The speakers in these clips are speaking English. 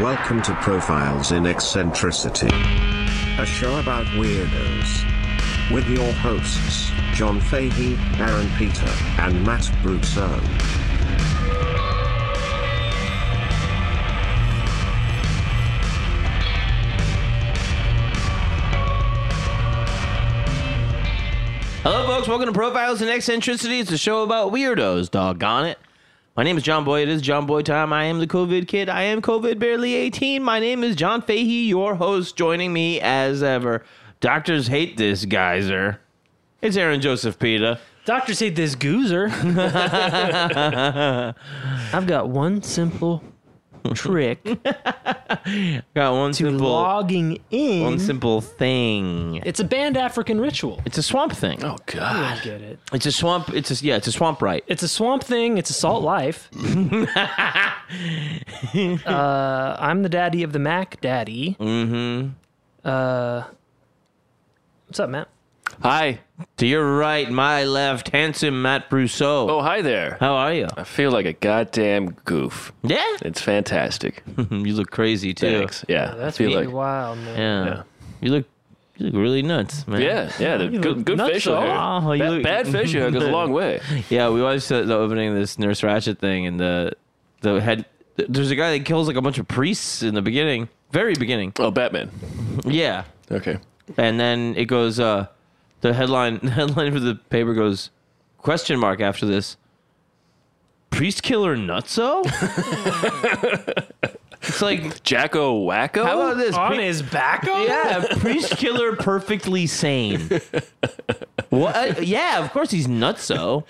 Welcome to Profiles in Eccentricity, a show about weirdos. With your hosts, John Fahey, Aaron Peter, and Matt Brousseau. Hello, folks. Welcome to Profiles in Eccentricity. It's a show about weirdos. Doggone it. My name is John Boy. It is John Boy time. I am the COVID kid. I am COVID barely 18. My name is John Fahey, your host, joining me as ever. Doctors hate this geyser. It's Aaron Joseph Pita. Doctors hate this goozer. I've got one simple trick to Got one simple, logging in. one simple thing. it's a banned African ritual. It's a swamp thing. Oh I God! get it. It's a swamp. It's a yeah. It's a swamp right. It's a swamp thing. It's a salt life. uh, I'm the daddy of the Mac Daddy. Mm-hmm. Uh, what's up, Matt? Hi. To your right, my left, handsome Matt Brousseau. Oh, hi there. How are you? I feel like a goddamn goof. Yeah, It's fantastic. you look crazy too. Thanks. Yeah. That's I feel pretty like. wild, man. Yeah. Yeah. You look you look really nuts, man. Yeah, yeah. The good, good nuts, facial though. hair. Oh, you Ba- look- bad facial hair goes a long way. Yeah, we watched the, the opening of this Nurse Ratchet thing and the the head there's a guy that kills like a bunch of priests in the beginning. Very beginning. Oh, Batman. Yeah. Okay. And then it goes uh the headline the headline for the paper goes question mark after this. Priest killer nutso? it's like Jacko Wacko. how about this? On Pri- his back? Yeah, priest killer perfectly sane. What? Yeah, of course he's nutso.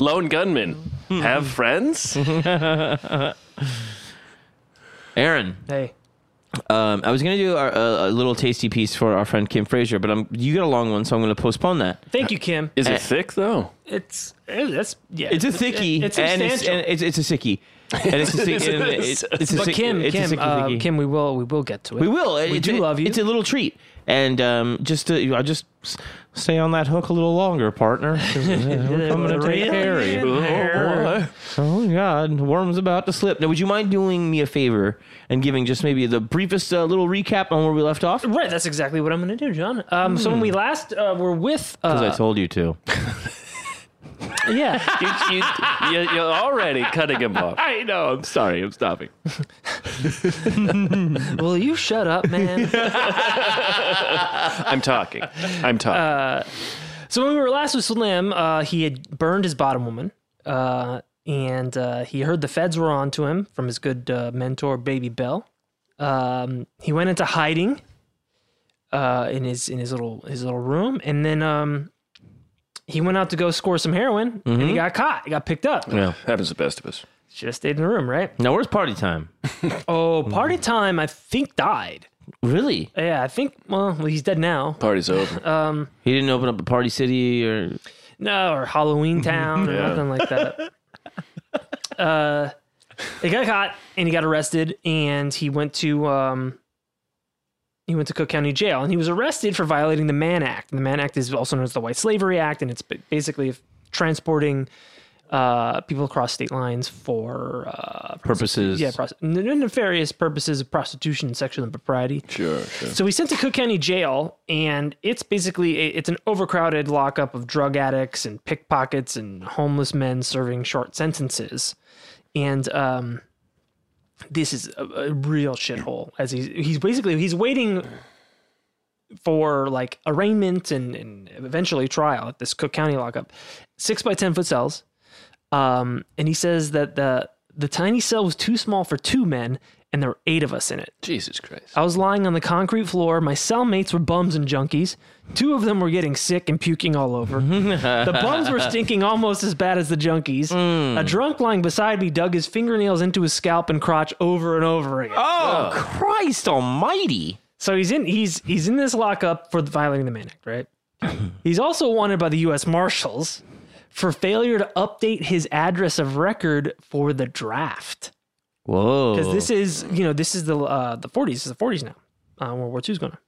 Lone gunman. Hmm. Have friends? Mm-hmm. Aaron, Hey, um, I was gonna do our, uh, a little tasty piece for our friend Kim Fraser, but I'm you got a long one, so I'm gonna postpone that. thank you, Kim. Is Eh. it thick though? It's eh, that's yeah. It's a sickie, It's and it's substantial. and it's, it's a sickie, and it's a It's sickie. a- and it's, it's a But sick- Kim, it's a Kim, sicky uh, thicky. Kim, we will, we will get to it. we will. We It's do a- love you. It's a little treat, and um, just to, I'll just s- stay on that hook a little longer, partner. I'm gonna take care of you. Oh God, worm's about to slip. Now, would you mind doing me a favor and giving just maybe the briefest uh, little recap on where we left off? Right, that's exactly what I'm going to do, John. Um, So when we last uh, were with, As uh, I told you to. yeah, You, you, you, you're already cutting him off. I know. I'm sorry. I'm stopping. will you shut up, man? I'm talking. I'm talking. so when we were last with Slim, uh, he had burned his bottom woman, uh, and uh, he heard the feds were on to him from his good uh, mentor, Baby Bell. Um, he went into hiding uh, in his in his little his little room, and then um, he went out to go score some heroin, and he got caught. He got picked up. Uh, Happens to the best of us. Should have stayed in the room, right? Now, where's party time? Oh, party time! I think died. Really? Yeah, I think. Well, well, he's dead now. Party's over. uh, He didn't open up a party city or. No, or Halloween Town or Yeah. nothing like that. uh, they got caught and he got arrested, and he went to um, he went to Cook County Jail, and he was arrested for violating the Mann Act. And the Mann Act is also known as the White Slavery Act, and it's ba- basically transporting uh, people across state lines for uh, Purposes. yeah, pros- n- nefarious purposes of prostitution and sexual impropriety. sure, sure. So he's sent to Cook County Jail, and it's basically a, it's an overcrowded lockup of drug addicts and pickpockets and homeless men serving short sentences, and um, this is a, a real shithole. As he's he's basically he's waiting for like arraignment and, and eventually trial at this Cook County lockup, six by ten foot cells, um, and he says that the the tiny cell was too small for two men, and there were eight of us in it. Jesus Christ. I was lying on the concrete floor. My cellmates were bums and junkies. Two of them were getting sick and puking all over. the bums were stinking almost as bad as the junkies. A drunk lying beside me dug his fingernails into his scalp and crotch over and over again. Oh, Christ Almighty! So he's in he's he's in this lockup for violating the Mann Act, right? he's also wanted by the U.S. Marshals for failure to update his address of record for the draft. Whoa. because this is you know this is the uh, the 40s this is the 40s now uh, world war II's going on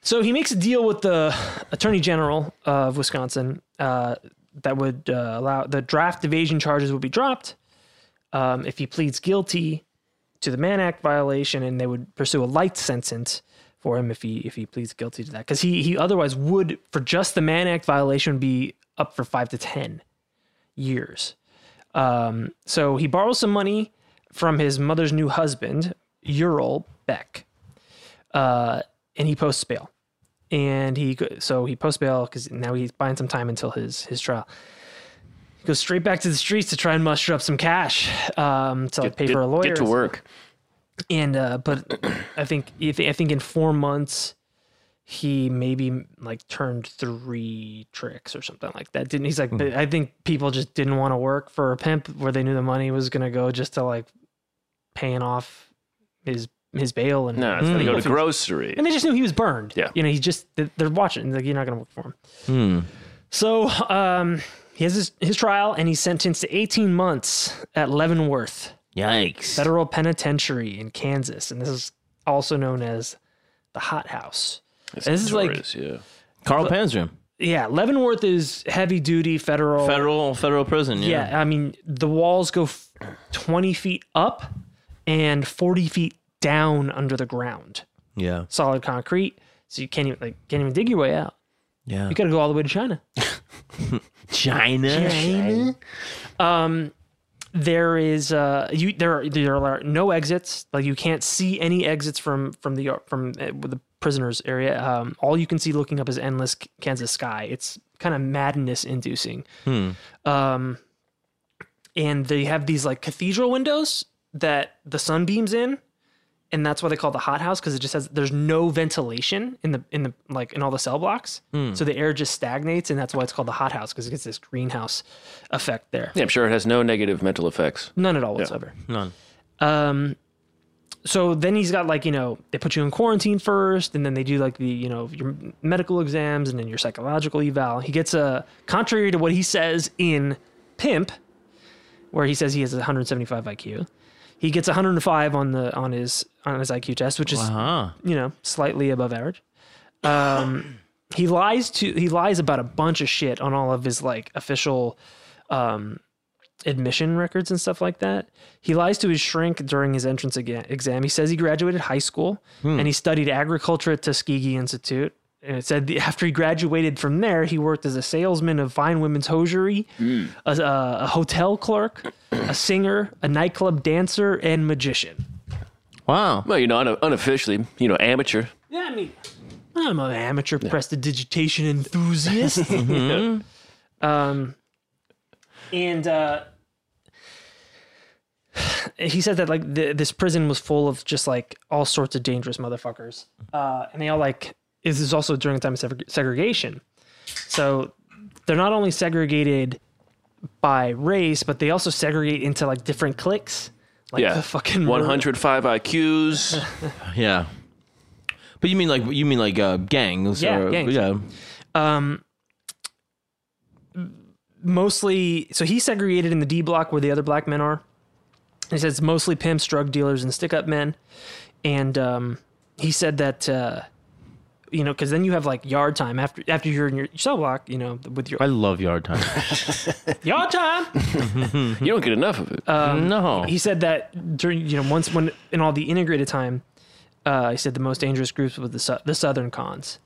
so he makes a deal with the attorney general of wisconsin uh, that would uh, allow the draft evasion charges would be dropped um, if he pleads guilty to the Mann Act violation, and they would pursue a light sentence for him if he if he pleads guilty to that because he he otherwise would for just the Mann Act violation be up for five to ten years. Um, so he borrows some money from his mother's new husband, Ural Beck, uh, and he posts bail. And he go- so he posts bail because now he's buying some time until his his trial. He goes straight back to the streets to try and muster up some cash um, to like, pay get, for a lawyer. Get to and work. and uh but i think if i think in four months he maybe like turned three tricks or something like that didn't he's like Hmm. but i think people just didn't want to work for a pimp where they knew the money was gonna go just to like paying off his his bail and No, it's gonna go to grow. grocery. Hmm. and they just knew he was burned Yeah. Hmm. you know he just they- they're watching and like you're not gonna work for him so um he has his, his trial and he's sentenced to 18 months at leavenworth Yikes. federal penitentiary in Kansas, and this is also known as the hot house. And this is like, Tourists, yeah. Carl Penn's room. yeah, Leavenworth is heavy duty federal. Federal federal prison. Yeah. Yeah, I mean the walls go f- twenty feet up and forty feet down under the ground, Yeah. solid concrete, so you can't even like can't even dig your way out. Yeah. You got to go all the way to China. China. Um, there is uh you there are there are no exits like you can't see any exits from from the from uh, the prisoners area um all you can see looking up is endless K- kansas sky it's kind of madness inducing um and they have these like cathedral windows that the sun beams in and that's why they call it the hothouse because it just has there's no ventilation in the in the like in all the cell blocks so the air just stagnates and that's why it's called the hothouse because it gets this greenhouse effect there Yeah, I'm sure it has no negative mental effects. None at all whatsoever. None. Um, so then he's got like you know they put you in quarantine first, and then they do like the you know your medical exams and then your psychological eval. He gets a contrary to what he says in Pimp, where he says he has 175 IQ. He gets 105 on the on his on his IQ test, which is Huh. you know, slightly above average. Um, he lies to he lies about a bunch of shit on all of his like official um, admission records and stuff like that. He lies to his shrink during his entrance ega- exam. He says he graduated high school and he studied agriculture at Tuskegee Institute. And it said the, after he graduated from there, he worked as a salesman of fine women's hosiery, a, a, a hotel clerk, a singer, a nightclub dancer, and magician. Wow. Well, you know, uno- unofficially, you know, amateur. Yeah, I mean, I'm an amateur prestidigitation enthusiast. Um, and uh, he said that like th- this prison was full of just like all sorts of dangerous motherfuckers, uh, and they all like this is also during the time of seg- segregation, so they're not only segregated by race, but they also segregate into like different cliques. Like yeah, the fucking 105 IQs. Yeah. But you mean like you mean like uh, gangs? Yeah, or, gangs. Yeah. um mostly so he's segregated in the D block where the other black men are. He says it's mostly pimps, drug dealers, and stick up men. And um he said that uh you know, because then you have like yard time after after you're in your cell block, you know, with your I love yard time. yard time. You don't get enough of it. Uh, no. he said that during you know once when in all the integrated time uh, he said the most dangerous groups were the, sou- the southern cons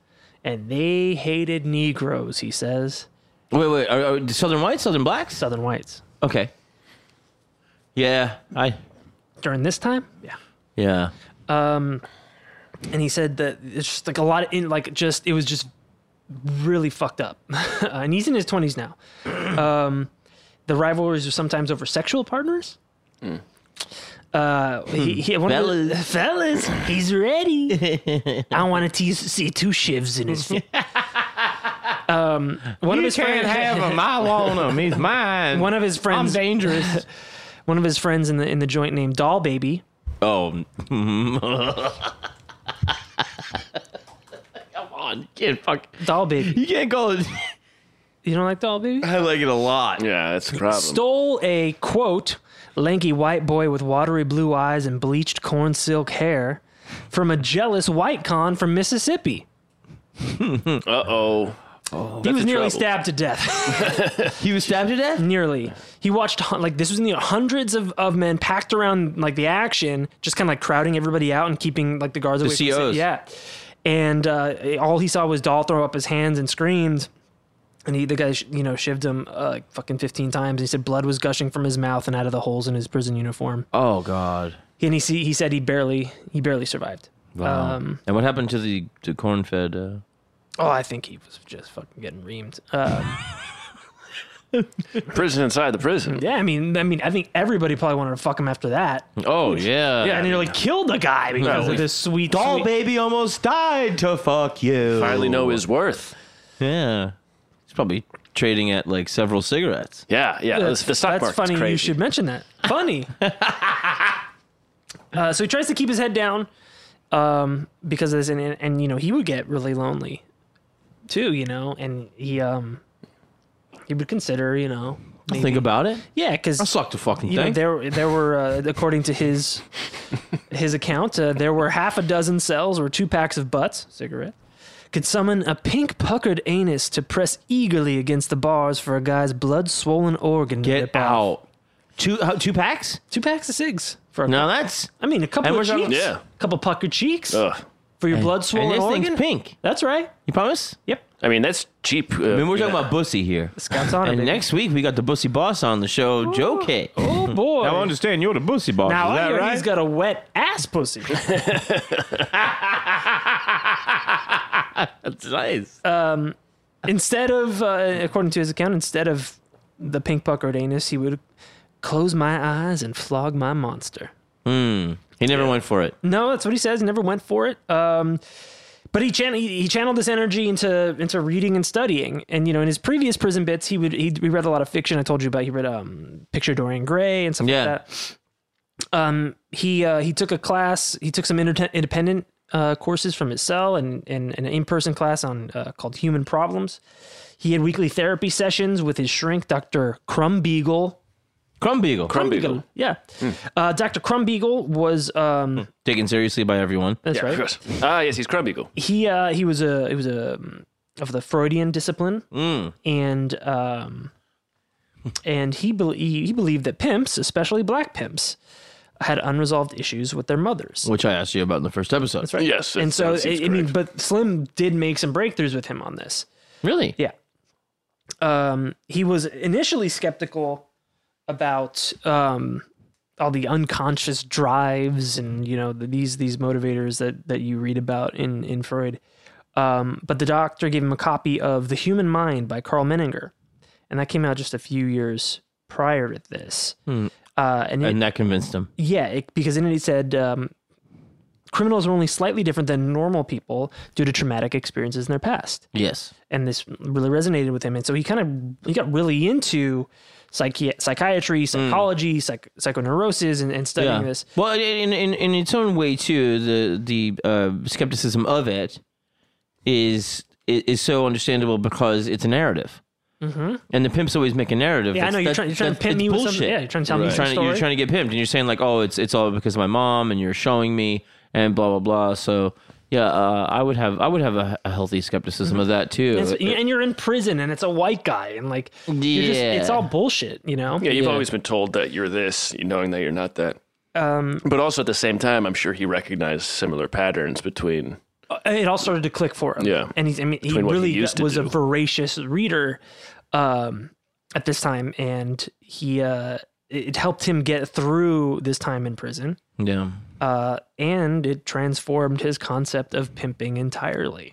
and they hated negroes he says Wait, wait. Are, are Southern whites? Southern blacks? southern whites Okay. Yeah. I. during this time yeah Yeah. and he said that it's just like a lot of in like just it was just really fucked up and he's in his 20s now um the rivalries are sometimes over sexual partners uh he, he, one of the- fellas he's ready i want to tease, see two shivs in his face um one of his friends I want him. He's mine. one of his friends dangerous. one of his friends in the in the joint named doll baby oh. Come on, kid. Fuck. doll baby You can't call it. you don't like doll baby I like it a lot. yeah, that's the problem. stole a quote lanky white boy with watery blue eyes and bleached corn silk hair from a jealous white con from Mississippi. Uh oh. he was the nearly trouble. stabbed to death. He was stabbed to death. nearly. He watched hun- like this was in the hundreds of, of men packed around like the action, just kind of like crowding everybody out and keeping like the guards away. from COs. yeah. And uh, all he saw was Dahl throw up his hands and screamed. And he, the guy, sh- you know, shivved him uh, like fucking 15 times. He said blood was gushing from his mouth and out of the holes in his prison uniform. Oh God. And he, see- he said he barely, he barely survived. Um, and what happened to the to corn-fed? Uh, Oh, I think he was just fucking getting reamed. Uh, Prison inside the prison. yeah, I mean, I mean, I think everybody probably wanted to fuck him after that. oh yeah. and they like killed the guy because No, of this sweet. Doll sweet- baby almost died to fuck you. Finally know his worth. Yeah. He's probably trading at like several cigarettes. Yeah, yeah. That's, the- the stock that's market's funny. crazy. You should mention that. Funny. uh, so he tries to keep his head down um, because of this, and, and and you know he would get really lonely too. You know, and he um he would consider you know maybe- Think about it. yeah because I sucked a fucking you know, thing. there there were uh, according to his his account uh, there were half a dozen cells or two packs of butts cigarette could summon a pink puckered anus to press eagerly against the bars for a guy's blood swollen organ to Get rip off. out. Two how, two packs? two packs of cigs for a No, that's I mean a couple And of we're talking- cheeks Yeah. couple puckered cheeks Ugh. for your blood and swollen this organ thing's pink. that's right You promise? yep I mean, that's cheap. Uh, I mean, we're yeah. talking about Bussy here. Scott's on it And baby. next week we got the Bussy boss on the show, Joe K. oh boy understand you're the Bussy boss. now I hear he's got a wet ass pussy That's nice. instead of uh, according to his account instead of the pink puckered anus he would close my eyes and flog my monster he never went for it. no that's what he says he never went for it um but he, chan- he he channeled this energy into into reading and studying, and you know, in his previous prison bits, he would he, he read a lot of fiction. I told you about he read um, Picture Dorian Gray and stuff Yeah. like that. Um, he uh, he took a class, he took some inter- independent uh, courses from his cell, and, and, and an in person class on uh, called Human Problems. He had weekly therapy sessions with his shrink, Doctor Crumb Beagle. Crumb Beagle. Crumb Beagle. yeah. Hmm. Uh, Doctor Crumb Beagle was um, Taken seriously by everyone. that's Yeah, right. of course. Ah, yes, he's Crumb Eagle. he uh he was a he was a um, of the Freudian discipline, and um and he, bel he he believed that pimps, especially black pimps, had unresolved issues with their mothers. Which I asked you about in the first episode. That's right. Yes, and that so seems I, I mean, correct. but Slim did make some breakthroughs with him on this. Really? Yeah. Um, he was initially skeptical about um, all the unconscious drives and you know the, these these motivators that that you read about in in Freud. Um, but the doctor gave him a copy of The Human Mind by Carl Menninger, and that came out just a few years prior to this. Hmm. Uh, and, it- And that convinced him. yeah, it, because in it he said um, criminals are only slightly different than normal people due to traumatic experiences in their past Yes. and this really resonated with him and so he kind of he got really into psychi- psychiatry psychology psych- psychoneurosis and, and studying this Well, in, in in its own way too, the the uh, skepticism of it is i- is so understandable because it's a narrative, mm-hmm. and the pimps always make a narrative. yeah i know That's- you're that- trying, you're trying to that's- pin it's me with something bullshit. yeah you're trying to tell me You're some trying, to, story you're trying to get pimped, and you're saying like, "Oh, it's it's all because of my mom," and you're showing me, and blah blah blah. So yeah, uh, I would have I would have a, a healthy skepticism Mm-hmm. of that too. and, so- and you're in prison and it's a white guy and like you're just, Yeah. it's all bullshit you know yeah, you've always been told that you're this, knowing that you're not that. Um, but also at the same time, I'm sure he recognized similar patterns between. it all started to click for him Yeah. and he's i mean he Between what he really used to was a do. voracious reader um at this time and he uh it it helped him get through this time in prison yeah. uh, and it transformed his concept of pimping entirely.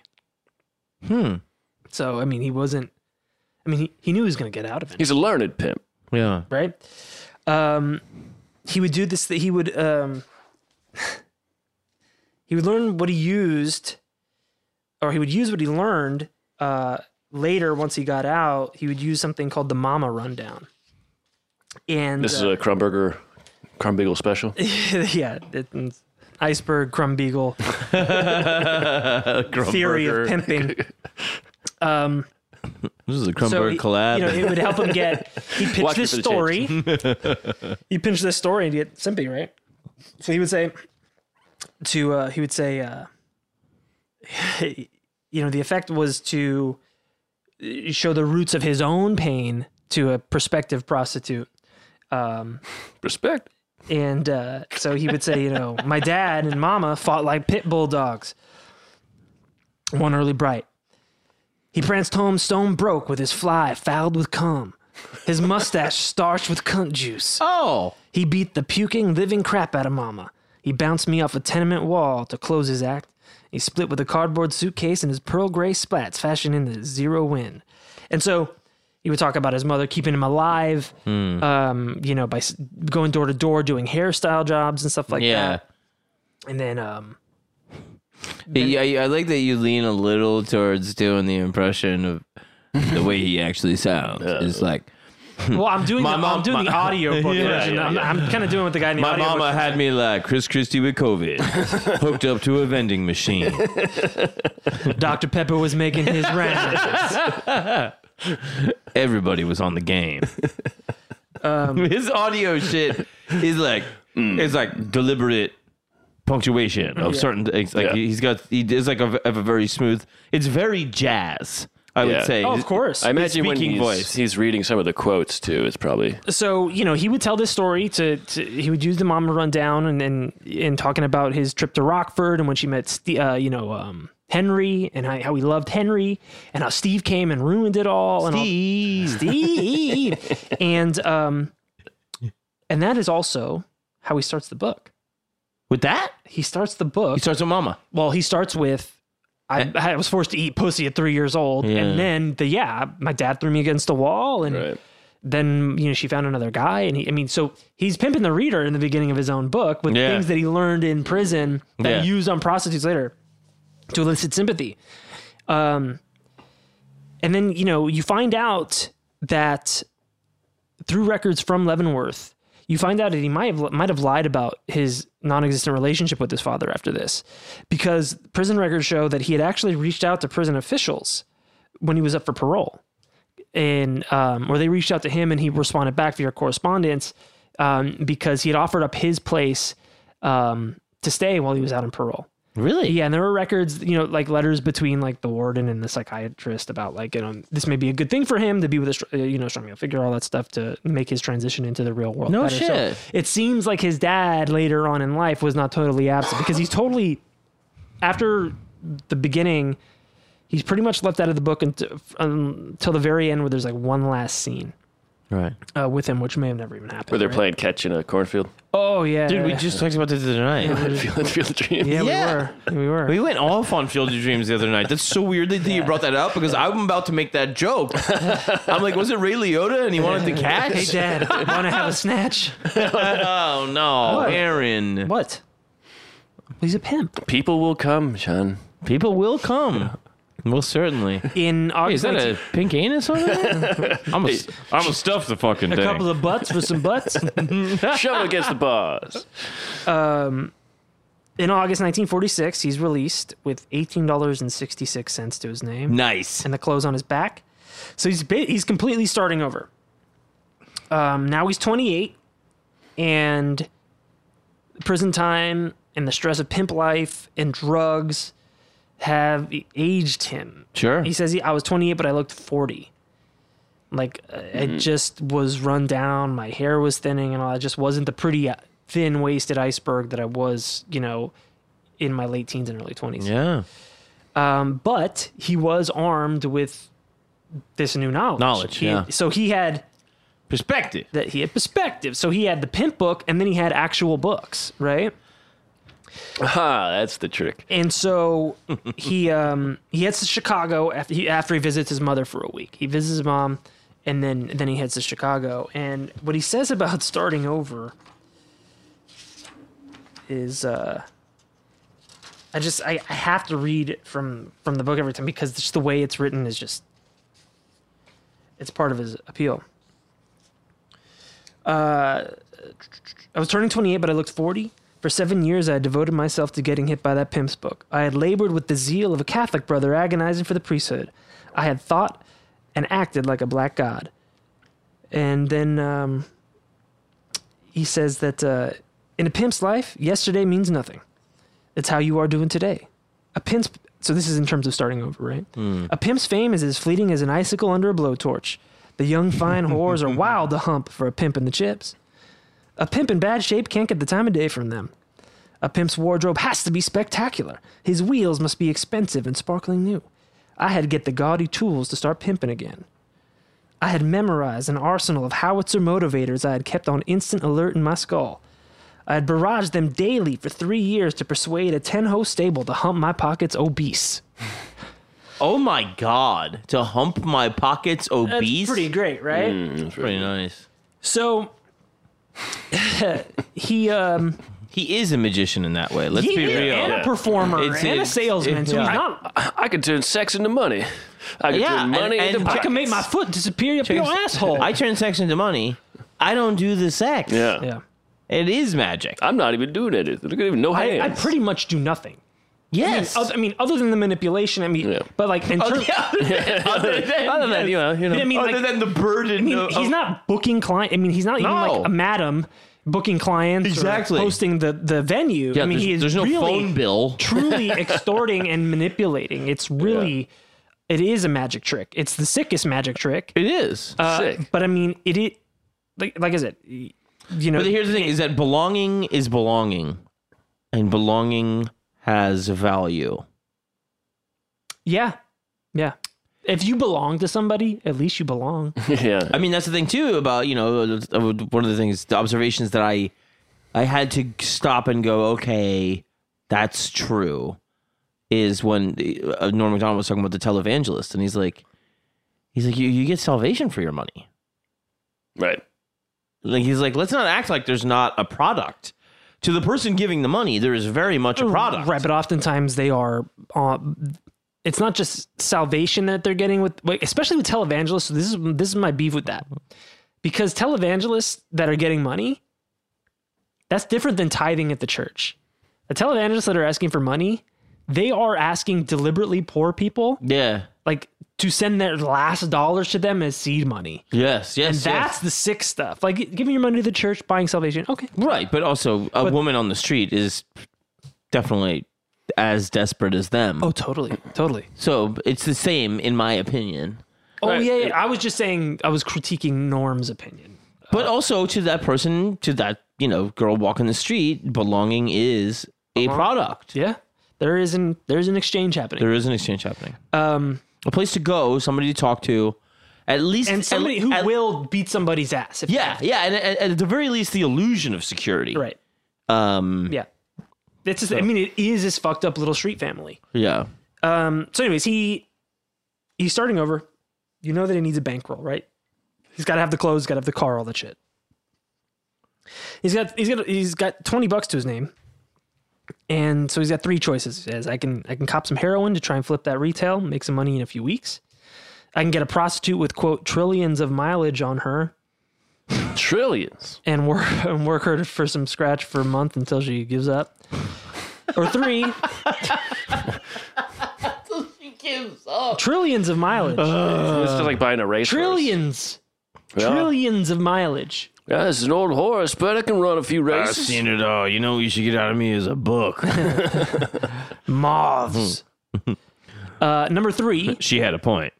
Hmm. So, I mean, he wasn't. I mean, he, he knew he was going to get out of it, He's a learned pimp. Yeah. right? Um, he would do this. That he would. Um, he would learn what he used, or he would use what he learned. Uh, later, once he got out, he would use something called the Mama Rundown. And This uh, is a Crumburger, Crumb Beagle special. yeah, it's iceberg crumb beagle theory of burger. pimping. Um, This is a Krumberg he- collab. You know, it would help him get. He pitched Watch me this for the story. he pitched this story and get simping right. So he would say to uh, he would say, uh, you know, the effect was to show the roots of his own pain to a prospective prostitute. Respect. And uh, so he would say, you know, my dad and mama fought like pit bull dogs. One early bright. He pranced home stone broke with his fly fouled with cum, his mustache starched with cunt juice. Oh, He beat the puking living crap out of mama. He bounced me off a tenement wall to close his act. He split with a cardboard suitcase and his pearl gray splats fashioned in the zero wind. And so he would talk about his mother keeping him alive, Hmm. um, you know, by s- going door to door doing hairstyle jobs and stuff like yeah. that. And then, um, Yeah, I, I like that you lean a little towards doing the impression of the way he actually sounds. It's like well, I'm doing My the, mom- I'm doing the my- audio book version. yeah, I'm, yeah. I'm kind of doing what the guy in the my audio mama had me like Chris Christie with COVID, hooked up to a vending machine. Dr. Pepper was making his rounds. Everybody was on the game. His audio shit is like it's like deliberate punctuation of certain. It's like Yeah. he's got he is like a, of a very smooth. It's very jazz. I Yeah. would say. oh, of course. I imagine when speaking he's, voice. he's reading some of the quotes too. It's probably so you know he would tell this story to, to he would use the mama rundown and and and talking about his trip to Rockford and when she met Ste uh, you know um, Henry and how, how he loved Henry and how Steve came and ruined it all and all- Steve. Steve and um and that is also how he starts the book. With that, He starts the book. he starts with Mama. well, he starts with. I, I was forced to eat pussy at three years old, Yeah. and then the yeah, my dad threw me against the wall, and right. then you know she found another guy and he i mean so he's pimping the reader in the beginning of his own book with Yeah. things that he learned in prison that Yeah. he used on prostitutes later to elicit sympathy um and then you know you find out that through records from leavenworth you find out that he might have might have lied about his non-existent relationship with his father after this because prison records show that he had actually reached out to prison officials when he was up for parole and um, or they reached out to him and he responded back via correspondence um, because he had offered up his place um, to stay while he was out on parole. Really? Yeah, and there were records, you know, like letters between like the warden and the psychiatrist about like, you know, this may be a good thing for him to be with a, str- uh, you know, strong male figure, all that stuff to make his transition into the real world. No better. So shit. it seems like his dad later on in life was not totally absent because he's totally after the beginning. He's pretty much left out of the book until, until the very end, where there's like one last scene Right. uh, with him, which may have never even happened. Where they're right? playing catch in a cornfield. Oh yeah, Dude, we yeah. just talked about this the other night. Field, field of dreams. yeah, Yeah. we were we were. We went off on Field of Dreams the other night. That's so weird that you brought that up because I'm about to make that joke. I'm like, was it Ray Liotta and he wanted to hey catch? Dad, want to have a snatch? Oh no, What? Aaron. What? He's a pimp. People will come, Sean. People will come. Well, certainly. In Is August, that 19 a pink anus on there? I'm a, I'm a stuff the fucking a couple of butts for some butts. Shove it against the bars. In August 1946, he's released with $18.66 to his name nice. and the clothes on his back. So he's ba- he's completely starting over. Um, now he's 28, and prison time and the stress of pimp life and drugs have e-, aged him. Sure. He says, he, I was 28, but I looked 40. Like, uh, I just was run down. My hair was thinning and all. I just wasn't the pretty, uh, thin waisted iceberg that I was, you know, in my late teens and early 20s. Yeah. Um, but he was armed with this new knowledge. Knowledge, He- yeah. So he had Perspective. that he had perspective. So he had the pimp book and then he had actual books, right? Ha, that's the trick. And so he um he heads to Chicago after he after he visits his mother for a week. He visits his mom and then then he heads to Chicago. And what he says about starting over is uh I just I, I have to read from from the book every time because just the way it's written is just it's part of his appeal. I was turning 28, but I looked 40. For seven years, I had devoted myself to getting hit by that pimp's book. I had labored with the zeal of a Catholic brother agonizing for the priesthood. I had thought and acted like a black god. And then um, he says that uh, in a pimp's life, yesterday means nothing. It's how you are doing today. A pimp's, So this is in terms of starting over, right? A pimp's fame is as fleeting as an icicle under a blowtorch. The young fine whores are wild to hump for a pimp in the chips. A pimp in bad shape can't get the time of day from them. A pimp's wardrobe has to be spectacular. His wheels must be expensive and sparkling new. I had to get the gaudy tools to start pimping again. I had memorized an arsenal of howitzer motivators I had kept on instant alert in my skull. I had barraged them daily for three years to persuade a 10 ho stable to hump my pockets obese. Oh my god, to hump my pockets obese. Hmm. great, right? pretty nice. So he um He is a magician in that way. Let's he be is real. and a Yeah. performer It's- and a it's- salesman, it's- so he's yeah. not I could turn sex into money. I could Yeah, turn money and- into and- I pockets. can make my foot disappear up your asshole. I turn sex into money. I don't do the sex. yeah. yeah. It is magic. I'm not even doing anything. Look at even no I, hands. I pretty much do nothing. yes. Oh, Oth- I mean, other than the manipulation, I mean, Yeah. but like in terms, other than, Other than, you know, you know. I mean, other like- than the burden I mean, of, he's not booking client. I mean, he's not even No. like a madam booking clients, or Exactly. hosting the the venue. Yeah, I mean, there's, he is there's no really phone bill. truly extorting and manipulating. It's really, it is a magic trick. It's the sickest magic trick. It is. Uh, Sick. But I mean, it is like like I said, y- you know, But here's the thing: is that belonging is belonging, and belonging has value. yeah, yeah. If you belong to somebody, at least you belong. yeah. I mean, that's the thing too about you know uh, one of the things, the observations that I I had to stop and go, okay, that's true. Is when uh, Norm Macdonald was talking about the televangelist, and he's like, he's like, you, you get salvation for your money. Right. Like he's like, let's not act like there's not a product. To the person giving the money, there is very much a product. Right, but oftentimes they are. Uh, it's not just salvation that they're getting with, like, especially with televangelists. So this is this is my beef with that, because televangelists that are getting money, that's different than tithing at the church. The televangelists that are asking for money, they are asking deliberately poor people Yeah. like to send their last dollars to them as seed money. Yes. Yes. And yes. that's the sick stuff. Like giving your money to the church, buying salvation. Okay, Right, but also a woman on the street is definitely as desperate as them. Oh, totally, totally. So it's the same in my opinion. Oh Right. yeah, yeah, I was just saying. I was critiquing Norm's opinion. But also to that person, to that, you know, girl walking the street, belonging is a Uh-huh. product. Yeah, there is an there is an exchange happening. There is an exchange happening. um, A place to go, somebody to talk to, at least and somebody at- who at- will beat somebody's ass. If Yeah, yeah, and at, at the very least the illusion of security. right. Um Yeah, that's. Just, I mean, it is this fucked up little street family. yeah. Um. So, anyways, he he's starting over. You know that he needs a bankroll, right? He's got to have the clothes. Got to have the car. All that shit. He's got he's got he's got twenty bucks to his name, and so he's got three choices. He says, I can I can cop some heroin to try and flip that retail, make some money in a few weeks. I can get a prostitute with quote trillions of mileage on her Trillions. and work and work her for some scratch for a month until she gives up. Or three. Until she gives up. Trillions of mileage. Uh, it's just like buying a race. trillions. Yeah. Trillions of mileage. Yeah, this is an old horse, but I can run a few races. it all. You know what you should get out of me is a book. Moths. Hmm. uh, number three. she had a point.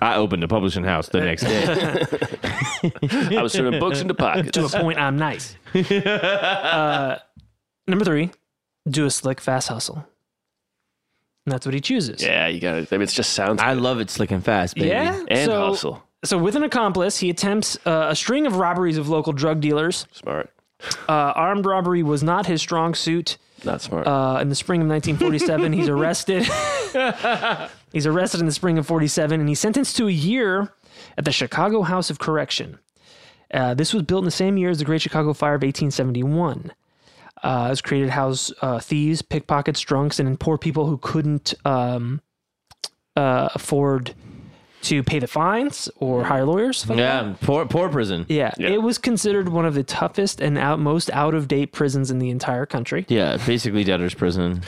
I opened a publishing house the next day. I was turning books into pockets. To a point, I'm nice. Uh, number three. Do a slick, fast hustle. And that's what he chooses. yeah, you got it. I mean, it just sounds I love it slick and fast, baby. Yeah. and so, hustle. So, with an accomplice, he attempts uh, a string of robberies of local drug dealers. Smart. Uh, armed robbery was not his strong suit. Not smart. Uh, in the spring of 1947, he's arrested. he's arrested in the spring of 47, and he's sentenced to a year at the Chicago House of Correction. Uh, this was built in the same year as the Great Chicago Fire of 1871. Uh, it was created to house uh, thieves, pickpockets, drunks, and poor people who couldn't um, uh, afford to pay the fines or hire lawyers. Like Yeah, poor poor prison. yeah, it was considered one of the toughest and out, most out of date prisons in the entire country. Yeah, basically debtor's prison.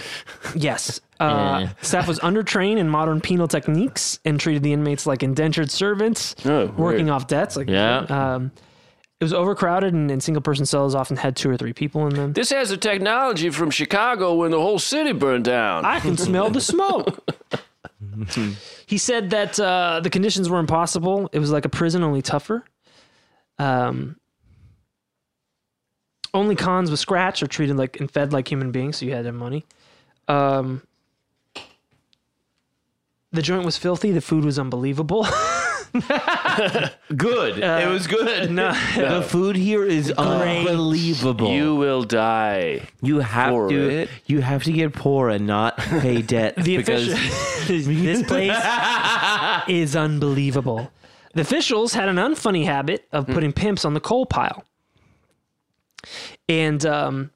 Yes. Uh, Yeah. Staff was undertrained in modern penal techniques and treated the inmates like indentured servants, Oh, working weird. off debts. Like, Yeah. um, It was overcrowded, and, and single person cells often had two or three people in them. This has the technology from Chicago when the whole city burned down. I can smell the smoke. he said that uh, the conditions were impossible. It was like a prison, only tougher. Um, only cons with scratch are treated like and fed like human beings, so you had their money. Um, the joint was filthy. The food was unbelievable. Good. Uh, it was good. The food here is unbelievable. you will die. You have for to it. you have to get poor and not pay debt The because official- this place is unbelievable. The officials had an unfunny habit of putting pimps on the coal pile, and um,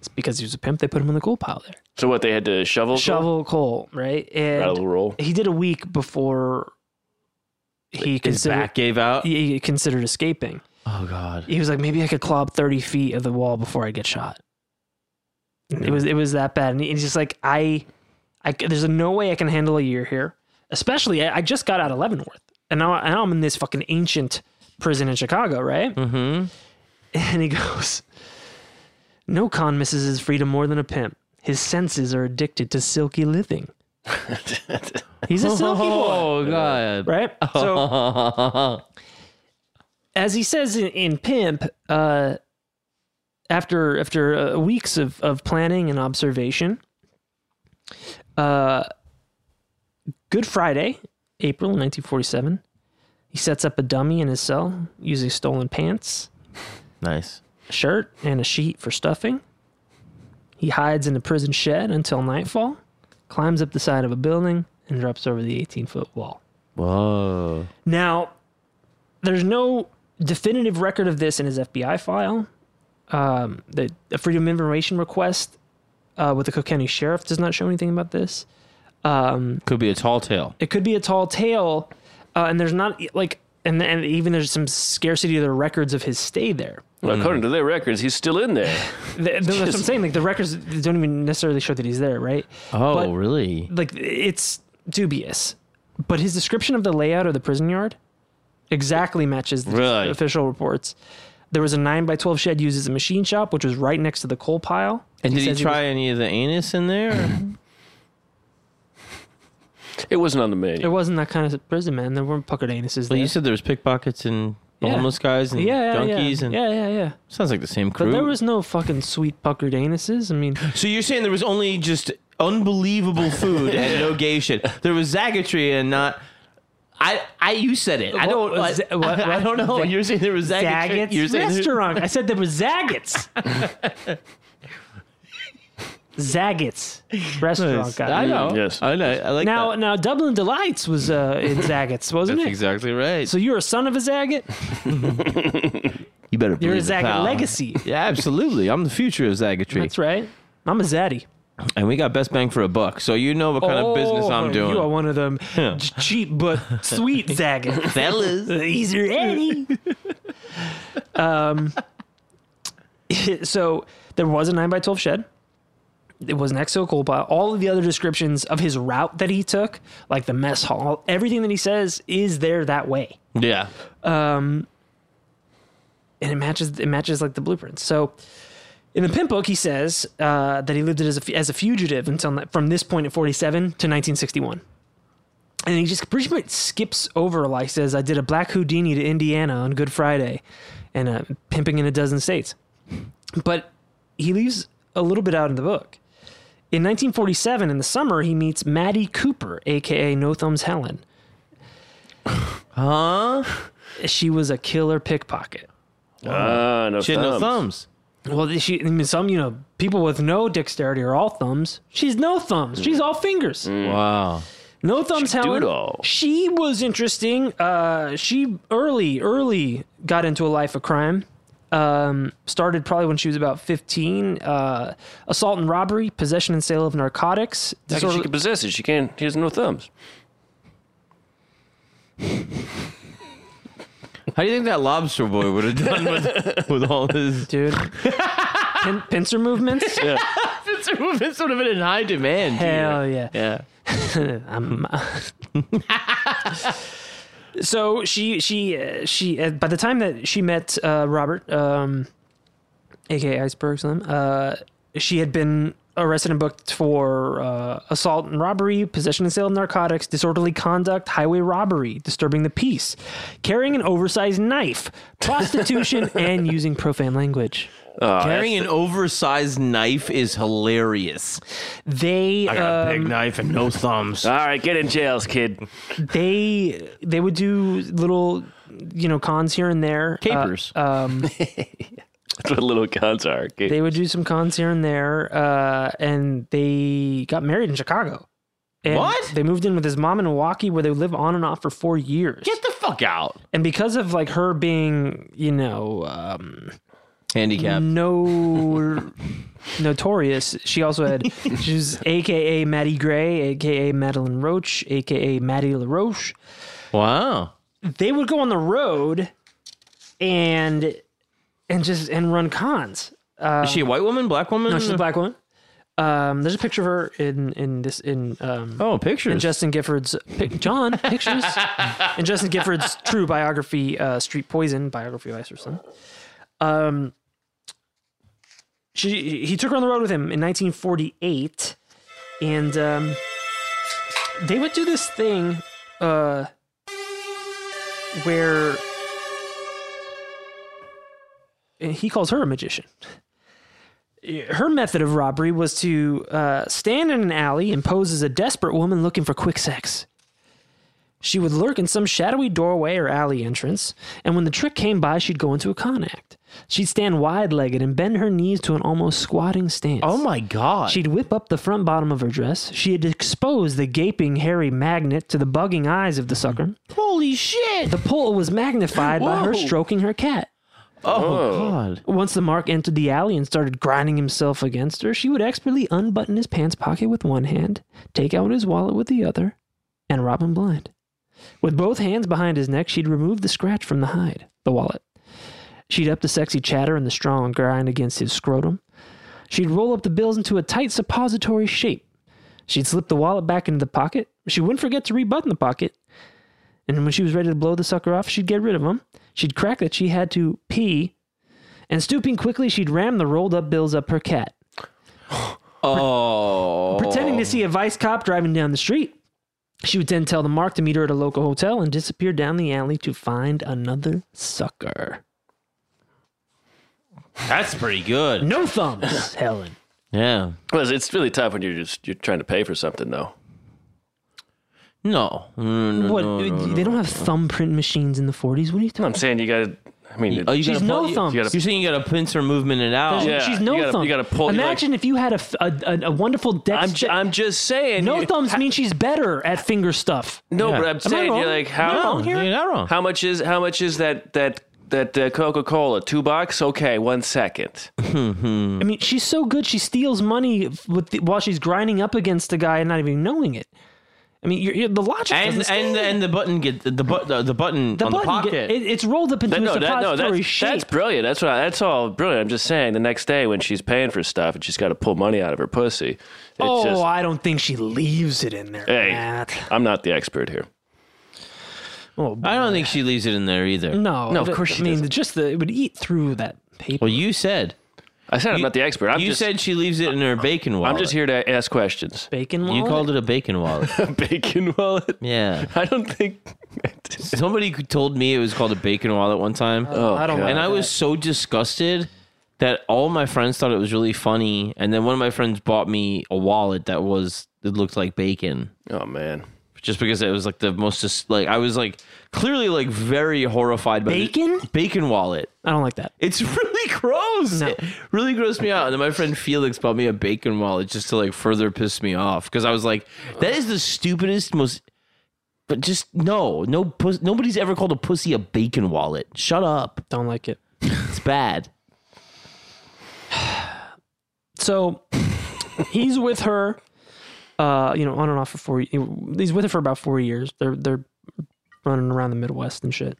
it's because he was a pimp. They put him on the coal pile there, So what they had to shovel? shovel coal, right? Uh-huh. Rattle And roll. he did a week before he his considered back gave out. he he considered escaping. Oh god. He was like, maybe I could climb thirty feet of the wall before I get shot. It was it was that bad, and he- he's just like, I, I c- there's no way I can handle a year here, especially I, I just got out of Leavenworth, and now, now I'm in this fucking ancient prison in Chicago, right? Mm-hmm. And he goes, no con misses his freedom more than a pimp. His senses are addicted to silky living. He's a silky boy Oh god. Oh. right? So, as he says in, in Pimp, uh, after after uh, weeks of of planning and observation, uh, Good Friday, April 1947, he sets up a dummy in his cell using stolen pants Nice. shirt and a sheet for stuffing. He hides in the prison shed until nightfall, climbs up the side of a building, and drops over the 18 foot wall. Whoa. Now, there's no definitive record of this in his FBI file. Um, the, the Freedom of Information request uh, with the Cook County Sheriff does not show anything about this. Could be a tall tale. It could be a tall tale, uh, and there's not like, and and even there's some scarcity of the records of his stay there. Well, according to their records, he's still in there. Th- that's what I'm saying. Like the records don't even necessarily show that he's there, right? Oh, But- really? like it's dubious. But his description of the layout of the prison yard exactly matches the Really? official reports. There was a nine by twelve shed used as a machine shop, which was right next to the coal pile. And did he says try was- any of the anus in there? It wasn't on the menu. there wasn't that kind of prison, man. There weren't puckered anuses But there. you said there was pickpockets and Yeah. homeless guys and yeah, yeah, donkeys yeah. and yeah, yeah, yeah. sounds like the same But crew. there was no fucking sweet puckered anuses. I mean, so you're saying there was only just unbelievable food and no gay shit. There was zagatry and not. I, I you said it. I don't What was- I, what- I don't know. what- you're saying there was zagatry. You're Zagat's saying there- restaurant. I said there was Zagat's. Zagat's restaurant. Nice. got I me. know. Yes. I know. I like Now, that. now Dublin Delights was uh, in Zagat's, wasn't That's it? exactly right. So you're a son of a Zagat. you better You're a believe it, Zagat pal. legacy. Yeah, absolutely. I'm the future of zagatry, That's right. I'm a Zaddy. and we got best bang for a buck. So you know what kind of business I'm doing. Oh, You are one of them j- cheap but sweet Zagats. Fellas. These are Eddie. um, so there was a nine by twelve shed. It was an exo coal pile. All of the other descriptions of his route that he took, like the mess hall, everything that he says is there that way. yeah. and it matches it matches like the blueprints. So in the pimp book, he says uh, that he lived it as a, as a fugitive until from this point at 47 to 1961. And he just pretty much skips over, like says, I did a black Houdini to Indiana on Good Friday and uh, pimping in a dozen states. But he leaves a little bit out in the book. In 1947, in the summer, he meets Maddie Cooper, aka No Thumbs Helen. Huh? She was a killer pickpocket. Ah, no She had no thumbs. thumbs. Well, th- she, I mean, some, you know, people with no dexterity are all thumbs. She's no thumbs. She's all fingers. Mm. Wow. No thumbs, do Helen. it all. She was interesting. Uh, she early, early got into a life of crime. Um, started probably when she was about 15. Uh, assault and robbery, possession and sale of narcotics. How can she disorderly- can possess it. She can't. She has no thumbs. How do you think that lobster boy would have done with, with all his Dude. Pin- pincer movements? Spencer movements would have been in high demand? Hell yeah. Yeah. I'm, so she she uh, she uh, by the time that she met uh, Robert, um, aka Iceberg Slim, uh, she had been arrested and booked for uh, assault and robbery, possession and sale of narcotics, disorderly conduct, highway robbery, disturbing the peace, carrying an oversized knife, prostitution, and using profane language. Carrying an oversized knife is hilarious. Uh, They uh, big knife and no thumbs. All right, get in jails, kid. they they would do little you know cons here and there. Uh, Capers. That's what little guns are. Kid. they would do some cons here and there, uh, and they got married in Chicago. And What? They moved in with his mom in Milwaukee, where they lived on and off for four years. Get the fuck out. And because of like her being, you know, um, Handicap. no notorious, she also had she was AKA Maddie Gray, AKA Madeline Roach, AKA Maddie LaRoche. Wow. They would go on the road and and just and run cons. is she a white woman? Black woman? No, she's a black woman. Um, there's a picture of her in in this in um Oh, pictures. in Justin Gifford's pic, John pictures in Justin Gifford's true biography, uh, Street Poison biography of Iserson. Um, she he took her on the road with him in 1948, and um, they would do this thing uh, where and he calls her a magician. Her method of robbery was to uh, stand in an alley and pose as a desperate woman looking for quick sex. She would lurk in some shadowy doorway or alley entrance, and when the trick came by, she'd go into a con act. She'd stand wide legged and bend her knees to an almost squatting stance. oh my god. She'd whip up the front bottom of her dress. She'd expose the gaping, hairy magnet to the bugging eyes of the sucker. Holy shit. The pole was magnified by her Whoa. stroking her cat. Oh god. Once the mark entered the alley and started grinding himself against her, she would expertly unbutton his pants pocket with one hand, take out his wallet with the other, and rob him blind. With both hands behind his neck, she'd remove the scratch from the hide, the wallet. She'd up the sexy chatter and the strong grind against his scrotum. She'd roll up the bills into a tight suppository shape. She'd slip the wallet back into the pocket. She wouldn't forget to rebutton the pocket. And when she was ready to blow the sucker off, she'd get rid of him. She'd crack that she had to pee and stooping quickly, she'd ram the rolled up bills up her cat, Oh. pretending to see a vice cop driving down the street. She would then tell the mark to meet her at a local hotel and disappear down the alley to find another sucker. That's pretty good. No thumbs, Helen. Yeah. Well, it's really tough when you're just you're trying to pay for something though. No. Mm, no, What? no, no, no. they don't have thumbprint machines in the 40s. What are you I'm talking saying you gotta. I mean, Oh, you She's gotta no pull- you- thumbs. You are saying you got to pincer movement it out. about? Yeah, She's no you gotta- thumbs. you gotta pull- you Imagine if you had a, f- a- a- a wonderful dex I'm check. ju- I'm just saying. no you- thumbs means she's better at finger stuff. No, Yeah. but Am I'm I saying wrong? you're like how No, you're not wrong. How much is how much is that that that uh, Coca Cola two bucks? Okay, one second. I mean, she's so good. She steals money with the, while she's grinding up against a guy and not even knowing it. I mean, you're, you're, the logic and doesn't and stand. and the button get the but the, the button the on button the pocket. get- it- it's rolled up into That- a no, that, no, suppository that's, shape. that's brilliant. That's what I, that's all brilliant. I'm just saying. The next day when she's paying for stuff and she's got to pull money out of her pussy. It's oh, just, I don't think she leaves it in there, Hey. Matt. I'm not the expert here. Oh, I don't think she leaves it in there either. no, No, of it- course I she mean, doesn't. just the it would eat through that paper. Well, you said I said I'm not the expert. I'm you just, said she leaves it in her bacon wallet. I'm just here to ask questions. Bacon You wallet. called it a bacon wallet. Bacon wallet. yeah. I don't think. Somebody told me it was called a bacon wallet one time. Oh, I don't God. and I was so disgusted that all my friends thought it was really funny. And then one of my friends bought me a wallet that was it looked like bacon, Oh man. just because it was like the most dis- like I was like clearly like very horrified by the- Bacon? bacon wallet. I don't like that. It's really gross. No. It really grossed me out. And then my friend Felix bought me a bacon wallet just to like further piss me off because I was like, that is the stupidest, most. But just no, no, pus- nobody's ever called a pussy a bacon wallet. Shut up. Don't like it. It's bad. So he's with her, uh, you know, on and off for four. He's with her for about four years. They're they're running around the Midwest and shit.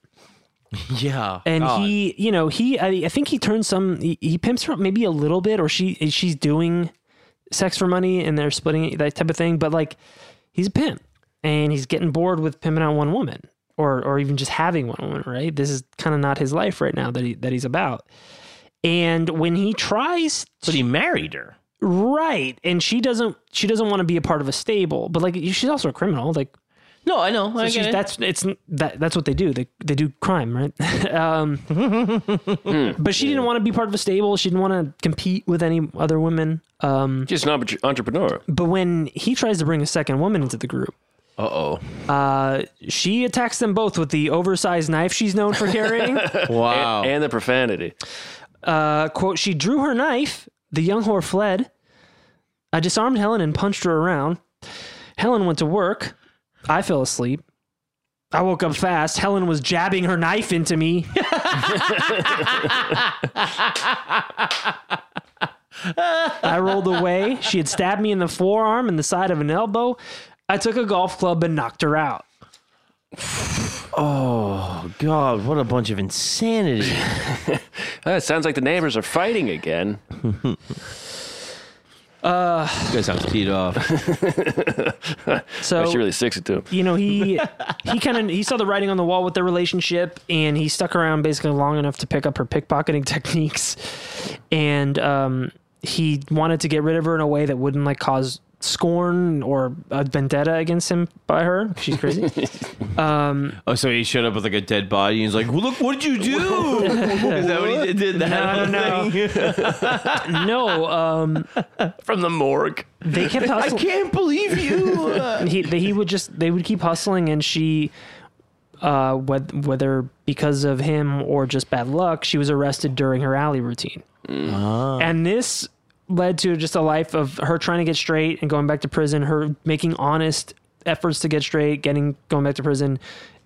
Yeah. and God. he you know he I, I think he turns some he, he pimps her up maybe a little bit or she she's doing sex for money and they're splitting it that type of thing but like he's a pimp and he's getting bored with pimping on one woman or or even just having one, right? This is kind of not his life right now that he that he's about. And when he tries But he married her. right, and she doesn't she doesn't want to be a part of a stable, but like she's also a criminal, like No, I know. I so she's, get it. that's it's that that's what they do. They they do crime, right? um, but she didn't want to be part of a stable. She didn't want to compete with any other women. Um, Just an entre- entrepreneur. but when he tries to bring a second woman into the group, Uh oh. uh, she attacks them both with the oversized knife she's known for carrying. Wow. And the profanity. uh, quote: She drew her knife. The young whore fled. I disarmed Helen and punched her around. Helen went to work. I fell asleep. I woke up fast. Helen was jabbing her knife into me. I rolled away. She had stabbed me in the forearm and the side of an elbow. I took a golf club and knocked her out. oh God, what a bunch of insanity. Ah, it sounds like the neighbors are fighting again. you guys sound teed off. So Oh. she really sticks it to him. you know he he kind of he saw the writing on the wall with their relationship and he stuck around basically long enough to pick up her pickpocketing techniques and um he wanted to get rid of her in a way that wouldn't like cause scorn or a vendetta against him by her she's crazy Oh, so he showed up with like a dead body. and He's like, well, "Look, what did you do?" Is that what he did? did that No, no um From the morgue. they kept I hustling can't believe you. Uh, he, they, he would just they would keep hustling and she uh wheth- whether because of him or just bad luck she was arrested during her alley routine Mm. and this led to just a life of her trying to get straight and going back to prison her making honest efforts to get straight getting going back to prison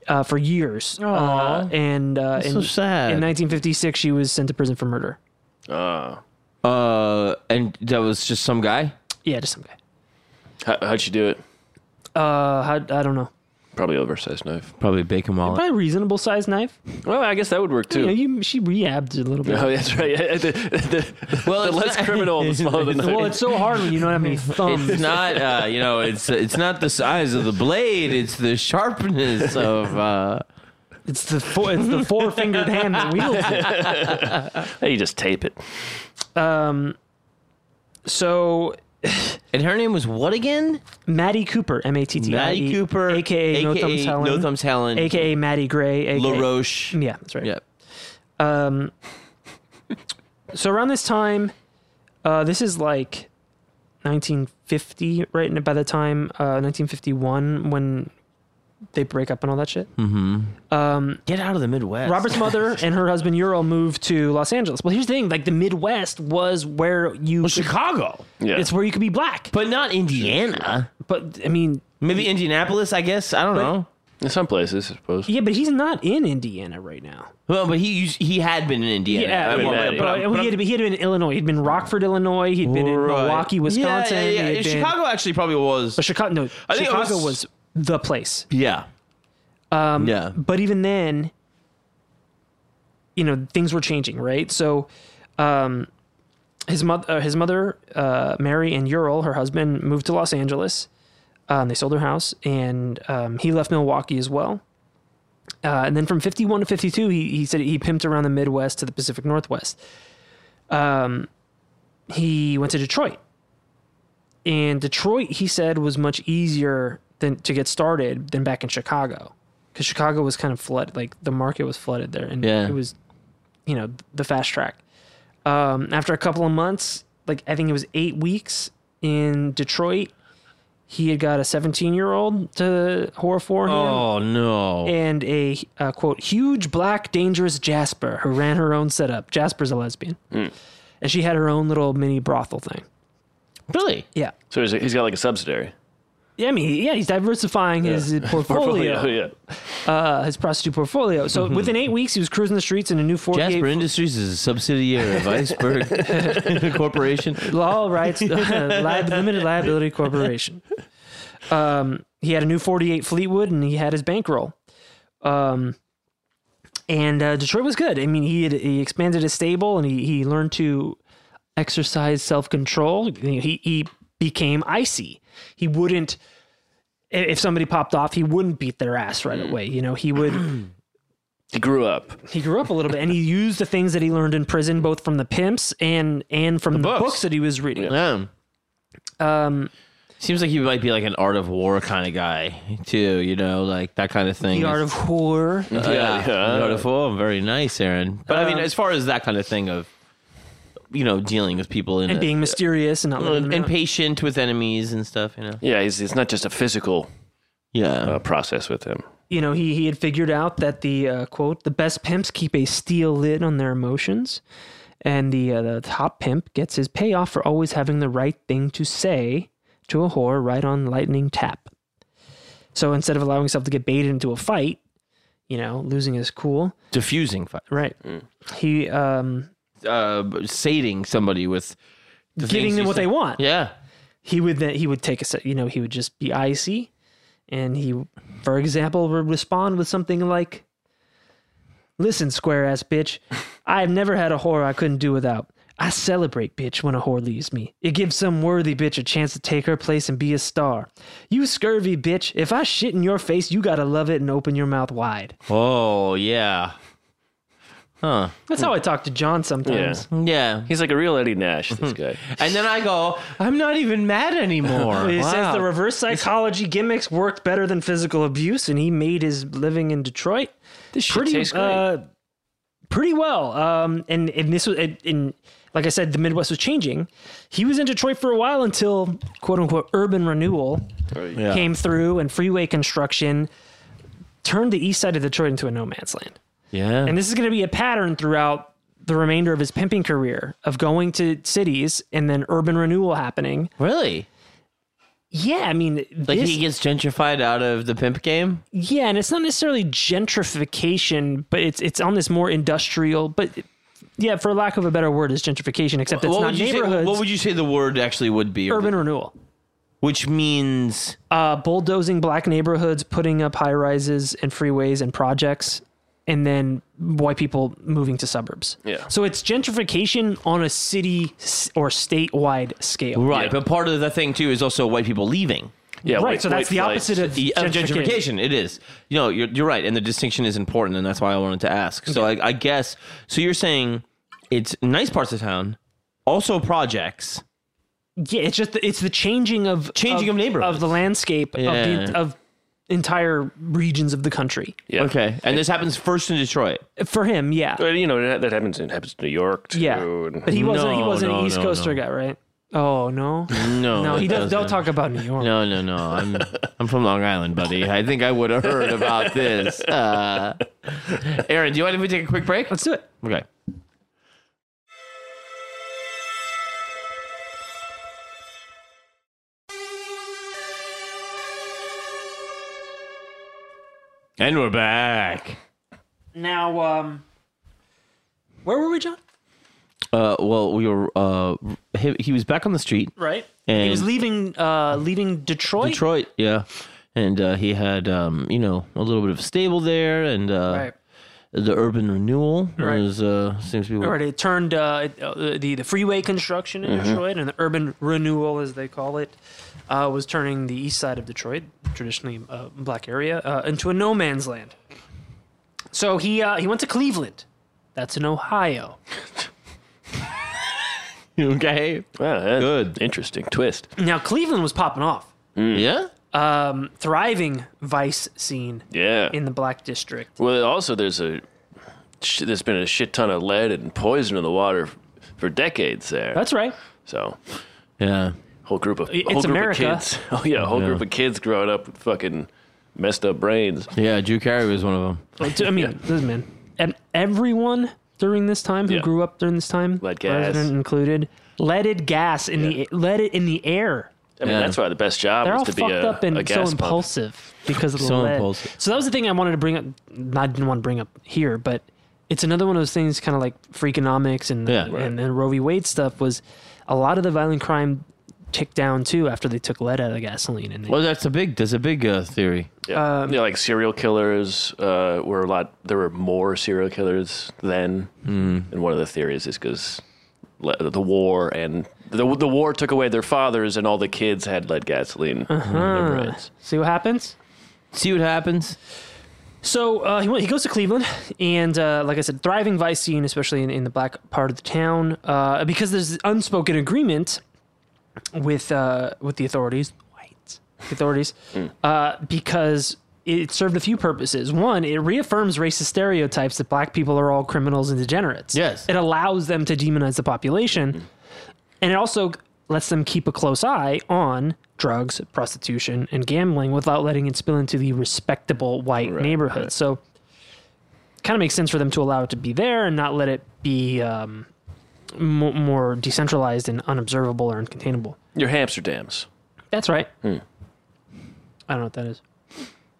uh, for years uh, and uh in, so sad. in 1956 she was sent to prison for murder uh, and that was just some guy. yeah just some guy How, how'd she do it? uh how, i don't know Probably oversized knife. Probably bacon wallet. probably reasonable sized knife Well, I guess that would work you know too. you, she rehabbed a little bit Oh, that's right. Yeah, the, the, Well, the it's less not- criminal, the smaller the Well, knife. it's so hard when you don't have any thumbs. It's not, uh, you know, it's it's not the size of the blade. It's the sharpness of. Uh, It's the four, it's the four fingered hand that wields it. You just tape it. So and her name was what again? Maddie Cooper, M A T T I E, Maddie Cooper, aka No Thumbs Helen, No Thumbs Helen, aka Maddie Gray, aka LaRoche. Yeah, that's right. Um, Yep. So around this time, uh, this is like 1950, right? And By the time uh, 1951, when they break up and all that shit. Hmm. Get out of the Midwest. Robert's mother and her husband Ural moved to Los Angeles. Well, here's the thing: like the Midwest was where you, Chicago, Yeah. it's where you could be black. but not Indiana. But I mean, Maybe Indianapolis, I guess. I don't know. In some places, I suppose. Yeah, but he's not in Indiana right now. Well, but he used- he had been in Indiana. Yeah, I but, mean, yeah, but but I'm- but he, I'm- had been, he had been in Illinois. He'd been in Rockford, Illinois. He'd been in Right. Milwaukee, Yeah, Wisconsin. Yeah, yeah, He had And been- Chicago actually probably was. But Chicago, no, I think it Chicago was, was- the place. Yeah. Um, yeah. But even then, you know, things were changing, right? So, um, his mother, uh, his mother, uh, Mary and Ural, her husband, moved to Los Angeles. Um, they sold their house, and um, he left Milwaukee as well. Uh, and then from 51 to 52, he, he said he pimped around the Midwest to the Pacific Northwest. Um, he went to Detroit. And Detroit, he said, was much easier than to get started than back in Chicago. Because Chicago was kind of flooded, like the market was flooded there. And Yeah. it was, you know, the fast track. Um, after a couple of months, like I think it was eight weeks in Detroit, he had got a 17 year old to whore for him Oh no. and a uh, quote huge black dangerous Jasper who ran her own setup. Jasper's a lesbian, and she had her own little mini brothel thing. Really? Yeah, So he's, he's got like a subsidiary. yeah. I mean, yeah, he's diversifying his portfolio, yeah. Uh, his prostitute portfolio. So within eight weeks, he was cruising the streets in a new 48 Jasper Industries is a subsidiary of Iceberg Corporation. Law rights lab, limited liability corporation. Um, he had a new 48 Fleetwood and he had his bankroll. Um, and uh, Detroit was good. I mean, he had, he expanded his stable and he, he learned to exercise self control. He, he became icy. He wouldn't i- if somebody popped off, he wouldn't beat their ass right away. You know, he would. He grew up. he grew up a little bit, and he used the things that he learned in prison, both from the pimps and and from the, books. books. that he was reading. Yeah. Um, Seems like he might be like an art of war kind of guy too, you know, like that kind of thing. the is- art of horror. yeah, Yeah, yeah. The art of war. Very nice, Aaron. But I um, mean, as far as that kind of thing of, you know, dealing with people in and a- being mysterious and not letting them and out. patient with enemies and stuff, you know. Yeah, he's, it's not just a physical Yeah. uh, process with him. you know he he had figured out that the uh, quote the best pimps keep a steel lid on their emotions and the uh, the top pimp gets his payoff for always having the right thing to say to a whore right on lightning tap so instead of allowing himself to get baited into a fight you know losing his cool Diffusing fire. right he um Uh, sating somebody with the giving things them you what say. they want Yeah. he would then he would take a se- you know he would just be icy and he for example would respond with something like listen square ass bitch i've never had a whore i couldn't do without i celebrate bitch when a whore leaves me it gives some worthy bitch a chance to take her place and be a star you scurvy bitch if i shit in your face you gotta love it and open your mouth wide Oh yeah. Huh. that's how i talk to john sometimes Yeah. He's like a real Eddie Nash, this guy. And then I go, I'm not even mad anymore. He says Wow. the reverse psychology gimmicks worked better than physical abuse, and he made his living in Detroit This shit pretty, tastes great. uh, pretty well. Um, and and this was and- and like I said, the Midwest was changing. He was in Detroit for a while until quote unquote urban renewal Yeah. came through, and freeway construction turned the east side of Detroit into a no man's land. yeah. And this is going to be a pattern throughout the remainder of his pimping career of going to cities and then urban renewal happening. really? Yeah, I mean, Like this, he gets gentrified out of the pimp game? Yeah, and it's not necessarily gentrification, but it's it's on this more industrial, but yeah, for lack of a better word, is gentrification. Except it's not would you say, neighborhoods. what would you say the word actually would be? urban renewal, Which means uh, bulldozing black neighborhoods, putting up high rises and freeways and projects, and then white people moving to suburbs. Yeah. So it's gentrification on a city s- or statewide scale. right, Yeah. but part of the thing too is also white people leaving. yeah, Right. white- so that's white the flight. opposite of The- E, Of gentrification, it is. You know, you're, you're right, and the distinction is important, and that's why I wanted to ask. So I, I guess so. You're saying it's nice parts of town, also projects. Yeah, it's just it's the changing of Changing of neighborhoods. of the landscape of Yeah. the, of entire regions of the country. Yeah. and this happens first in Detroit. For him, yeah. But, you know, that, that happens in happens in New York, too. Yeah, and- but he wasn't. he No, wasn't no, an East no, Coaster guy, right? Oh no, No, no. He it does. doesn't. Don't talk about New York. No, no, no. I'm I'm from Long Island, buddy. I think I would have heard about this. Uh, Aaron, do you mind if we take a quick break? Let's do it. Okay. And we're back. Now, um, where were we, John? Uh, well, we were. Uh, he, he was back on the street, Right. he And- was leaving. Uh, leaving Detroit. Detroit. Yeah, and uh, he had, um, you know, a little bit of a stable there, and uh, Right. the urban renewal Right. is uh, seems to be. Right. It turned uh, it- uh, the the freeway construction in Detroit and the urban renewal, as they call it, uh, was turning the east side of Detroit, traditionally uh, black area, uh, into a no man's land. So he uh, he went to Cleveland. That's in Ohio. Okay. Wow, that's Good. Interesting twist. Now Cleveland was popping off. Yeah. um, thriving vice scene Yeah. in the black district. well, also, there's a sh- there's been a shit ton of lead and poison in the water f- for decades there. That's right. so Yeah. whole group of It's whole group America. of kids. Oh yeah, a whole group of kids growing up with fucking messed up brains. Yeah. Drew Carey was one of them. Well, t- I mean, this man and everyone during this time who Yeah. grew up during this time, Lead gas. resident included, leaded gas in the leaded in the air. I mean, Yeah. that's why the best job They're was all to fucked be a, up and a so gas pump. impulsive because of the So lead. impulsive. So that was the thing I wanted to bring up. I didn't want to bring up here, but it's another one of those things, kind of like Freakonomics and Yeah. and, and Roe v. Wade stuff. Was a lot of the violent crime ticked down too after they took lead out of gasoline and they Well, Oh, that's a big. That's a big uh, theory. Yeah. um, yeah, like serial killers uh, were a lot. There were more serial killers then, and one of the theories is because the war and The, the war took away their fathers, and all the kids had lead gasoline in Uh-huh. their brains. See what happens. See what happens. So uh, he, went, he goes to Cleveland, and uh, like I said, thriving vice scene, especially in, in the black part of the town, uh, because there's this unspoken agreement with uh, with the authorities, white authorities, uh, because it served a few purposes. One, it reaffirms racist stereotypes that black people are all criminals and degenerates. Yes. it allows them to demonize the population, and it also lets them keep a close eye on drugs, prostitution, and gambling without letting it spill into the respectable white neighborhood. So, kind of makes sense for them to allow it to be there and not let it be. Um, mo- more decentralized and unobservable or uncontainable. Your Hamsterdams. That's right. I don't know what that is.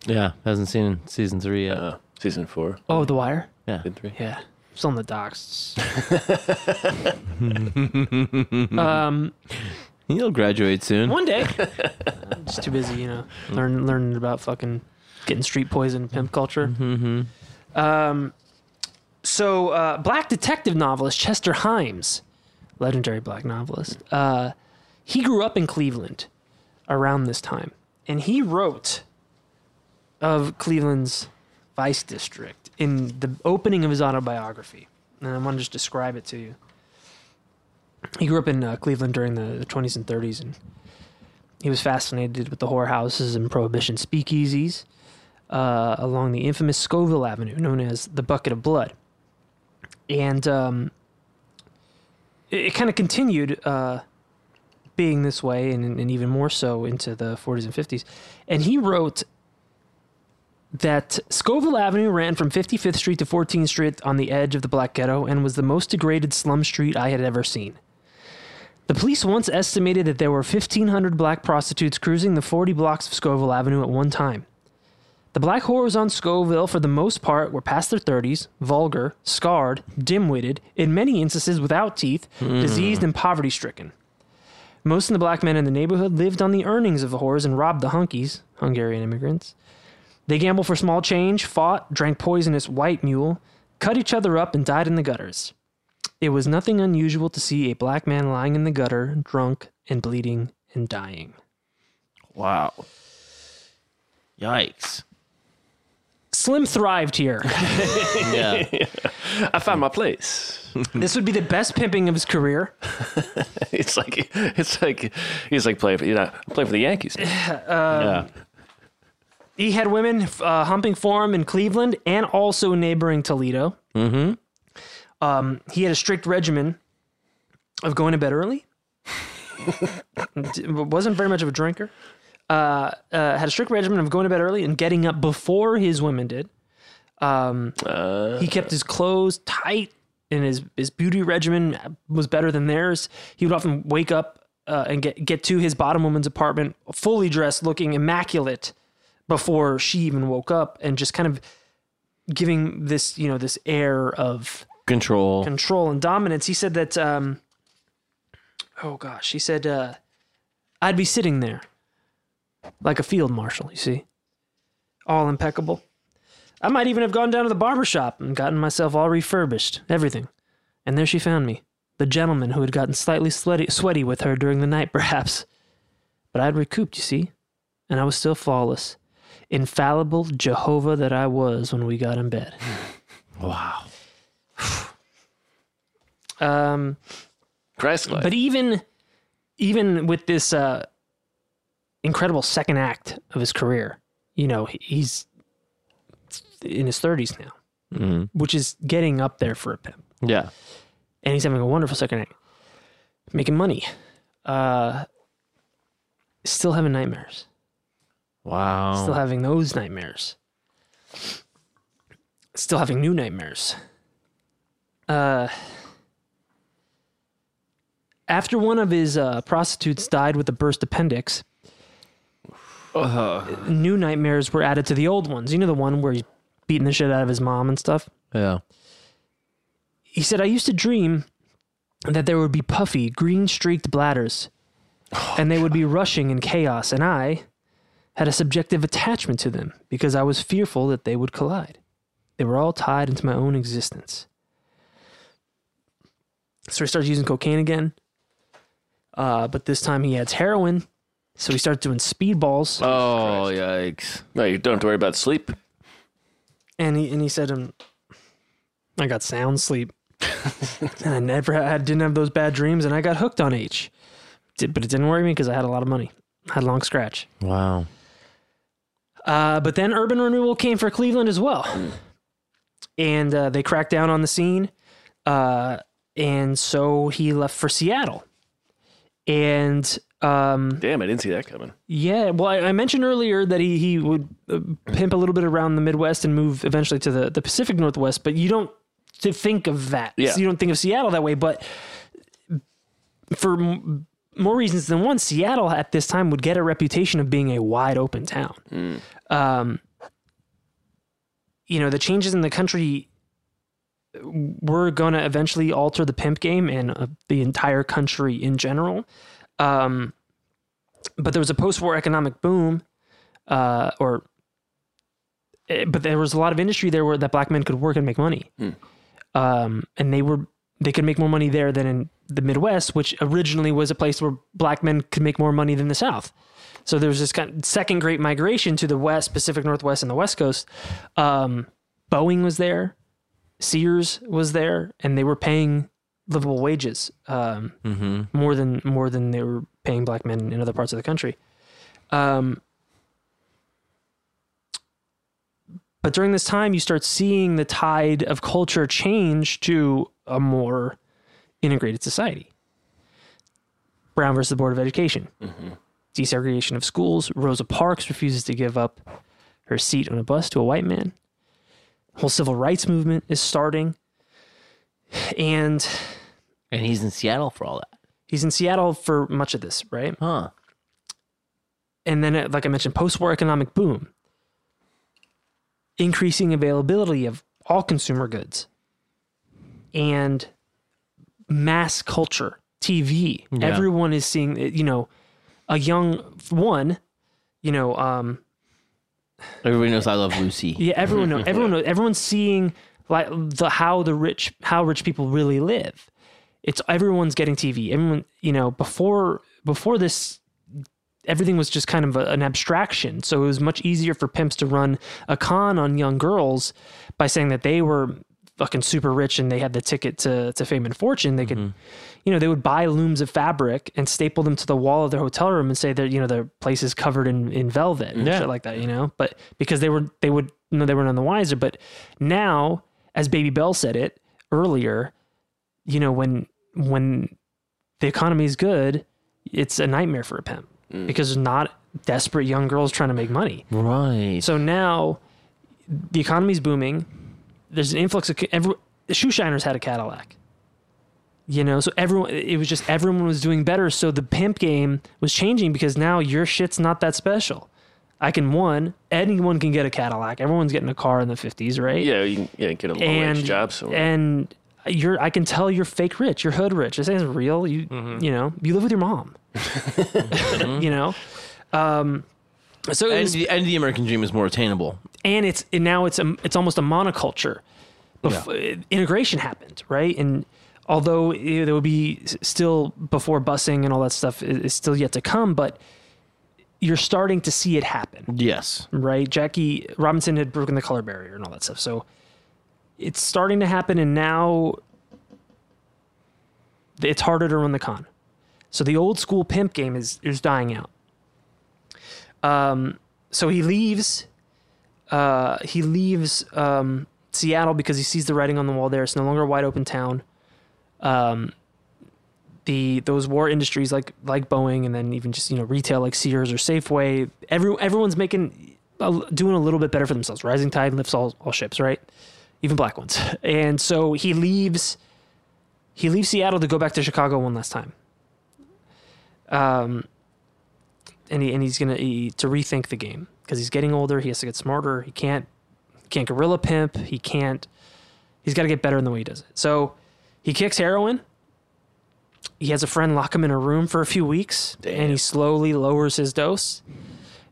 Yeah, hasn't seen season three yet. Uh, season four, Oh, The Wire? yeah, season three. Yeah. Still in the docks. he'll graduate soon. One day. I'm just too busy, you know, learn, learning about fucking getting street poison, pimp culture. Um, so, uh, black detective novelist Chester Himes, legendary black novelist, uh, he grew up in Cleveland around this time, and he wrote of Cleveland's Vice District in the opening of his autobiography. And I'm going to just describe it to you. He grew up in uh, Cleveland during the, the 20s and 30s, and he was fascinated with the whorehouses and prohibition speakeasies uh, along the infamous Scoville Avenue, known as the Bucket of Blood. And um, it, it kind of continued uh, being this way, and, and even more so into the 40s and 50s. And he wrote that Scoville Avenue ran from 55th Street to 14th Street on the edge of the Black Ghetto and was the most degraded slum street I had ever seen. The police once estimated that there were 1,500 black prostitutes cruising the 40 blocks of Scoville Avenue at one time. The black whores on Scoville, for the most part, were past their 30s, vulgar, scarred, dim witted, in many instances without teeth, diseased, and poverty stricken. Most of the black men in the neighborhood lived on the earnings of the whores and robbed the hunkies, Hungarian immigrants. They gambled for small change, fought, drank poisonous white mule, cut each other up, and died in the gutters. It was nothing unusual to see a black man lying in the gutter, drunk and bleeding and dying. Wow. Yikes. Slim thrived here. Yeah. I found my place. this would be the best pimping of his career. It's like it's like he's like playing for you know playing for the Yankees. now. He had women uh, humping for him in Cleveland and also neighboring Toledo. Mm-hmm. Um, he had a strict regimen of going to bed early. D- wasn't very much of a drinker. Uh, uh, had a strict regimen of going to bed early and getting up before his women did. Um, he kept his clothes tight, and his his beauty regimen was better than theirs. He would often wake up uh, and get get to his bottom woman's apartment fully dressed, looking immaculate before she even woke up and just kind of giving this you know this air of Control. control and dominance he said that um oh gosh he said uh i'd be sitting there like a field marshal you see all impeccable i might even have gone down to the barber shop and gotten myself all refurbished everything and there she found me the gentleman who had gotten slightly sweaty, sweaty with her during the night perhaps but i'd recouped you see and i was still flawless infallible jehovah that i was when we got in bed wow. um Christ like. But even even with this uh, incredible second act of his career, you know, he- he's in his 30s now, Mhm. which is getting up there for a pimp. Yeah. And he's having a wonderful second act, making money, uh, still having nightmares, Wow. still having those nightmares, still having new nightmares. Uh, after one of his uh, prostitutes died with a burst appendix, new nightmares were added to the old ones. You know, the one where he's beating the shit out of his mom and stuff? yeah. He said, I used to dream that there would be puffy, green streaked bladders, and they would be rushing in chaos, and I had a subjective attachment to them because I was fearful that they would collide. They were all tied into my own existence. So he starts using cocaine again. Uh, but this time he adds heroin, so he starts doing speedballs. Oh, yikes. No, you don't have to worry about sleep. and he and he said, um, "I got sound sleep, and I never had, I didn't have those bad dreams, and I got hooked on H, Did- but it didn't worry me because I had a lot of money, I had a long scratch. Wow. Uh, but then urban renewal came for Cleveland as well, and uh, they cracked down on the scene, uh, and so he left for Seattle, and um, Damn, I didn't see that coming. Yeah, well, I, I mentioned earlier that he he would uh, pimp a little bit around the Midwest and move eventually to the, the Pacific Northwest, but you don't to think of that. Yeah. you don't think of Seattle that way, but for m- more reasons than one, Seattle at this time would get a reputation of being a wide open town. Um, you know, the changes in the country uh, were going to eventually alter the pimp game and uh, the entire country in general Um, but there was a post-war economic boom, uh, or eh, but there was a lot of industry there where that black men could work and make money, um, and they were they could make more money there than in the Midwest, which originally was a place where black men could make more money than the South. So there was this kind of second great migration to the West, Pacific Northwest, and the West Coast. Um, Boeing was there, Sears was there, and they were paying livable wages. Um, more than more than they were paying black men in other parts of the country. Um, but during this time, you start seeing the tide of culture change to a more integrated society. Brown versus the Board of Education, desegregation of schools. Rosa Parks refuses to give up her seat on a bus to a white man. Whole civil rights movement is starting, and And he's in Seattle for all that. he's in Seattle for much of this, right? Huh. and then uh, like i mentioned post-war economic boom increasing availability of all consumer goods and mass culture tv everyone is seeing uh, you know a young one you know um Everybody knows I love Lucy. yeah everyone knows everyone knows everyone's seeing like the how the rich how rich people really live it's everyone's getting tv everyone you know before before this everything was just kind of a, an abstraction. So it was much easier for pimps to run a con on young girls by saying that they were fucking super rich and they had the ticket to, to fame and fortune. They could, you know, they would buy looms of fabric and staple them to the wall of their hotel room and say that, you know, their place is covered in, in velvet and shit like that, you know, but because they were, they would, no, they were none the wiser. But now, as baby Bell said it earlier, you know, when, when the economy is good, it's a nightmare for a pimp because there's not desperate young girls trying to make money. Right. So now the economy's booming. There's an influx of every, the shoe shiners had a Cadillac. You know, so everyone it was just everyone was doing better. So the pimp game was changing because now your shit's not that special. I can one, anyone can get a Cadillac. Everyone's getting a car in the fifties, right? Yeah, you can yeah, get a low and wage job somewhere. and you're I can tell you're fake rich, you're hood rich. This isn't real. You you know you live with your mom. you know, um, so it and, was- the, and the American dream is more attainable. and it's and now it's a, it's almost a monoculture. Bef- uh, Integration happened, right? And although eh, there would be s- still before busing and all that stuff i- is still yet to come, but you're starting to see it happen Yes. right? Jackie Robinson had broken the color barrier and all that stuff. So it's starting to happen, and now it's harder to run the con. So the old school pimp game is is dying out. Um, so he leaves. Uh, he leaves um, Seattle because he sees the writing on the wall. There, it's no longer a wide open town. Um, the those war industries like like Boeing and then even just you know retail like Sears or Safeway. Every everyone's making a- doing a little bit better for themselves. Rising tide lifts all all ships, right? Even black ones. And so he leaves. He leaves Seattle to go back to Chicago one last time. Um, and he and he's gonna he, to rethink the game because he's getting older. He has to get smarter. He can't can't gorilla pimp. He can't. He's got to get better in the way he does it. So he kicks heroin. He has a friend lock him in a room for a few weeks, and he slowly lowers his dose.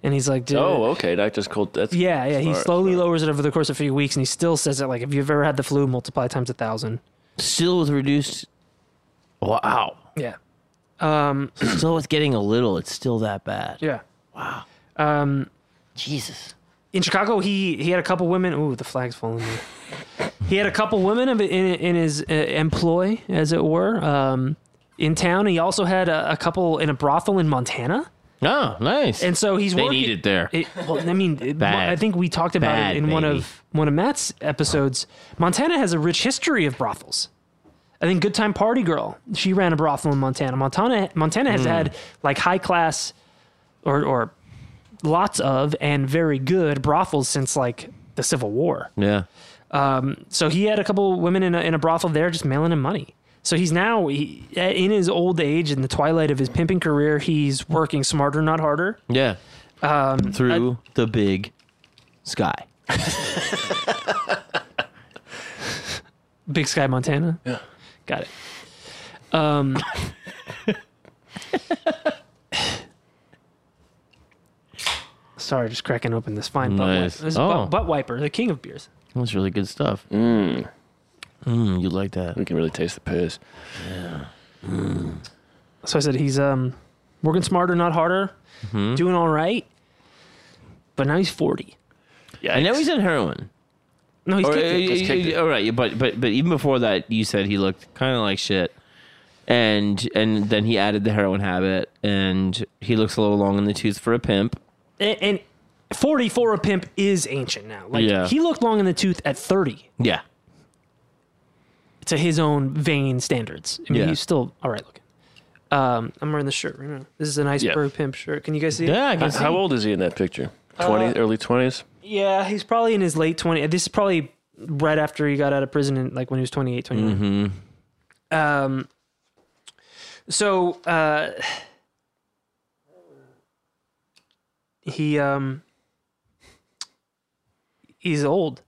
And he's like, "Dude, oh, okay. Not just cold. That's yeah, yeah. He smart, slowly smart. lowers it over the course of a few weeks, and he still says it like, if you've ever had the flu, multiply times a thousand. Still with reduced. Wow. Yeah. Um, Still, with getting a little, it's still that bad. yeah. Jesus. in Chicago, he he had a couple women. Ooh, the flag's falling. Down. he had a couple women of, in in his uh, employ, as it were, um, in town. He also had a, a couple in a brothel in Montana, Oh, nice. and so he's they working. need it there. It, well, I mean, it- Bad. I think we talked about Bad, it in one baby. of one of Matt's episodes. Montana has a rich history of brothels. I think Good Time Party Girl, she ran a brothel in Montana. Montana Montana Hmm. has had like high class or or lots of and very good brothels since like the Civil War. yeah. So he had a couple women in a, in a brothel there just mailing him money. So he's now he, in his old age, in the twilight of his pimping career, he's working smarter, not harder. Yeah. Um, Through the big sky. Big Sky, Montana. Yeah, got it. Um, sorry, just cracking open this fine butt, Nice. wiper. this Oh. butt, butt wiper, the king of beers. That's really good stuff. Mm, you like that? We can really taste the piss. So I said he's um working smarter, not harder, Mm-hmm. doing all right. But now he's forty. Yeah, I know he's in heroin. No, he's Or, kicked it. uh, He's kicked it. all right, yeah, but but but even before that, you said he looked kind of like shit, and and then he added the heroin habit, and he looks a little long in the tooth for a pimp. and, and forty for a pimp is ancient now. Like Yeah. he looked long in the tooth at thirty. Yeah, to his own vain standards. I mean, Yeah. he's still all right looking. Um, I'm wearing this shirt right now. This is an iceberg pimp shirt. Can you guys see? yeah, it? Ah, I How- guess. How old is he in that picture? Uh, 20s, early 20s? yeah. He's probably in his late 20s. This is probably right after he got out of prison, in, like when he was 28, 29. Um, so uh, he um, he's old.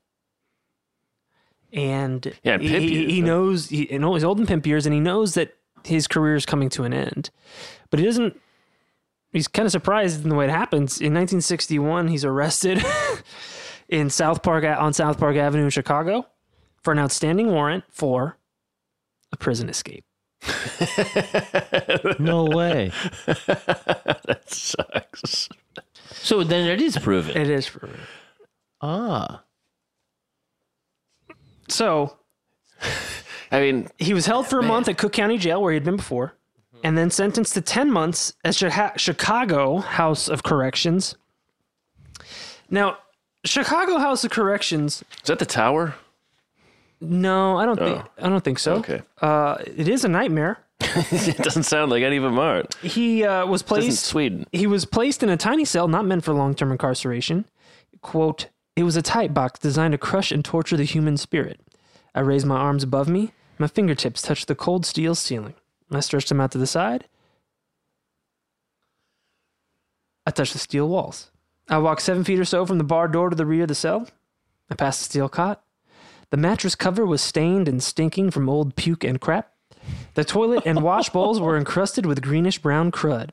And Yeah, and he, pimp he- years, he huh? knows he, you know, he's old in pimp years, and he knows that his career is coming to an end. But he doesn't. He's kind of surprised in the way it happens. In 1961, he's arrested in South Park on South Park Avenue in Chicago for an outstanding warrant for a prison escape. no way. That sucks. So then it is proven. It is for Ah, so I mean, he was held for a month at Cook County Jail where he had been before, and then sentenced to ten months at Chi- Chicago House of Corrections. Now, Chicago House of Corrections. is that the tower? No, I don't think I don't think so. Okay. uh, it is a nightmare. it doesn't sound like any of them are. He uh, was Isn't placed. Sweden? He was placed in a tiny cell not meant for long term incarceration. Quote, it was a tight box designed to crush and torture the human spirit. I raised my arms above me. My fingertips touched the cold steel ceiling. I stretched them out to the side. I touched the steel walls. I walked seven feet or so from the bar door to the rear of the cell. I passed the steel cot. The mattress cover was stained and stinking from old puke and crap. The toilet and wash bowls were encrusted with greenish brown crud.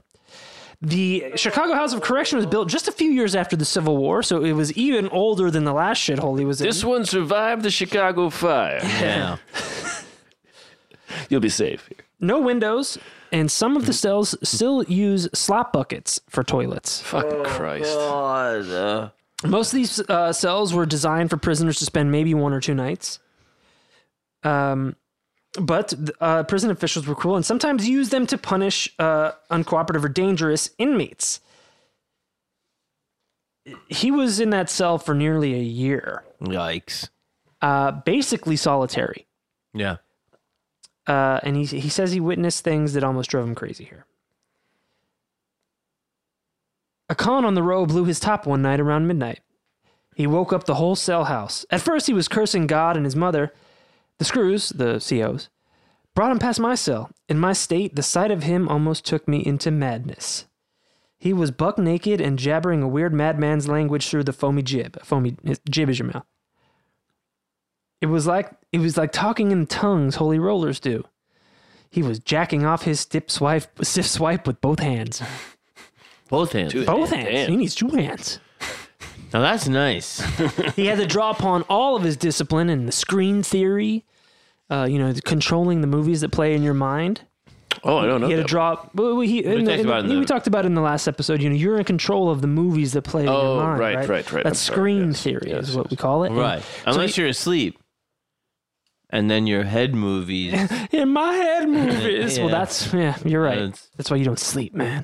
The Chicago House of Correction was built just a few years after the Civil War, so it was even older than the last shithole he was in. This one survived the Chicago fire. yeah. You'll be safe. here. no windows, and some of the cells still use slop buckets for toilets. Fucking Christ. Oh, God, uh, Most of these uh, cells were designed for prisoners to spend maybe one or two nights. Um, but uh, prison officials were cruel and sometimes used them to punish uh, uncooperative or dangerous inmates. He was in that cell for nearly a year, yikes. uh, basically solitary. Yeah. uh, and he he says he witnessed things that almost drove him crazy here. A con on the row blew his top one night around midnight. He woke up the whole cell house. At first, he was cursing God and his mother. The screws, the COs, brought him past my cell. In my state, the sight of him almost took me into madness. He was buck naked and jabbering a weird madman's language through the foamy jib. A foamy his jib is your mouth. It was like it was like talking in tongues holy rollers do. He was jacking off his dip swipe stiff swipe with both hands. Both hands. Both hands. Damn. He needs two hands. Now that's nice. He had to draw upon all of his discipline and the screen theory, uh, you know, the controlling the movies that play in your mind. Oh, I don't know. He had that to drop. Well, we, he, in the- talked in the- about in we the- talked about it in the last episode. You know, you're in control of the movies that play in Oh, your mind. right, Right, right, right. I'm That's sorry. screen Yes, theory, yes, is what yes. we call it. And Right. so Unless you're asleep. And then your head movies. in my head movies. Well, Yeah. that's yeah, you're right. That's- that's why you don't sleep, man.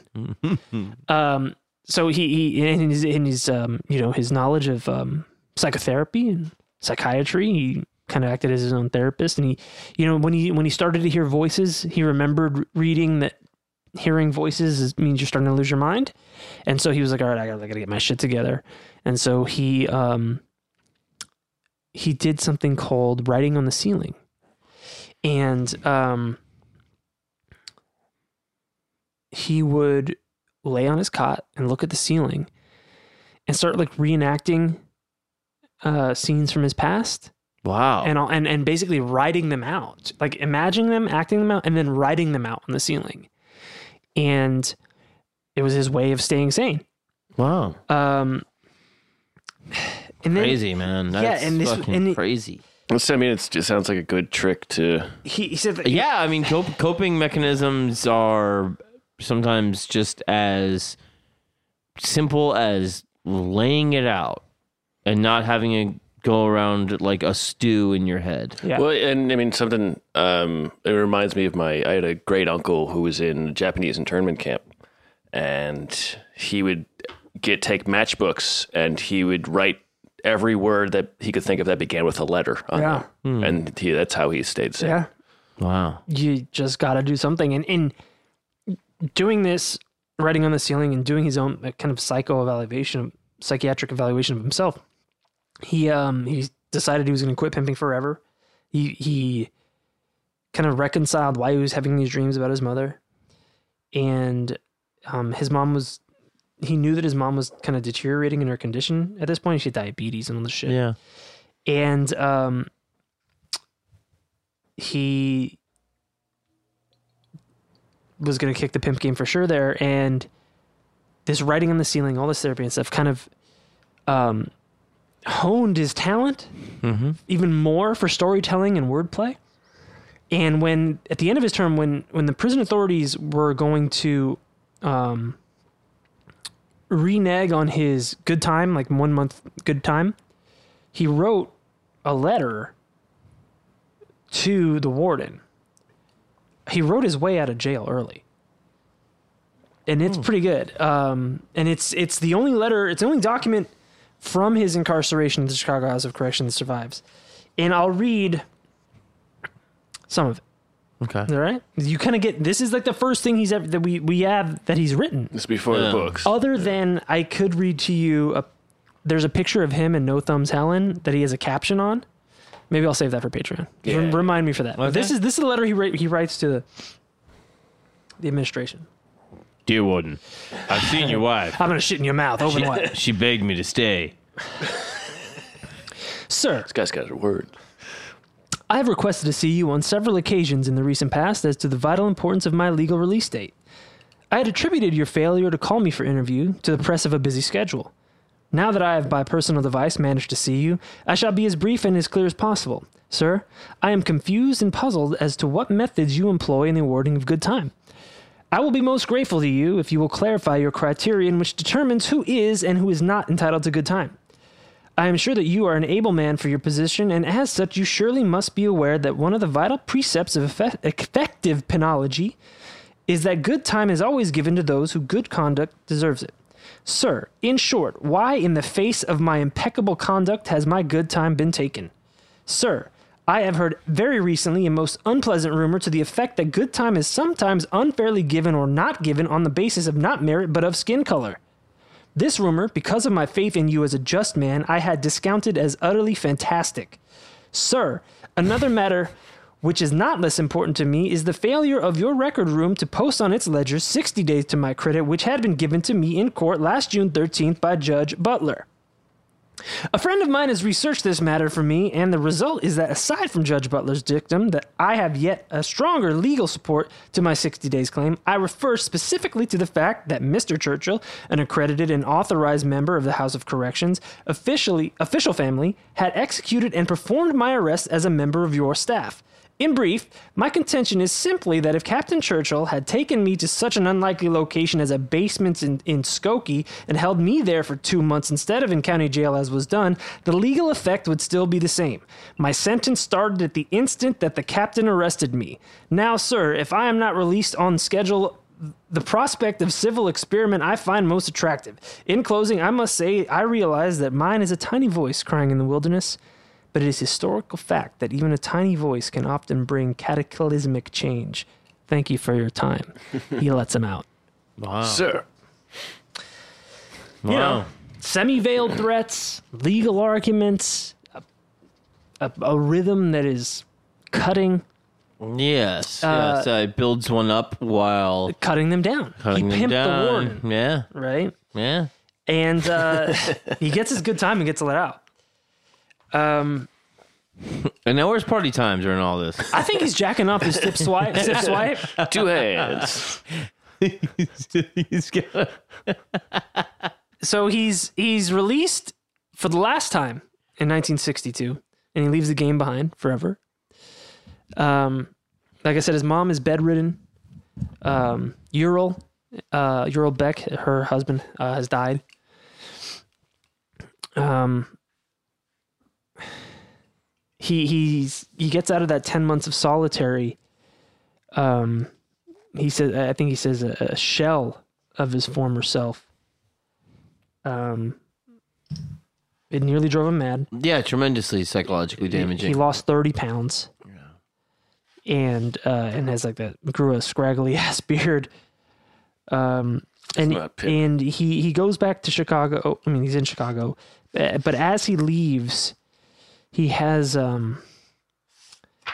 um, so he he in his in his um you know his knowledge of um psychotherapy and psychiatry, he kind of acted as his own therapist, and he you know when he when he started to hear voices, he remembered reading that hearing voices is, means you're starting to lose your mind, and so he was like, all right, I gotta, I gotta get my shit together, and so he um he did something called writing on the ceiling and um, he would lay on his cot and look at the ceiling and start like reenacting uh, scenes from his past Wow. and all- and and basically writing them out, like imagining them, acting them out, and then writing them out on the ceiling. And it was his way of staying sane. wow. Um, and then Crazy, man. That's and this- fucking and it- crazy. It's- I mean, it's, it sounds like a good trick to. he, he said that Yeah, I mean, cop- coping mechanisms are sometimes just as simple as laying it out and not having it go around like a stew in your head. Yeah. Well, and I mean, something. Um, it reminds me of my. I had a great uncle who was in a Japanese internment camp, and he would get take matchbooks and he would write every word that he could think of that began with a letter on Yeah. Hmm. them. And he, that's how he stayed safe. yeah. Wow. you just got to do something. And in doing this, writing on the ceiling and doing his own uh, kind of psycho evaluation, psychiatric evaluation of himself, he um he decided he was going to quit pimping forever. He he kind of reconciled why he was having these dreams about his mother, and um his mom was. He knew that his mom was kind of deteriorating in her condition at this point. She had diabetes and all this shit Yeah. and um, he was going to kick the pimp game for sure there. And this writing on the ceiling, all this therapy and stuff, kind of um, honed his talent even more for storytelling and wordplay. And when at the end of his term, when when the prison authorities were going to um, renege on his good time, like one month good time, he wrote a letter to the warden. He wrote his way out of jail early. And it's pretty good. Um, and it's it's the only letter, it's the only document from his incarceration at the Chicago House of Correction that survives. And I'll read some of it. Okay. All right? You kind of get this is like the first thing he's ever that we we have that he's written It's before the Yeah. books. other than I could read to you a, there's a picture of him and No Thumbs Helen that he has a caption on. Maybe I'll save that for Patreon. Just rem- Remind me for that. But This Okay. is this is the letter he write, he writes to the, the administration. Dear Warden, I've seen your wife. I'm gonna shit in your mouth. Open wide, She begged me to stay. sir. This guy's got a word. I have requested to see you on several occasions in the recent past as to the vital importance of my legal release date. I had attributed your failure to call me for interview to the press of a busy schedule. Now that I have by personal device managed to see you, I shall be as brief and as clear as possible. Sir, I am confused and puzzled as to what methods you employ in the awarding of good time. I will be most grateful to you if you will clarify your criterion which determines who is and who is not entitled to good time. I am sure that you are an able man for your position, and as such, you surely must be aware that one of the vital precepts of effe- effective penology is that good time is always given to those who good conduct deserves it. Sir, in short, why in the face of my impeccable conduct has my good time been taken? Sir, I have heard very recently a most unpleasant rumor to the effect that good time is sometimes unfairly given or not given on the basis of not merit but of skin color. This rumor, because of my faith in you as a just man, I had discounted as utterly fantastic. Sir, another matter which is not less important to me is the failure of your record room to post on its ledger 60 days to my credit, which had been given to me in court last June 13th by Judge Butler. A friend of mine has researched this matter for me, and the result is that aside from Judge Butler's dictum that I have yet a stronger legal support to my 60 days claim, I refer specifically to the fact that Mr. Churchill, an accredited and authorized member of the House of Corrections, officially official family, had executed and performed my arrest as a member of your staff. In brief, my contention is simply that if Captain Churchill had taken me to such an unlikely location as a basement in, in Skokie and held me there for two months instead of in county jail as was done, the legal effect would still be the same. My sentence started at the instant that the captain arrested me. Now, sir, if I am not released on schedule the prospect of civil experiment I find most attractive. In closing, I must say I realize that mine is a tiny voice crying in the wilderness, but it is historical fact that even a tiny voice can often bring cataclysmic change. Thank you for your time. he lets him out. Wow. Sir, You Wow. know, semi-veiled threats, legal arguments, a, a, a rhythm that is cutting Yes. yes. Uh, it builds one up while cutting them down. cutting he them pimped down. the warden, Yeah. right? Yeah. and uh, he gets his good time and gets let out. Um, And now where's party time during all this? I think he's jacking off his tip swipe, sip swipe. two hands. He's got So he's he's released for the last time in 1962, and he leaves the game behind forever. Um, like I said, his mom is bedridden. Um, Ural, uh, Ural Beck, her husband uh, has died. Um, he he's he gets out of that ten months of solitary. Um, he says, I think he says a, a shell of his former self. Um, it nearly drove him mad. yeah, tremendously psychologically He- damaging. He lost thirty pounds. And uh, and has like that grew a scraggly ass beard. Um, and not a pimp. and he he goes back to Chicago. Oh, I mean, he's in Chicago, Uh, but as he leaves, he has um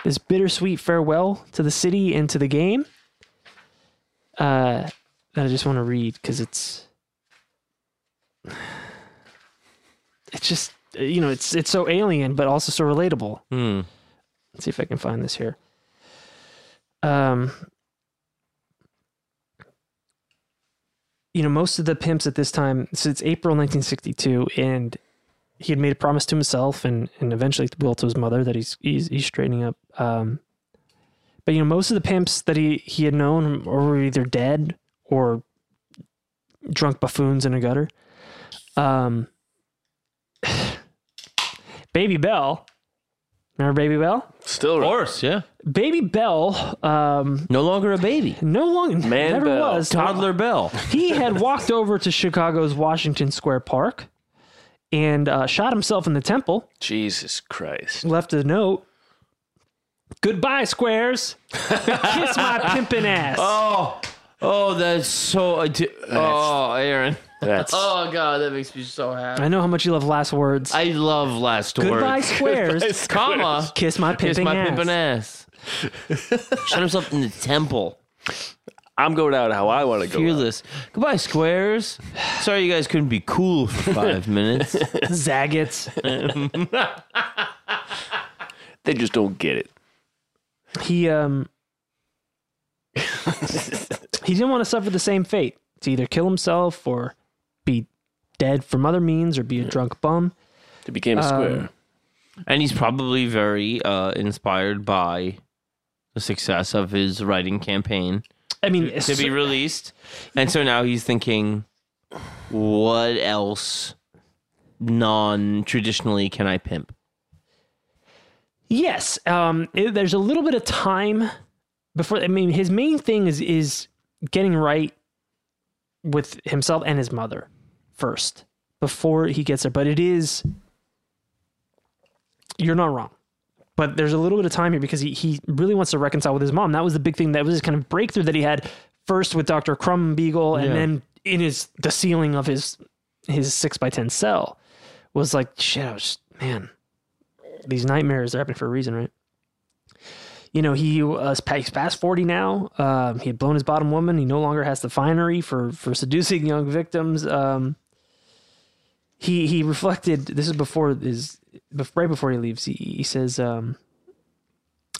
this bittersweet farewell to the city and to the game. Uh, that I just want to read because it's it's just uh, you know it's it's so alien but also so relatable. Hmm. Let's see if I can find this here. Um, you know, most of the pimps at this time, so it's April 1962, and he had made a promise to himself and and eventually will to his mother that he's he's, he's straightening up. Um, but you know, most of the pimps that he he had known were either dead or drunk buffoons in a gutter. Um, Baby Bell, remember Baby Bell? Still Of course, yeah. Baby Bell, um, No longer a baby. no longer Man never Bell. was Toddler Bell. He had walked over to Chicago's Washington Square Park and uh, shot himself in the temple. Jesus Christ. Left a note. Goodbye, squares. Kiss my pimpin' ass. Oh, oh, that's so. addi- oh, Aaron. That's Oh God, that makes me so happy. I know how much you love last words. I love last Goodbye, words. squares. Comma. Kiss my Kiss pimpin' my ass. pimpin' ass. Shut himself in the temple. I'm going out how I want to go. out. Fearless. Goodbye, squares. Sorry you guys couldn't be cool for five minutes. Zagat. They just don't get it. He um he didn't want to suffer the same fate to either kill himself or be dead from other means or be a drunk bum. They became a square. Um, And he's probably very uh, inspired by the success of his writing campaign I mean, to be released. And so now he's thinking, what else non traditionally can I pimp? yes. Um, it- there's a little bit of time before. I mean, his main thing is is getting right with himself and his mother first before he gets there. But it is, you're not wrong. But there's a little bit of time here because he he really wants to reconcile with his mom. That was the big thing. That was his kind of breakthrough that he had first with Doctor Crumbeagle, and Yeah. then in his the ceiling of his his six by ten cell was like shit. I was man. these nightmares are happening for a reason, right? You know, he was pa- he's past 40 now. Um, he had blown his bottom woman. He no longer has the finery for, for seducing young victims. Um, he, he reflected, this is before his, bef- right before he leaves, he, he says, um,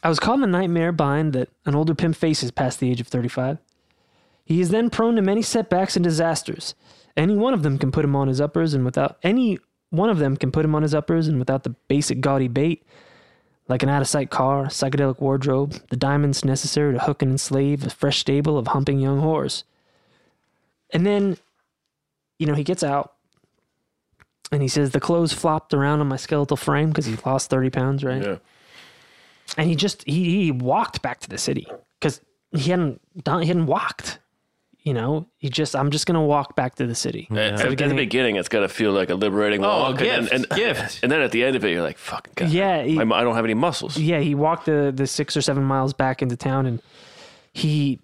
I was caught in the nightmare bind that an older pimp faces past the age of 35. He is then prone to many setbacks and disasters. Any one of them can put him on his uppers, and without any one of them can put him on his uppers, and without the basic gaudy bait, Like an out of sight car, psychedelic wardrobe, the diamonds necessary to hook and enslave a fresh stable of humping young whores. And then, you know, he gets out and he says, The clothes flopped around on my skeletal frame because he lost 30 pounds, right? Yeah. And he just, he, he walked back to the city because he hadn't done, he hadn't walked. You know, he just, I'm just going to walk back to the city. At, at the beginning- beginning, it's got to feel like a liberating Oh, walk. gift, And, and, gift. and then at the end of it, you're like, fucking God. Yeah, he- I'm- I don't have any muscles. yeah, he walked the the six or seven miles back into town, and he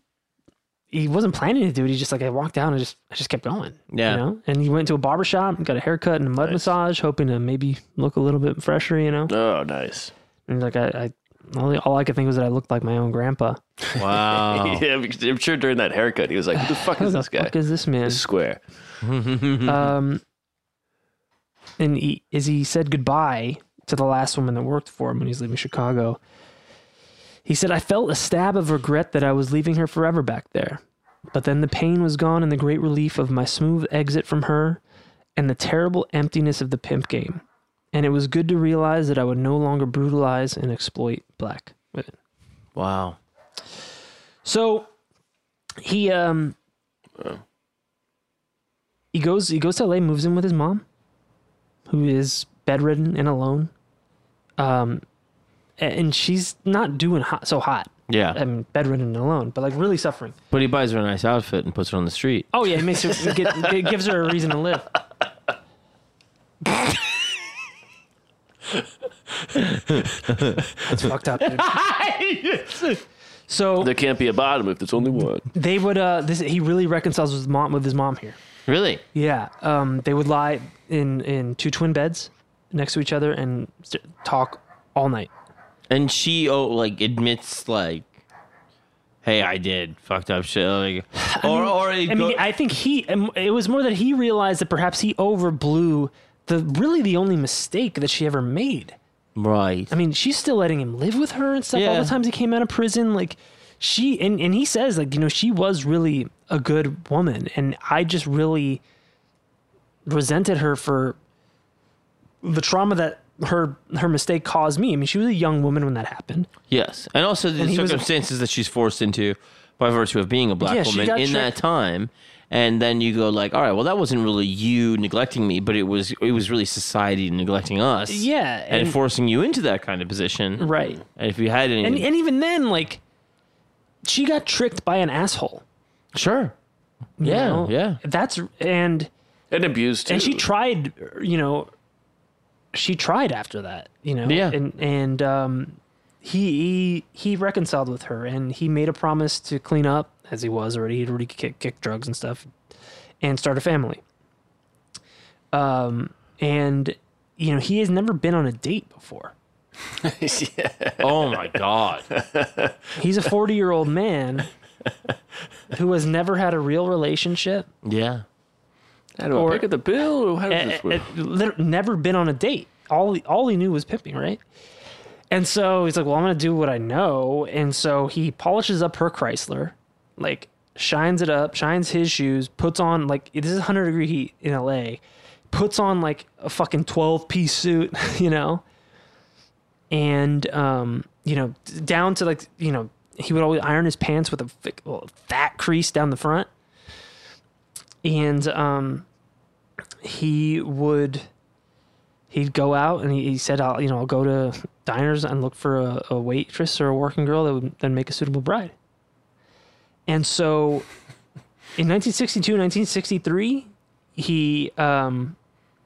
he wasn't planning to do it. He just like I walked down and just I just kept going. Yeah. you know. And he went to a barber shop and got a haircut and a mud massage, hoping to maybe look a little bit fresher, you know. Oh, nice. And like I, I all, all I could think was that I looked like my own grandpa. Wow. Yeah, because I'm sure during that haircut, he was like, who the fuck Who is the this guy? fuck is this man? Square. um, and he, as he said goodbye to the last woman that worked for him when he was leaving Chicago, he said, I felt a stab of regret that I was leaving her forever back there. But then the pain was gone and the great relief of my smooth exit from her and the terrible emptiness of the pimp game. And it was good to realize that I would no longer brutalize and exploit black women. wow. So he um he goes he goes to LA, moves in with his mom, who is bedridden and alone. Um a- and she's not doing hot, so hot. I Yeah. mean, bedridden and alone, but like really suffering. But he buys her a nice outfit and puts her on the street. Oh yeah, it makes her it get, it gives her a reason to live. That's fucked up, dude. so There can't be a bottom if there's only one. they would uh this he really reconciles with his mom with his mom here Really? yeah um they would lie in in two twin beds next to each other and st- talk all night And she oh like admits like Hey, I did fucked up shit. Like, or or it i go- mean i think he um, it was more that he realized that perhaps he overblew the really the only mistake that she ever made right. i mean she's still letting him live with her and stuff all Yeah. the times he came out of prison like she and, and he says like you know she was really a good woman and i just really resented her for the trauma that her her mistake caused me. I mean, she was a young woman when that happened. Yes, and also the he was- circumstances that she's forced into by virtue of being a black Yeah, she woman got in that tricked. time. And then you go like, all right, well, that wasn't really you neglecting me, but it was it was really society neglecting us. Yeah, and, and- forcing you into that kind of position. Right. And if you had any, And and even then, like she got tricked by an asshole. sure, you Yeah, know? yeah. That's and And abused, too. and she tried. You know, she tried after that. You know. Yeah. And and um, he he he reconciled with her, and he made a promise to clean up as he was already. He'd already kicked, kicked drugs and stuff, and start a family. Um, and you know he has never been on a date before. yeah. oh my god, He's a 40 year old man who has never had a real relationship yeah, How do I Or- pick up the bill? How does and, this work? Eh, never been on a date. All all he knew was pimping, right? And so he's like, "Well, I'm gonna do what I know." And so he polishes up her Chrysler, like shines it up, shines his shoes, puts on like this is 100 degree heat in LA, puts on like a fucking 12 piece suit, you know, and um, you know, d- down to like you know, he would always iron his pants with a thick, well, fat crease down the front, and um, he would he'd go out and he, he said I'll you know I'll go to diners and look for a, a waitress or a working girl that would then make a suitable bride. And so in 1962, 1963, he um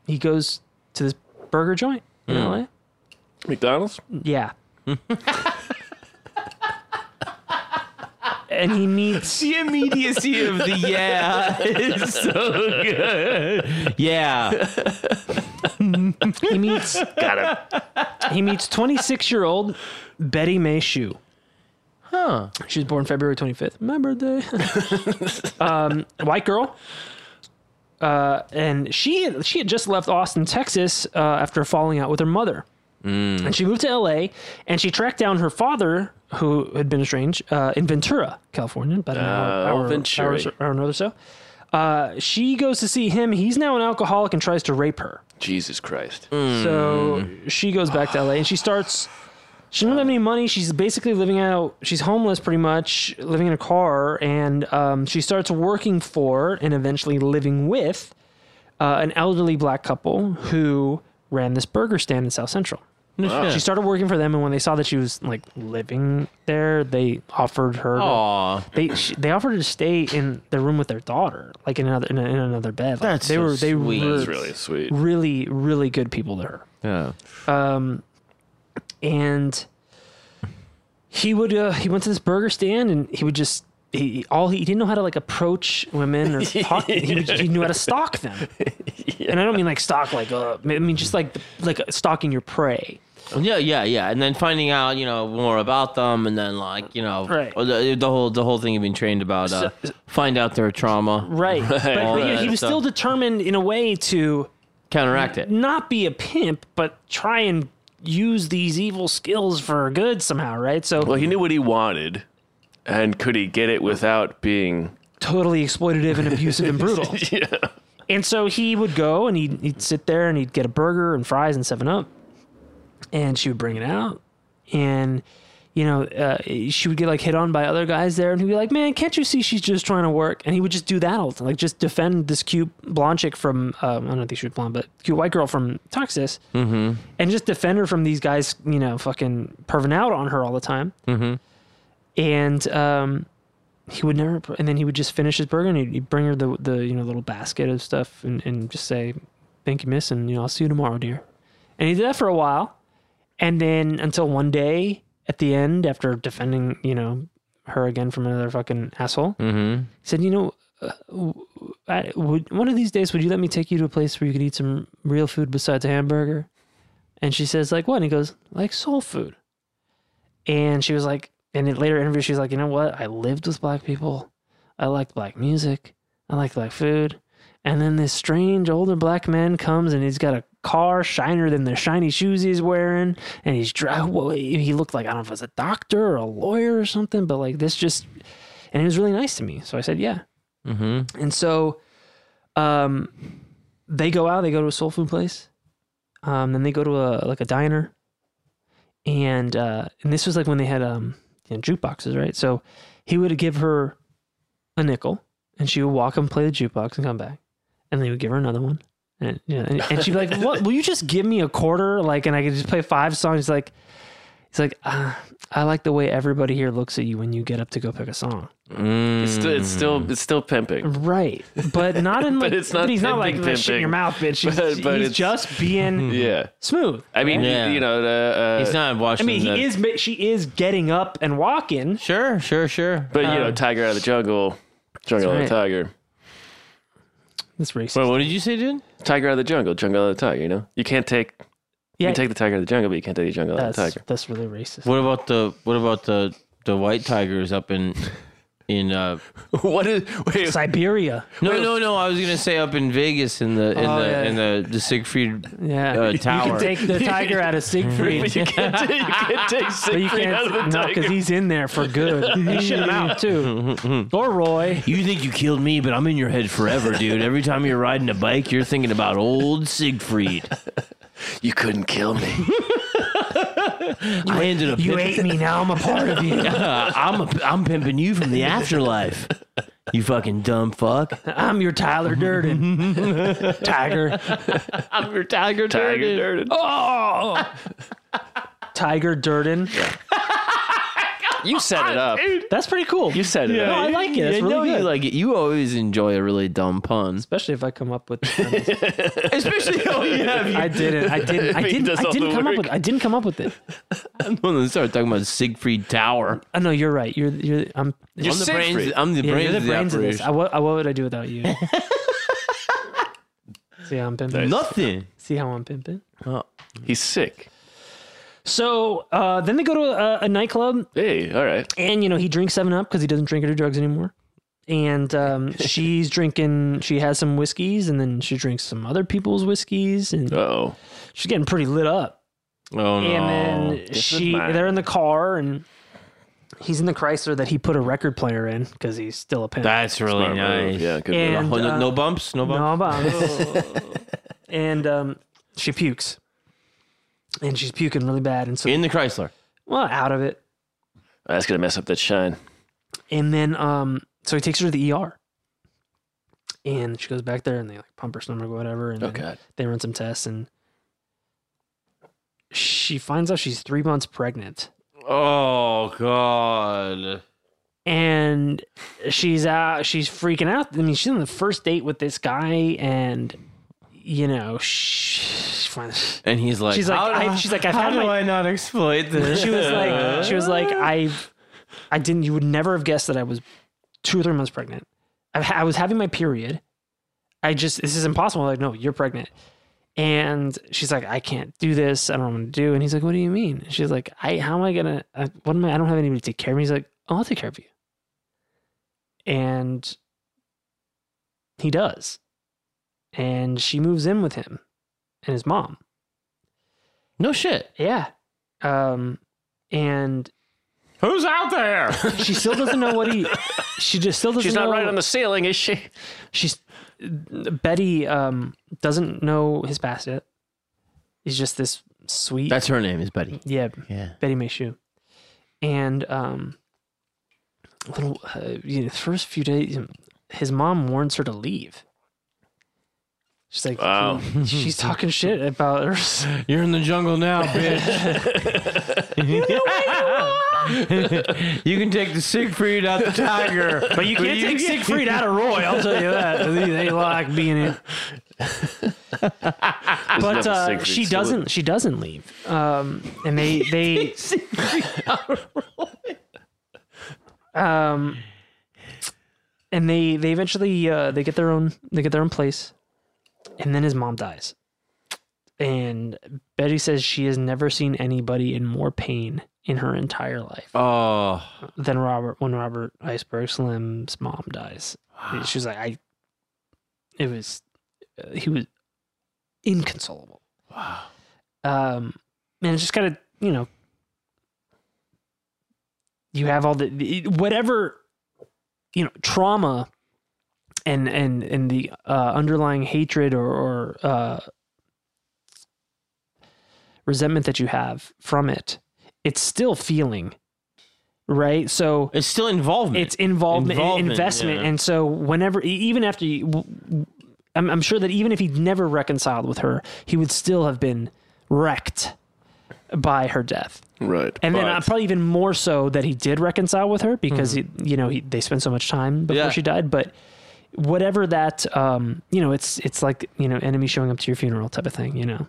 he goes to this burger joint in Hmm. LA. eh. McDonald's? Yeah. and he meets the immediacy of the yeah is so good. Yeah, he meets Got it. he meets 26 year old Betty May Shue. huh? She was born February 25th. My birthday. um, white girl. Uh, and she she had just left Austin, Texas, uh, after falling out with her mother, Mm. and she moved to L.A. and she tracked down her father, who had been estranged, uh, in Ventura, California, about an hour, Oh, hour, Ventura. hour, hour and or so. Uh, she goes to see him. He's now an alcoholic and tries to rape her. Jesus Christ. Hmm. So she goes back to LA and she starts She doesn't have any money. She's basically living out. She's homeless, pretty much, living in a car, and um, she starts working for and eventually living with uh, an elderly black couple who ran this burger stand in South Central. She started working for them, and when they saw that she was like living there, they offered her. Aw. They she, they offered her to stay in the room with their daughter, like in another in, a, in another bed. Like, That's they so were they sweet. were That's really sweet. really really good people to her Yeah. and he would uh, he went to this burger stand and he would just he all he didn't know how to like approach women or talk he, would- he knew how to stalk them and i don't mean like stalk like uh, i mean just like like uh, stalking your prey Yeah, yeah, yeah, and then finding out you know more about them, and then like you know Right. the, the whole the whole thing you've been trained about, uh, find out their trauma, right, but, All but, you know, that he was stuff. still determined in a way to counteract it. not be a pimp but try and use these evil skills for good somehow right so Well, he knew what he wanted, and could he get it without being? totally exploitative and abusive and brutal. And so he would go and he'd, he'd sit there and he'd get a burger and fries and 7 Up. And she would bring it out. And, you know, uh, she would get like hit on by other guys there. And he'd be like, man, can't you see she's just trying to work? And he would just do that all the time. Like, just defend this cute blonde chick from, um, I don't think she was blonde, but cute white girl from Texas. Mm-hmm. And just defend her from these guys, you know, fucking perving out on her all the time. Mm-hmm. And, um, he would never and then he would just finish his burger and he'd, he'd bring her the, the you know little basket of stuff and, and just say thank you miss and you know i'll see you tomorrow dear and he did that for a while and then until one day at the end after defending you know her again from another fucking asshole mm-hmm. said you know uh, w- I, would, one of these days would you let me take you to a place where you could eat some real food besides a hamburger and she says like what and he goes like soul food and she was like, in a later interview, she was like, you know what? I lived with black people. I liked black music. I liked black food. And then this strange older black man comes and he's got a car shiner than the shiny shoes he's wearing. And he's dry. well, He looked like, I don't know if it's a doctor or a lawyer or something, but like this just, and he was really nice to me. So I said, yeah. Mm-hmm. And so um, they go out, they go to a soul food place. Um, then they go to a, like a diner and uh, and this was like when they had um you know, jukeboxes, right? So he would give her a nickel, and she would walk and play the jukebox and come back, and they would give her another one, and you know, and, and she'd be like, "What? Will you just give me a quarter, like, and I could just play five songs?" He's like, "He's like, uh, I like the way everybody here looks at you when you get up to go pick a song, It's still, it's still, it's still pimping. right? But not in like, But it's not he's not like pimping, "Like, shit in your pimping." mouth, bitch. He's, But- but he's it's- just being Yeah, smooth. I mean, Yeah. you know, the, uh, He's not Mm. I watching. mean, the- he is. ma- She is getting up and walking. Sure, sure, sure. but you know, tiger out of the jungle, jungle out of Um, right. the tiger, That's racist. Wait, what did you say, dude? tiger out of the jungle, jungle out of the tiger. You know, you can't take, you Yeah. can take the tiger out of the jungle, but you can't take the jungle out of That's the tiger. that's really racist. What about the what about the the white tigers up in in uh what is? Wait, Siberia. no no no I was gonna say up in Vegas in the in Oh, the yeah. in the the Siegfried Yeah. uh, You tower. can take the tiger out of Siegfried. you can't take, you can't take But you Siegfried out of the can't, no, tiger. because he's in there for good. He shut him out too. Or Roy. You think you killed me, but I'm in your head forever, dude. Every time you're riding a bike, you're thinking about old Siegfried. you couldn't kill me. I ended up. You pimp- ate me. Now I'm a part of you. Uh, I'm a, I'm pimping you from the afterlife. You fucking dumb fuck. I'm your Tyler Durden. tiger. I'm your tiger. Tiger Durden. Oh. Tiger Durden. you set it up. That's pretty cool. You set it No, up. I like it. It's I really know good. you like it. You always enjoy a really dumb pun, Especially if I come up with. the especially oh yeah. I didn't. I didn't. I He didn't. does I all didn't the come up work. with. I didn't come up with it. I'm the one that started talking about Siegfried Tower. I know Oh, you're right. You're. You're. I'm. You're I'm the Siegfried. brains. I'm the Yeah, brains. you're of the the brains of this. operation. I, what, I- what would I do without you? See how I'm pimping. Nothing. See how I'm pimping. He's sick. So uh, then they go to a, a nightclub, Hey, all right. and you know he drinks Seven Up because he doesn't drink or do drugs anymore. And um, she's drinking. She has some whiskeys, and then she drinks some other people's whiskeys, and Oh, she's getting pretty lit up. Oh no. and then she mine. they're in the car and he's in the Chrysler that he put a record player in because he's still a pimp. That's really nice. Yeah, good. move. and, Oh, no, uh, no bumps. No bumps. No bumps. and um, she pukes, and she's puking really bad, and so In the Chrysler. well, out of it. That's gonna mess up that shine. And then, um, so he takes her to the ER, and she goes back there, and they like pump her stomach or whatever, and Oh then god. they run some tests, and she finds out she's three months pregnant, Oh God. and she's out, she's freaking out. I mean, she's on the first date with this guy, and you know, she, she finds. And he's like, She's like, how, I- she's like, I've how had do my- I not exploit this? she was like she was like i've i didn't you would never have guessed that i was two or three months pregnant I've, ha- i was having my period i just this is impossible I'm like no you're pregnant and she's like i can't do this i don't know what i'm gonna do and he's like what do you mean And she's like i how am i gonna uh, what am i i don't have anybody to take care of me he's like oh, i'll take care of you and he does and she moves in with him and his mom no shit. yeah um and Who's out there? she still doesn't know what he. She just still doesn't. She's not know, right on the ceiling, is she? She's Betty. Um, doesn't know his past yet. He's just this sweet. That's her name, is Betty. yeah, Yeah. Betty Mayhew, and um, a little. Uh, you know, the first few days, his mom warns her to leave. She's like, Wow. she's talking shit about her. You're in the jungle now, bitch. you can take the Siegfried out the tiger, But you can't take Siegfried out of Roy. I'll tell you that. They, they like being in. but Never uh, Siegfried she salute. doesn't. She doesn't leave. Um, and they they um, and they they eventually uh, they get their own they get their own place, and then his mom dies, and Betty says she has never seen anybody in more pain in her entire life Oh, than Robert when Robert Iceberg Slim's mom dies. She's She was like, I. It was, uh, he was inconsolable. Wow. Um, and it's just kind of you know, you have all the- the whatever, you know, trauma, and and and the uh, underlying hatred or or uh, resentment that you have from it. It's still feeling, right? So it's still involvement. it's involvement, Involvement, investment, yeah. and so whenever, e- even after, you, w- w- I'm, I'm sure that even if he'd never reconciled with her, he would still have been wrecked by her death. Right. And then uh, probably even more so that he did reconcile with her because he, you know he, they spent so much time before Mm-hmm. Yeah. she died. But whatever that, um, you know, it's it's like you know enemy showing up to your funeral type of thing. You know,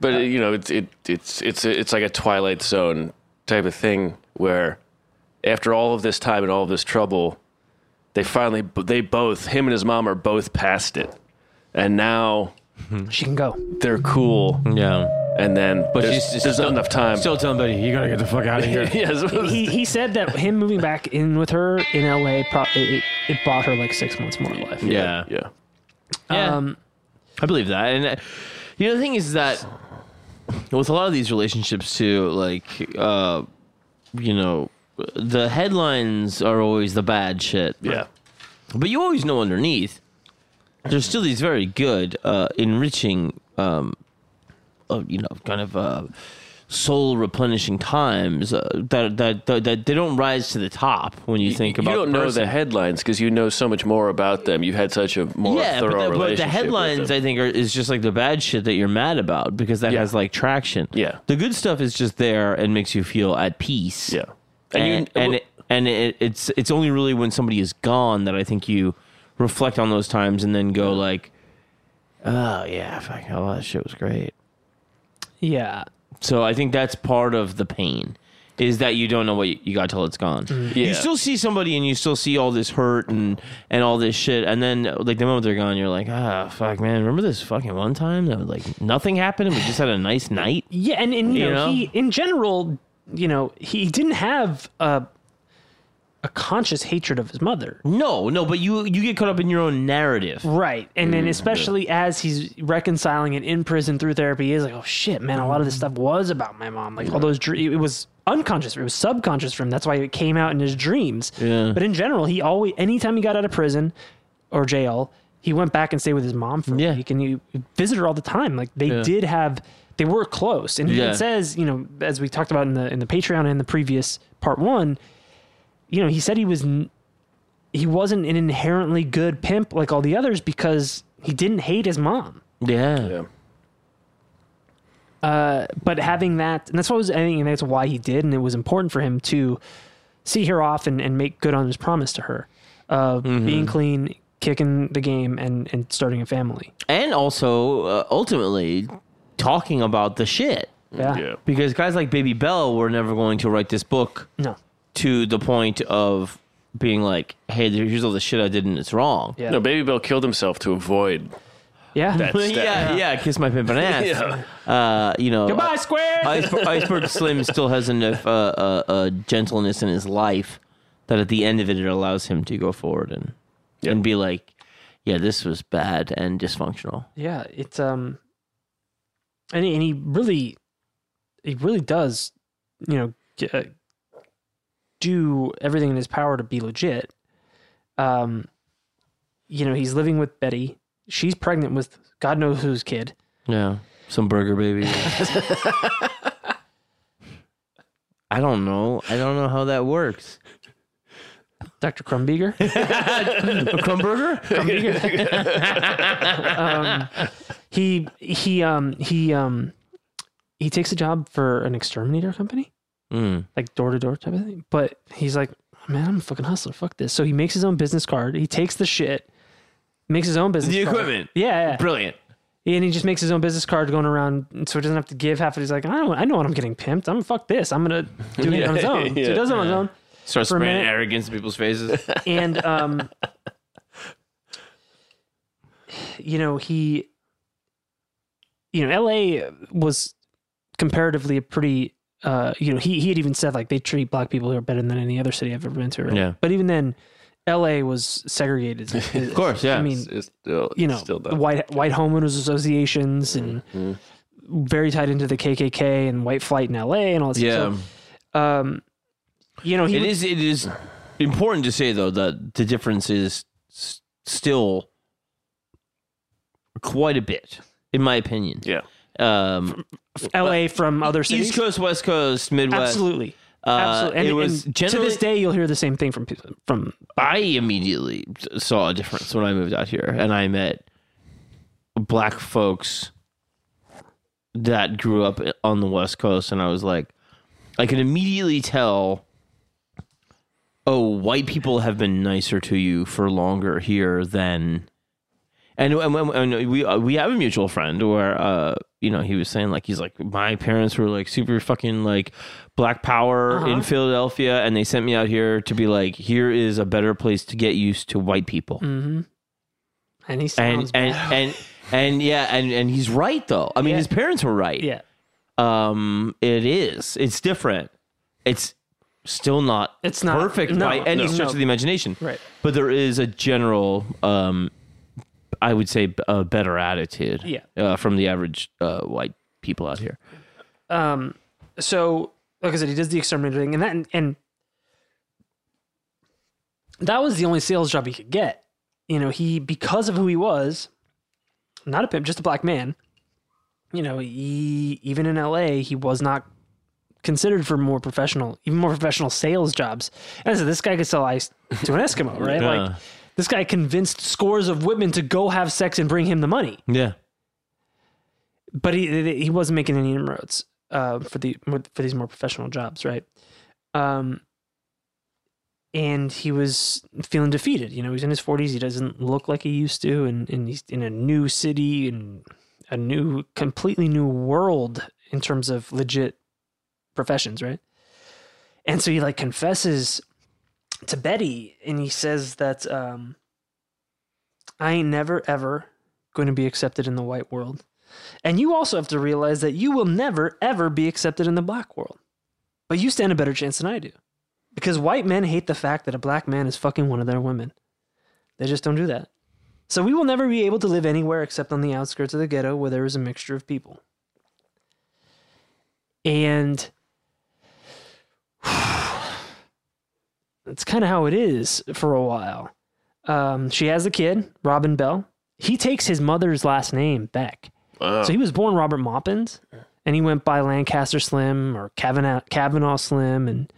But uh, you know, it's it, it's it's it's like a Twilight Zone type of thing where, after all of this time and all of this trouble, they finally they both him and his mom are both past it, and now Mm. she can go. they're cool. yeah, And then but there's, she's- she's there's still- not enough time. still telling Betty, you gotta get the fuck out of here. yeah, so- he, he said that him moving back in with her in LA, pro- it, it, it bought her like six months more life. yeah, yeah. Yeah. Um, I believe that. And uh, you know, the thing is that with a lot of these relationships too, like uh, you know, the headlines are always the bad shit. Yeah. But you always know underneath, there's still these very good, uh, enriching, um, uh, you know, kind of uh, soul replenishing times uh, that, that that that they don't rise to the top when you think about. you don't the know person. the headlines because you know so much more about them. You've had such a more yeah, thorough but the, but relationship. the with headlines them. I think are is just like the bad shit that you're mad about because that Yeah. has like traction. Yeah. the good stuff is just there and makes you feel at peace. yeah, and you- and, it, and it, it's it's only really when somebody is gone that I think you reflect on those times and then go like, oh yeah, fuck, all that shit was great. yeah. So I think that's part of the pain is that you don't know what you, you got till it's gone. Yeah. You still see somebody and you still see all this hurt and and all this shit, and then like the moment they're gone, you're like, ah, fuck, man. Remember this fucking one time that like nothing happened and we just had a nice night. Yeah, and, and you, You know, know? he in general, you know, he didn't have a a conscious hatred of his mother. No, no, but you you get caught up in your own narrative. Right. And Mm, then especially as he's reconciling it in prison through therapy, he's like, Oh shit, man, a lot Mm. of this stuff was about my mom. Like all those dr- it was unconscious, it was subconscious for him. That's why it came out in his dreams. Yeah. But in general, he always anytime he got out of prison or jail, he went back and stayed with his mom for a Yeah. week and he visited her all the time. Like they did have they were close. And he even Yeah. says, you know, as we talked about in the in the Patreon and the previous part one, you know, he said he was n- he wasn't an inherently good pimp like all the others because he didn't hate his mom. Yeah. Yeah. But having that, and that's what was, I think, and that's why he did, and it was important for him to see her off and, and make good on his promise to her of Mm-hmm. being clean, kicking the game, and and starting a family. And also, uh, ultimately, talking about the shit. Yeah. Yeah. Because guys like Baby Bell were never going to write this book No. to the point of being like, hey, here's all the shit I did and it's wrong. Yeah. No, Baby Bell killed himself to avoid. yeah. That's that. yeah, yeah, kiss my pimp and ass. Yeah. Uh, you know, Goodbye, Square. Iceberg, Iceberg Slim still has enough uh, uh, uh, gentleness in his life that at the end of it, it allows him to go forward and and be like, yeah, this was bad and dysfunctional. yeah it's um and he, and he really he really does you know g- uh, do everything in his power to be legit um you know he's living with betty she's pregnant with god knows whose kid Yeah, some burger baby. I don't know. I don't know how that works. dr crumbeager A crumb burger? Um, he he um he um he takes a job for an exterminator company Mm. like door to door type of thing. But he's like, man, I'm a fucking hustler. Fuck this. So he makes his own business card. He takes the shit, makes his own business The card. equipment. Yeah, Brilliant. yeah. And he just makes his own business card going around. and So he doesn't have to give half of it. He's like, I, don't, I know what I'm getting pimped. I'm fuck this. I'm going to do it on his own. So he Yeah. does it on his own. Starts For a spraying minute- arrogance in people's faces. And, um, you know, he, you know, LA was comparatively a pretty uh you know he he had even said like they treat black people here better than any other city I've ever been to. Right? Yeah. But even then, L.A. was segregated. of course, yeah. I mean, It's still, you know, it's still the done. white white homeowners associations and Mm-hmm. very tied into the KKK and white flight in L.A. and all this. Yeah. stuff. So, um, you know, he It would- is. It is important to say though that the difference is s- still quite a bit, in my opinion. Yeah. Um, L.A. from other cities. East Coast, West Coast, Midwest. Absolutely. Uh, Absolutely. And, it was and to generally. this day, you'll hear the same thing from people. From I immediately saw a difference when I moved out here, and I met black folks that grew up on the West Coast, and I was like, I could immediately tell. Oh, white people have been nicer to you for longer here than, and and, and we uh, we have a mutual friend where uh you know he was saying like he's like my parents were like super fucking like black power Uh-huh. in Philadelphia, and they sent me out here to be like here is a better place to get used to white people and he and Mm. sounds and bad. and and yeah, and and he's right though. I mean, Yeah. his parents were right. yeah. Um, it is. It's different. It's still not. It's not- perfect no, by any no. stretch of the imagination. Right. But there is a general, um, I would say, b- a better attitude. Yeah. Uh, from the average uh, white people out here. so like I said, he does the exterminator thing, and that and, and that was the only sales job he could get. You know, he because of who he was, not a pimp, just a black man. You know, he, even in L.A., he was not considered for more professional, even more professional sales jobs. And so this guy could sell ice to an Eskimo, right? Like Yeah. this guy convinced scores of women to go have sex and bring him the money Yeah. but he he wasn't making any inroads uh, for the for these more professional jobs, right? Um, and he was feeling defeated. You know, he's in his forties. He doesn't look like he used to, and and he's in a new city and a new, completely new world in terms of legit professions, right? And so he like confesses to Betty, and he says that um, I ain't never ever going to be accepted in the white world. And you also have to realize that you will never, ever be accepted in the black world. But you stand a better chance than I do. Because white men hate the fact that a black man is fucking one of their women. They just don't do that. So we will never be able to live anywhere except on the outskirts of the ghetto where there is a mixture of people. And that's kind of how it is for a while. Um, she has the kid, Robin Bell. He takes his mother's last name back So he was born Robert Maupins, and he went by Lancaster Slim or Kavanaugh, Kavanaugh Slim, and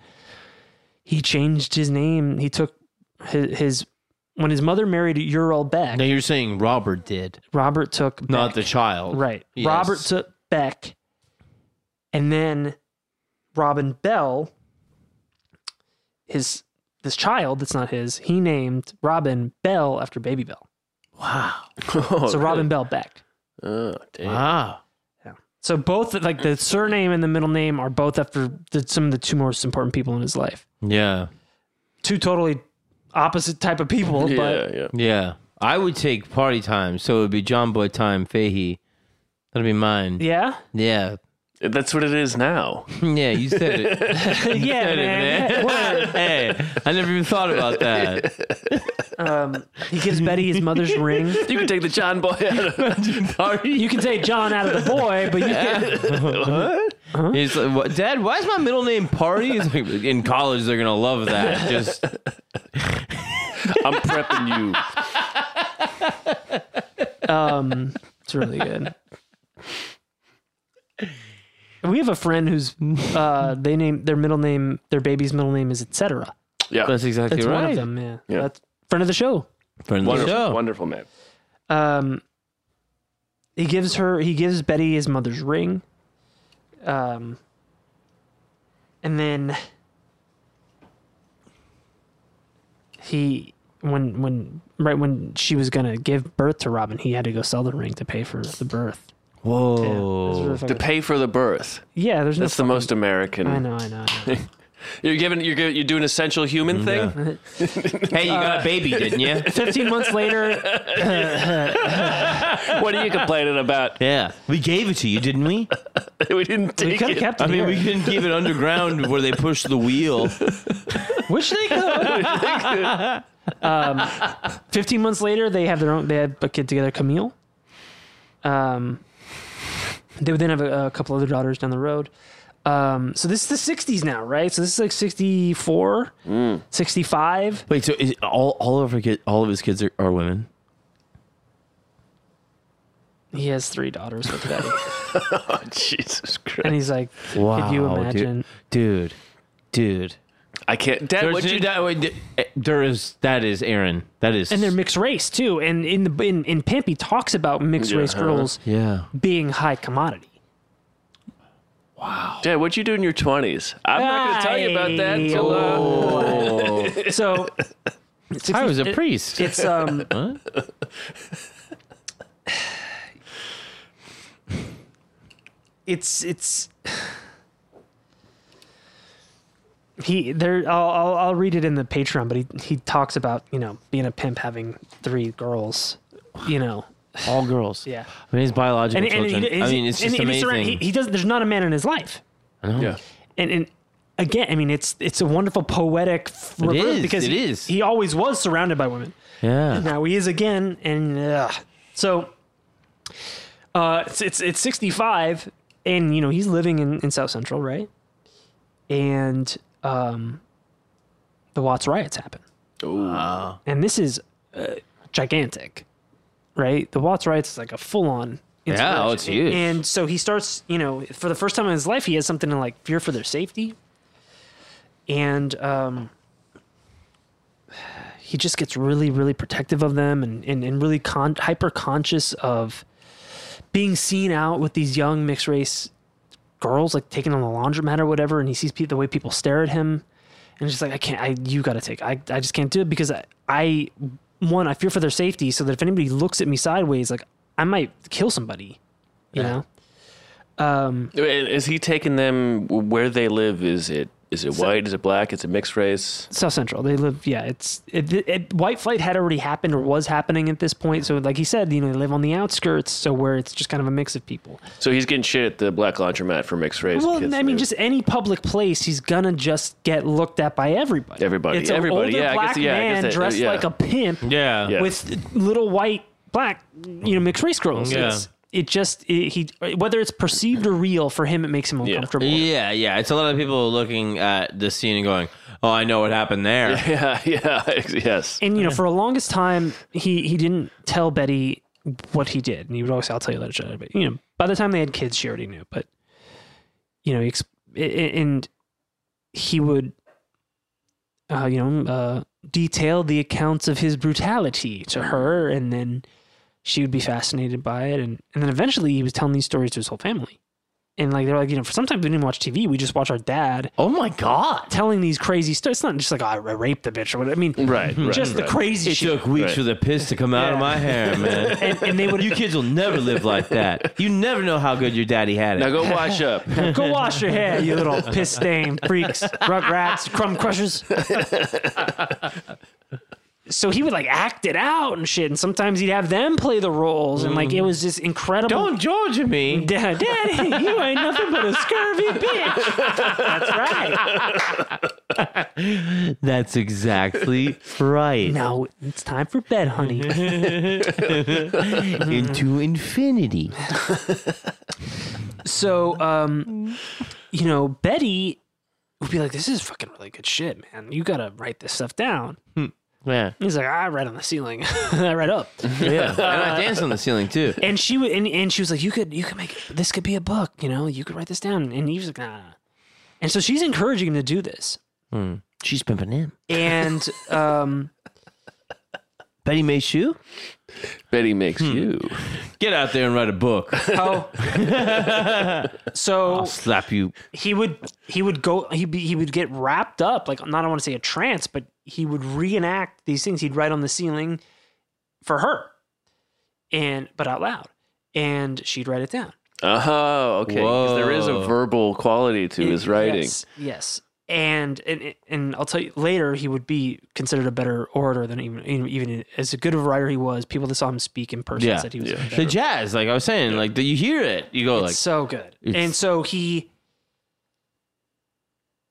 he changed his name. He took his, his when his mother married Ural Beck. Now you're saying Robert did, Robert took Beck. not the child. Right. Yes. Robert took Beck, and then Robin Bell, his this child that's not his, he named Robin Bell after Baby Bell. Wow. Oh, so Robin Bell Beck. Oh, damn. Wow. So both like the surname and the middle name are both after the, some of the two most important people in his life. Yeah. Two totally opposite type of people, but yeah, yeah. Yeah. I would take party time, so it would be John Boy time, Fahey. That'd be mine. yeah, Yeah. That's what it is now. Yeah, you said it. yeah, Said it, man. man. hey, I never even thought about that. Um, he gives Betty his mother's ring. You can take the John Boy out of Party. You can say John out of the boy, but you can't. He's like, "What- Dad, why is my middle name Party? He's like, in college, they're gonna love that. Just I'm prepping you. Um, it's really good. We have a friend who's uh, they name their middle name their baby's middle name is etc. Yeah. that's exactly That's right. one of them. Yeah. Yeah. that's friend of the show. Friend of the wonderful, show. wonderful man. Um, he gives her he gives Betty his mother's ring. Um, and then he when when right when she was gonna give birth to Robin, he had to go sell the ring to pay for the birth. Yeah, it was Whoa. really To fucking- pay for the birth. yeah there's no Oh. That's the most American. I know, I know. I know. You're giving. You're giving, You're doing essential Mm, human thing. Hey, you got a baby, didn't you? Fifteen months later, What are you complaining about? Yeah, we gave it to you, didn't we? We didn't we take could have it. kept it. I mean, here. we couldn't keep it underground where they push the wheel. wish they could. um, Fifteen months later, they have their own. They had a kid together, Camille. Um, they would then have a, a couple other daughters down the road. Um, so this is the '60s now, right? So this is like '64, '65. Wait, so is all all of her kid, all of his kids are, are women? He has three daughters with Betty, Oh, Jesus Christ! and he's like, Wow, "Could you imagine?" dude, dude, dude? I can't. Dad, There's, what'd you? that, wait, eh, there is that is Aaron. That is And they're mixed race too. And in the in, in Pimp, he talks about mixed race Yeah. girls yeah. being high commodity. Dad, what'd you do in your twenties? I'm not going to tell you about that. Until, uh, Oh, So I was a it- priest. It's um. What? It's it's. He there. I'll, I'll I'll read it in the Patreon, but he he talks about you know being a pimp, having three girls, you know. all girls. Yeah. I mean, it's biological children. he- I mean, it's just and- and he's amazing. surrounded- He, he does. There's not a man in his life, Oh. yeah. and and again, I mean, it's it's a wonderful poetic. f- reverse is, because it he- is. He always was surrounded by women. yeah. Now he is again, and ugh. so uh, it's, it's it's 65, and you know he's living in, in South Central, right? And um, the Watts riots happen, Wow. and this is uh, gigantic, right? The Watts riots is like a full on. Yeah, oh, it's huge. And so he starts, you know, for the first time in his life, he has something to like fear for their safety, and um, he just gets really, really protective of them, and and, and really con- hyper conscious of being seen out with these young mixed race girls, like taking on the laundromat or whatever, and he sees pe- the way people stare at him, and he's just like, I can't, I you got to take, I I just can't do it because I I one I fear for their safety, so that if anybody looks at me sideways, like I might kill somebody, you know. Um, Is he taking them where they live? Is it? Is it white? Is it black? Is it mixed race? South Central. They live, yeah. It's it, it, white flight had already happened or was happening at this point. So, like he said, you know, they live on the outskirts, so where it's just kind of a mix of people. So he's getting shit at the black laundromat for mixed race. Well, kids I mean, live. just any public place, he's gonna just get looked at by everybody. Everybody, It's an everybody. older Yeah, I guess- black yeah, I guess man that- dressed yeah. like a pimp Yeah. Yeah. with little white black, you know, mixed race girls. Yeah. It's- it just it, he whether it's perceived or real for him, it makes him uncomfortable. Yeah, yeah. It's a lot of people looking at the scene and going, "Oh, I know what happened there." Yeah, yeah, yes. and you know for the longest time he he didn't tell betty what he did, and he would always say, "I'll tell you later." But you know, by the time they had kids, she already knew. But you know, he ex- a- a- and he would, uh, you know, uh, detail the accounts of his brutality to her, and then she would be fascinated by it, and and then eventually he was telling these stories to his whole family, and like they're like, you know, sometimes we didn't even watch TV, we just watch our dad Oh my god! telling these crazy stories. It's not just like oh, I raped the bitch or whatever. I mean, Right, right, just right. the crazy It shit. took weeks Right. for the piss to come out of Yeah. my hair, man. and, and they would you kids will never live like that. You never know how good your daddy had it. Now go wash up. Go wash your hair, you little piss stained freaks, rugrats, crumb crushers. so he would like act it out and shit, and sometimes he'd have them play the roles, and like it was just incredible. Don't Georgia me. Da- Daddy, you ain't nothing but a scurvy bitch. That's right. That's exactly right. Now it's time for bed, honey. Into infinity. So, um, you know, Betty would be like, "This is fucking really good shit, man. You gotta write this stuff down." Yeah, He's like, "I write on the ceiling. I write up." yeah. And I danced on the ceiling too. and she would, and, and she was like, "You could, you could make this could be a book. You know, you could write this down." And he was like, "Nah." nah, nah." And so she's encouraging him to do this, Hmm. She's pimping him. and um, Betty May Shoe, Betty makes Hmm. you. get out there and write a book. oh, so Slap you. he would, he would go, he be, he would get wrapped up, like not I want to say a trance, but he would reenact these things. He'd write on the ceiling for her, and but out loud, and she'd write it down. Oh, okay. 'Cause there is a Whoa. verbal quality to his writing. Yes. yes. And, and and I'll tell you later, he would be considered a better orator than even even, even as good of a writer he was. People that saw him speak in person Yeah. said he was Yeah. The jazz, like I was saying, like the, you hear it, you go like, so good. It's- And so he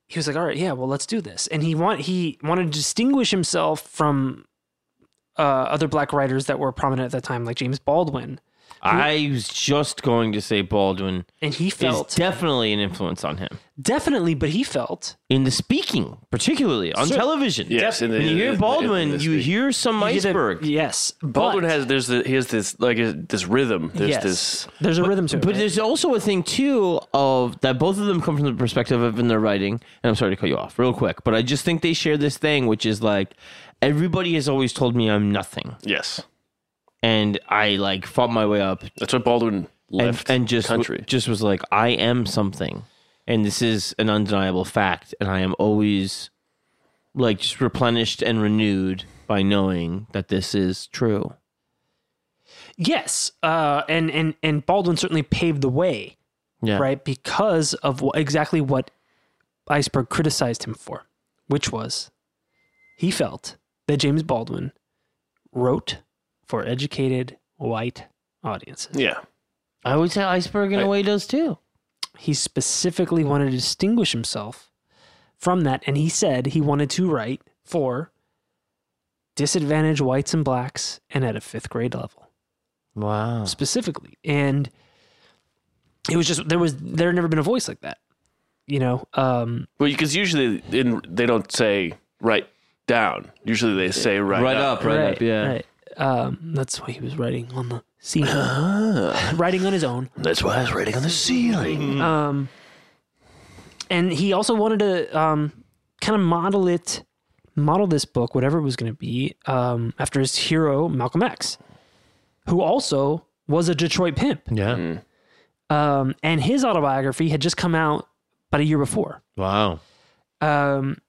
he was like, all right, yeah, well, let's do this. And he want he wanted to distinguish himself from uh, other black writers that were prominent at that time, like James Baldwin. I was just going to say Baldwin And he is felt definitely an influence on him definitely, but he felt in the speaking, particularly on Sure. television. Yes, in the- When you in hear the- in Baldwin, the you speak. hear some he did a- iceberg. yes, Baldwin but- has there's the, he has this like uh, this rhythm. There's yes, this there's a rhythm to it. But right? there's also a thing too of that both of them come from the perspective of in their writing. And I'm sorry to cut you off real quick, but I just think they share this thing, which is like everybody has always told me I'm nothing, yes. and I like fought my way up That's what Baldwin and, left and just country. just was like I am something, and this is an undeniable fact, and I am always like just replenished and renewed by knowing that this is true. Yes, uh, and and and Baldwin certainly paved the way, Yeah, right? Because of wh- exactly what Iceberg criticized him for, which was he felt that James Baldwin wrote for educated white audiences. yeah. I would say iceberg in a I- way does too. He specifically wanted to distinguish himself from that, and he said he wanted to write for disadvantaged whites and blacks and at a fifth grade level. Wow. specifically and it was just there was there had never been a voice like that you know um Well, because usually in, they don't say right down. Usually they say right, Right up, right, up, yeah. right. um that's why he was writing on the ceiling writing on his own That's why I was writing on the ceiling. um and he also wanted to um kind of model it model this book whatever it was going to be um after his hero Malcolm X who also was a Detroit pimp Yeah. um and his autobiography had just come out about a year before Wow. um,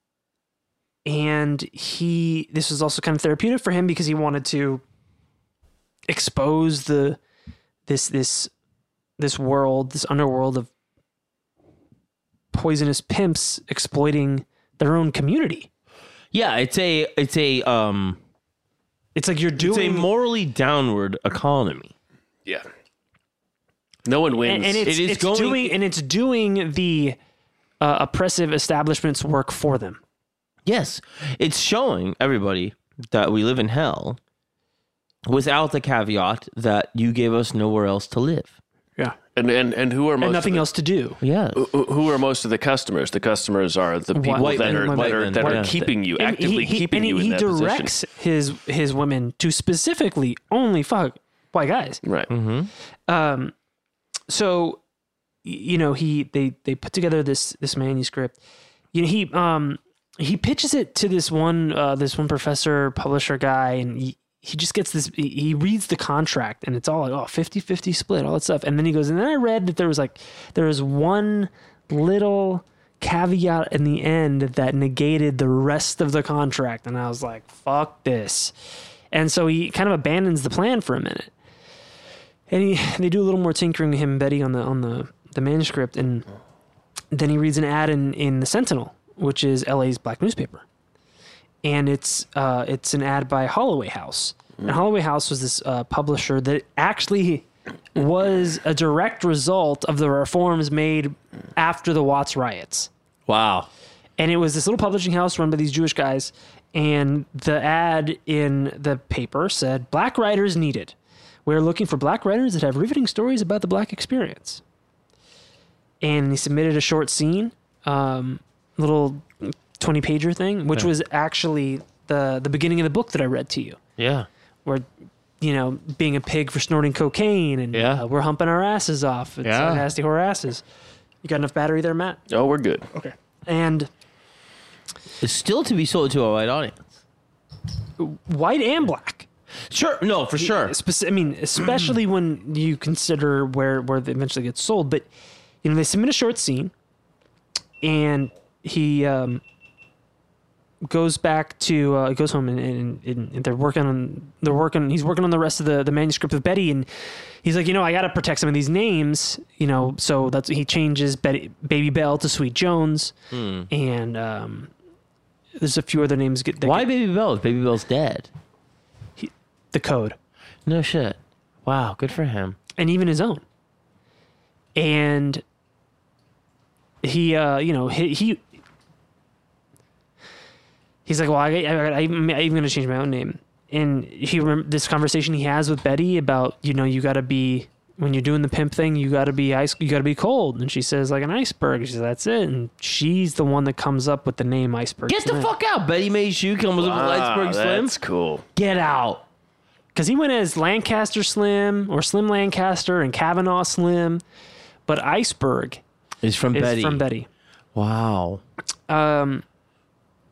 and he this was also kind of therapeutic for him because he wanted to expose the this this this world this underworld of poisonous pimps exploiting their own community Yeah, it's a it's a um it's like you're it's a doing morally downward economy. Yeah. No one and, wins. and it's, It is it's going- doing and it's doing the uh, oppressive establishment's work for them Yes, it's showing everybody that we live in hell without the caveat that you gave us nowhere else to live. yeah and, and and who are most and of nothing the, else to do Yeah. who- who are most of the customers? The customers are the people White that men, are white that are, men, that are yeah. keeping you And actively he, he, keeping and he, you in he that position. directs his his women to specifically only fuck white guys. Right. Um, so, y- you know, he they they put together this this manuscript. You know, he um he pitches it to this one uh, this one professor publisher guy, and he, he just gets this. He, he reads the contract, and it's all like oh 50-50 split, all that stuff. And then he goes, and then I read that there was like there was one little caveat in the end that negated the rest of the contract, and I was like, fuck this. And so he kind of abandons the plan for a minute and he, they do a little more tinkering to him and Betty on the on the, the manuscript, and then he reads an ad in, in the Sentinel, which is LA's black newspaper, and it's uh, it's an ad by Holloway House, and Holloway House was this uh, publisher that actually was a direct result of the reforms made after the Watts riots Wow. and it was this little publishing house run by these Jewish guys. And the ad in the paper said, "Black writers needed. We're looking for black writers that have riveting stories about the black experience." And he submitted a short scene, um, little twenty pager thing, which was actually the the beginning of the book that I read to you Yeah. we're you know being a pig for snorting cocaine and Yeah. uh, we're humping our asses off it's Yeah. uh, nasty whore asses you got enough battery there matt Oh, we're good. and It's still to be sold to a white audience. white and black Sure. No, for sure. Speci- i mean especially when you consider where where it eventually gets sold but you know they submit a short scene and he um goes back to uh, goes home and, and, and they're working on they're working he's working on the rest of the, the manuscript of Betty and he's like you know I got to protect some of these names you know so that's he changes Betty, baby Bell to Sweet Jones Hmm. and um, there's a few other names get that Why get Baby Bell? If Baby Bell's dead. the code No shit. Wow. Good for him. and even his own. And he, uh, you know, he, he he's like, well, I, I, I, I'm even going to change my own name. And he remember this conversation he has with Betty about, you know, you got to be when you're doing the pimp thing, you got to be ice, you got to be cold. And she says like an iceberg. She says that's it. And she's the one that comes up with the name iceberg. Get the fuck out. Betty Mae Shoe comes with Ah, Lightsburg Slim. That's cool. Get out. because he went as Lancaster Slim or Slim Lancaster and Kavanaugh Slim, but iceberg It's from is Betty. from Betty. Wow. Um,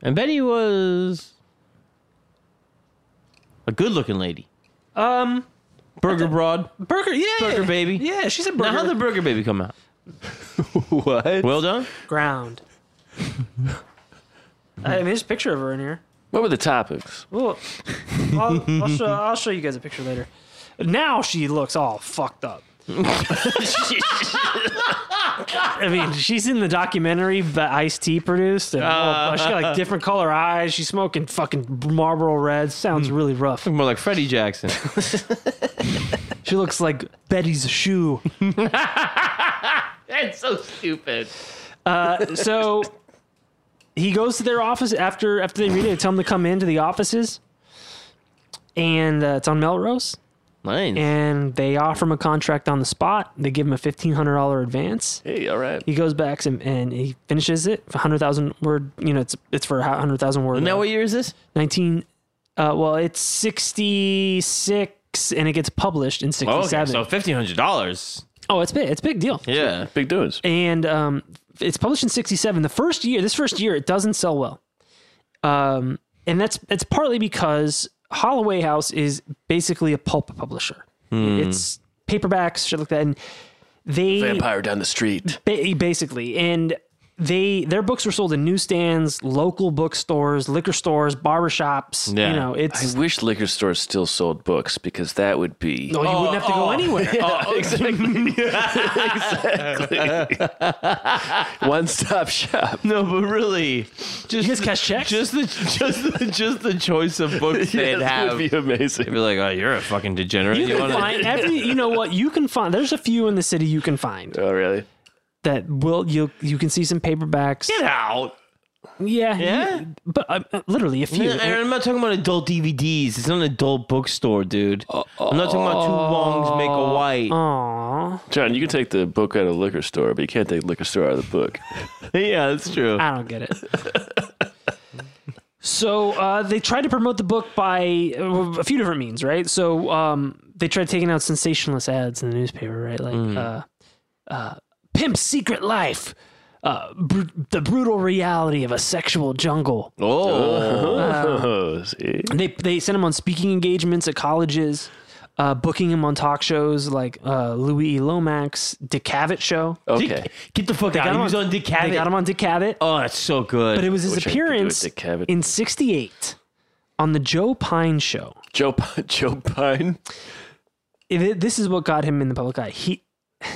and Betty was a good-looking lady. Um, burger broad, Burger, yeah, burger baby. yeah. She's a Now, burger. how the burger baby come out? What? Well done. ground. I mean, there's a picture of her in here. What were the topics? Well, I'll, I'll, show, I'll show you guys a picture later. Now she looks all fucked up. I mean, she's in the documentary that Ice T produced, and oh, she got like different color eyes. She's smoking fucking Marlboro Reds. Sounds really rough. More like Freddie Jackson. She looks like Betty's shoe. That's so stupid. so he goes to their office after after they read it. They tell him to come into the offices, and uh, it's on Melrose. Nice. And they offer him a contract on the spot. They give him a fifteen hundred dollar advance. Hey, all right. He goes back and, and he finishes it. Hundred thousand word. You know, it's it's for hundred thousand word. now uh, what year is this? nineteen. Uh, well, it's sixty six, and it gets published in Oh, sixty seven. fifteen hundred dollars. oh, it's big. It's a big deal. Yeah. Big doings. and um, it's published in '67. The first year, this first year, it doesn't sell well, um, and that's that's partly because Holloway House is basically a pulp publisher. It's paperbacks, shit like that, and they Vampire down the street. ba- basically and they their books were sold in newsstands, local bookstores, liquor stores, barbershops. Yeah. You know, I it's wish liquor stores still sold books because that would be. oh, you wouldn't have to go anywhere. Oh, One stop shop. No, but really, just guys cash checks? Just the just the just the choice of books they'd that have. would be amazing. They'd be like, oh, you're a fucking degenerate. You can wanna- find every, you know what you can find. There's a few in the city you can find Oh, really? that will you you can see some paperbacks. Get out. Yeah, Yeah? you- but uh, uh, literally a few. Yeah, Aaron, I'm not talking about adult DVDs. It's not an adult bookstore, dude. I'm not talking about two wrongs make a white. Oh. Aw, John, you can take the book out of the liquor store, but you can't take the liquor store out of the book. yeah, that's true. I don't get it. so uh, they tried to promote the book by uh, a few different means, right? So um, they tried taking out sensationalist ads in the newspaper, right? Like Mm. uh, uh, "Pimp's Secret Life," uh, br- the brutal reality of a sexual jungle. Oh, See? They they sent him on speaking engagements at colleges, uh, booking him on talk shows like uh, Louis E. Lomax, Dick Cavett show. Dick- Okay. get the fuck out! He was on Dick Cavett. They got him on Dick Cavett. oh, that's so good. but it was his wish I could do a appearance Dick Cavett. in '68 on the Joe Pine show. Joe P- Joe Pine. if it, this is what got him in the public eye. He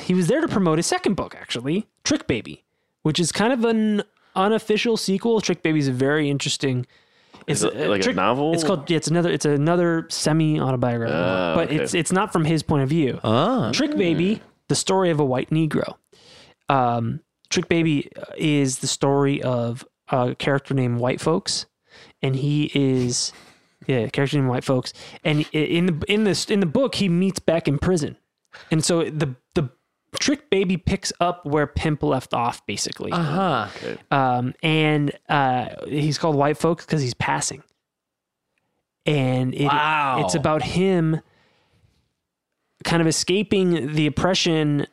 he was there to promote his second book, actually, Trick Baby, which is kind of an unofficial sequel. Trick Baby is a very interesting. It's Is it like a novel? It's called. Yeah, it's another. It's another semi autobiographical, Ah, but okay. it's it's not from his point of view. Ah. Trick Baby, the story of a white Negro. Um, Trick Baby is the story of a character named White Folks, and he is yeah, a character named White Folks. And i- in the in this in the book, he meets back in prison, and so the the Trick Baby picks up where Pimp left off, basically. huh. Um, and uh, he's called White Folks because he's passing. And it, Wow. it's about him kind of escaping the oppression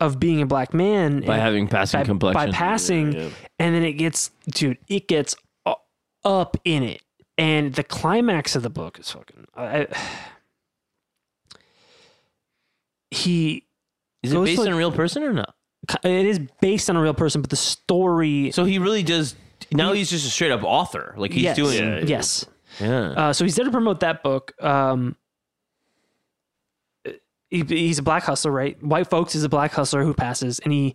of being a black man By and- having passing by, complexion. by passing, Yeah, yeah. and then it gets, dude, it gets u- up in it, and the climax of the book is fucking. I, he, Is it Goes based like- on a real person or not? it is based on a real person, but the story. So he really does. Now he's just a straight up author. Like he's yes, doing. Yeah. yes. Yeah. Uh, so he's there to promote that book. Um, he, he's a black hustler, right? White folks is a black hustler who passes, and he,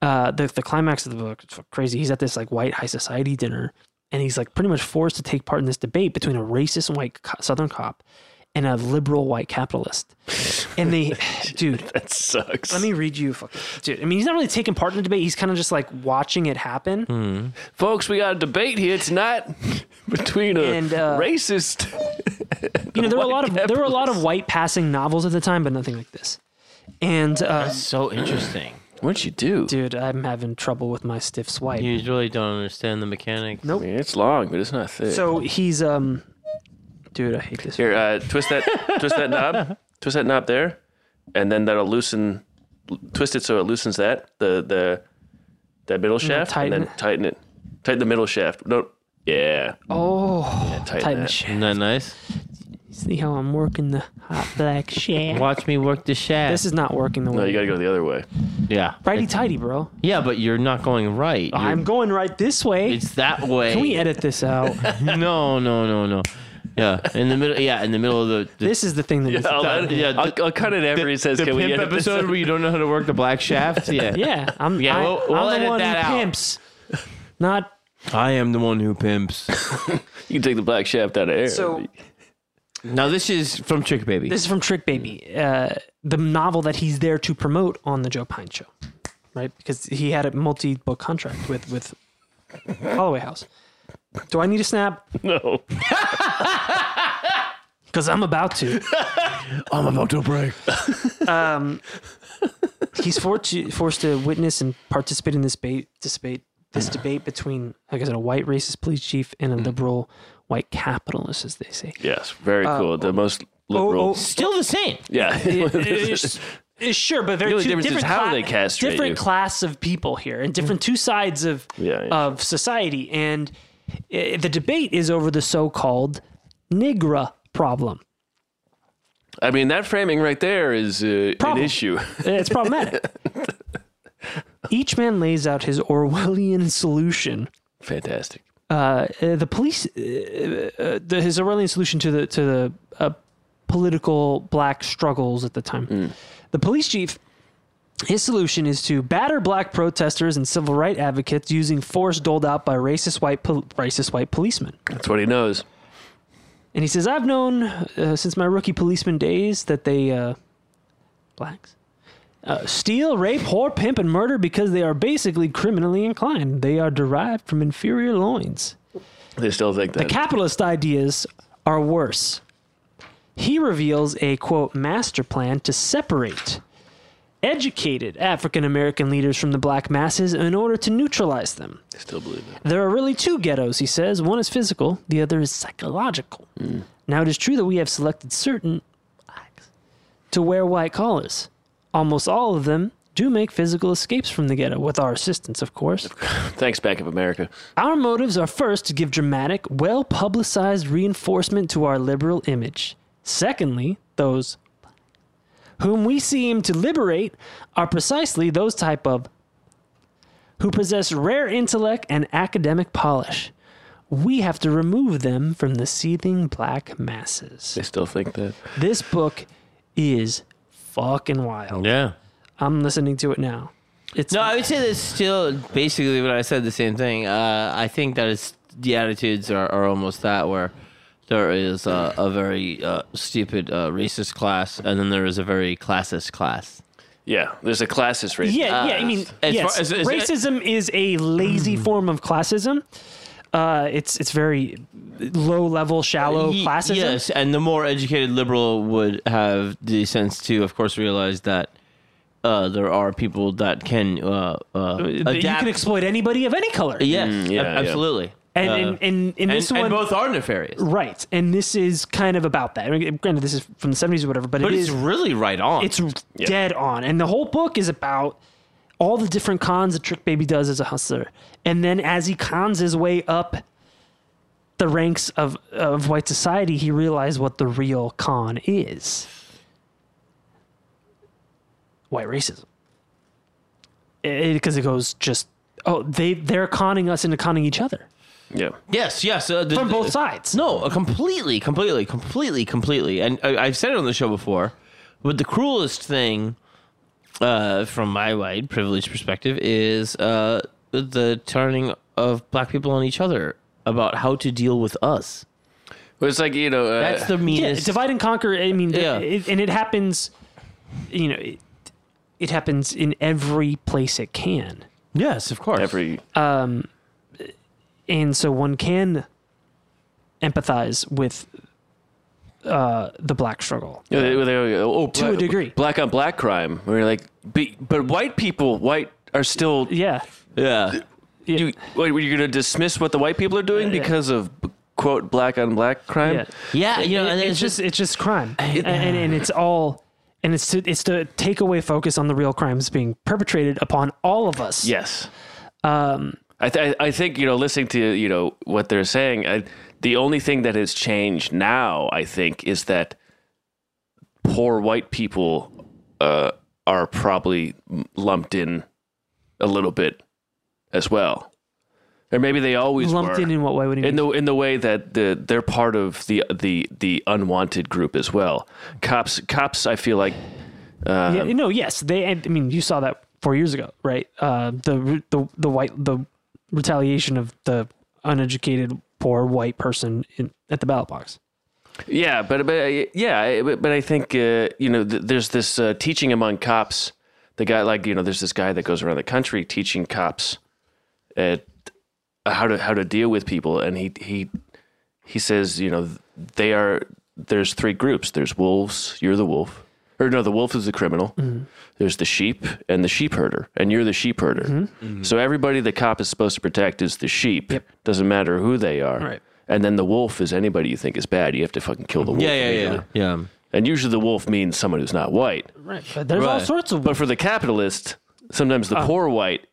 uh, the the climax of the book, it's crazy. He's at this like white high society dinner, and he's like pretty much forced to take part in this debate between a racist white co- Southern cop and a liberal white capitalist. And they, dude, That sucks. let me read you, fucking dude. I mean, he's not really taking part in the debate. He's kind of just like watching it happen. Hmm. Folks, we got a debate here tonight between a And, uh, racist. You know, there were a White lot of there were a lot of white passing novels at the time, but nothing like this. And uh, so interesting. What'd you do? dude, I'm having trouble with my stiff swipe. You really don't understand the mechanics. I mean, it's long, but it's not thick. So he's um, dude, I hate this. Here, uh, twist that, twist that knob, twist that knob there, and then that'll loosen, twist it so it loosens that the the that middle shaft, and Mm, tighten then tighten it, tighten the middle shaft. No, yeah, Oh, tighten, tighten that. shaft. Isn't that nice? See how I'm working the hot black shaft. Watch me work the shaft. This is not working the No, way. you gotta go the other way. yeah. Righty tighty, bro. Yeah, but you're not going right. You're- I'm going right this way. it's that way. Can we edit this out? no, no, no, no. Yeah, in the middle. Yeah, in the middle of the. the this is the thing that. Yeah. I'll, that- yeah, I'll, I'll cut it after he says, the "Can we pimp edit this?" episode where you don't know how to work the black shaft? Yeah. yeah, I'm. Yeah, I, we'll- we'll am edit the one that who out. pimps. Not I am the one who pimps. You can take the black shaft out of air. So- now this is from Trick Baby. This is from Trick Baby, uh, the novel that he's there to promote on the Joe Pine Show, right? Because he had a multi-book contract with with Holloway House. Do I need a snap? no, Because I'm about to. I'm about to break. Um, He's forced to, forced to witness and participate in this debate, debate, this debate between, like I said, a white racist police chief and a liberal white capitalist, as they say. yes, very cool. The most liberal. oh, Still the same. Yeah, Uh, Sure, but very The only two difference is different how cla- they castrate different you. class of people here, and different two sides of Yeah, yeah. of society. And uh, the debate is over the so-called Nigra problem. I mean that framing right there is uh, an Problem. issue. Eh, It's problematic. Each man lays out his Orwellian solution. Fantastic. Uh, uh, the police, uh, uh, the, his Orwellian solution to the to the uh, political black struggles at the time. The police chief His solution is to batter black protesters and civil rights advocates using force doled out by racist white pol- racist white policemen. That's what he knows. And he says, "I've known uh, since my rookie policeman days that they uh, blacks uh, steal, rape, whore, pimp, and murder because they are basically criminally inclined. They are derived from inferior loins. They still think that. Capitalist ideas are worse." He reveals a quote master plan to separate educated African American leaders from the black masses in order to neutralize them. they still believe that. There are really two ghettos, he says. One is physical, the other is psychological. Now, it is true that we have selected certain, I to wear white collars. Almost all of them do make physical escapes from the ghetto, with our assistance, of course. Thanks, Bank of America. Our motives are first to give dramatic, well publicized reinforcement to our liberal image. Secondly, those whom we seem to liberate are precisely those type of who possess rare intellect and academic polish. We have to remove them from the seething black masses. They still think that. This book is fucking wild. Yeah. I'm listening to it now. It's No, I would say that's still basically what I said the same thing. Uh, I think that it's the attitudes are, are almost that where there is a, a very uh, stupid uh, racist class, and then there is a very classist class. Yeah, there's a classist race. Yeah, yeah. I mean, Uh, Ah. as yes, far as- as- racism is a lazy form of classism. Uh, it's it's very low level, shallow Ye- classism. Yes, and the more educated liberal would have the sense to, of course, realize that uh, there are people that can uh, uh, That You adapt. can exploit anybody of any color. yes, Mm, yeah, ab- yeah. absolutely. And, Uh, and, and, and and, this and one, both are nefarious, right? And this is kind of about that. I mean, granted, this is from the seventies or whatever, but, but it it's is really right on. it's dead on. And the whole book is about all the different cons that Trick Baby does as a hustler. And then as he cons his way up the ranks of, of white society, he realized what the real con is white racism. Because it, goes just, oh, they, they're conning us into conning each other Yeah. yes, yes, uh, the- from both the- sides. No, uh, completely, completely, completely, completely. And I, I've said it on the show before, but the cruelest thing, uh, from my white privileged perspective, is uh, the turning of black people on each other about how to deal with us. Well, it's like, you know, uh, That's the yeah, meanest. divide and conquer. I mean, Yeah. it, and it happens. You know, it, it happens in every place it can, yes, of course. every. and so one can empathize with uh, the black struggle. you know, they- they- oh, To a degree. Black on black crime. We're like, but, but white people, white are still. Yeah, yeah. You, wait, you're going to dismiss what the white people are doing Yeah. because of, quote, black on black crime? yeah. Yeah, Um, you know, and It- it's, it's just just it's just crime, and, and and it's all. And it's to, it's to take away focus on the real crimes being perpetrated upon all of us. Yes. Um, I, th- I I think you know, listening to you know what they're saying, I, the only thing that has changed now, I think, is that poor white people uh, are probably lumped in a little bit as well, or maybe they always lumped were. in in what way? What do you in mean? the in the way that the they're part of the the the unwanted group as well. Cops cops, I feel like um, Yeah, no, yes, they. and, I mean, you saw that four years ago, right? Uh, the the the white the retaliation of the uneducated poor white person in, at the ballot box. Yeah, but but I- yeah, I- but, but I think uh, you know th- there's this uh, teaching among cops. The guy, like you know, there's this guy that goes around the country teaching cops at how to how to deal with people, and he he he says you know they are there's three groups. There's wolves. You're the wolf, or no, the wolf is the criminal. There's the sheep and the sheep herder, and you're the sheep herder. Mm-hmm. So everybody the cop is supposed to protect is the sheep. Doesn't matter who they are. Right. And then the wolf is anybody you think is bad. You have to fucking kill the wolf. yeah, yeah, yeah, immediately. yeah. And usually the wolf means someone who's not white. Right, but there's all Right. sorts of But for the capitalist, sometimes the poor white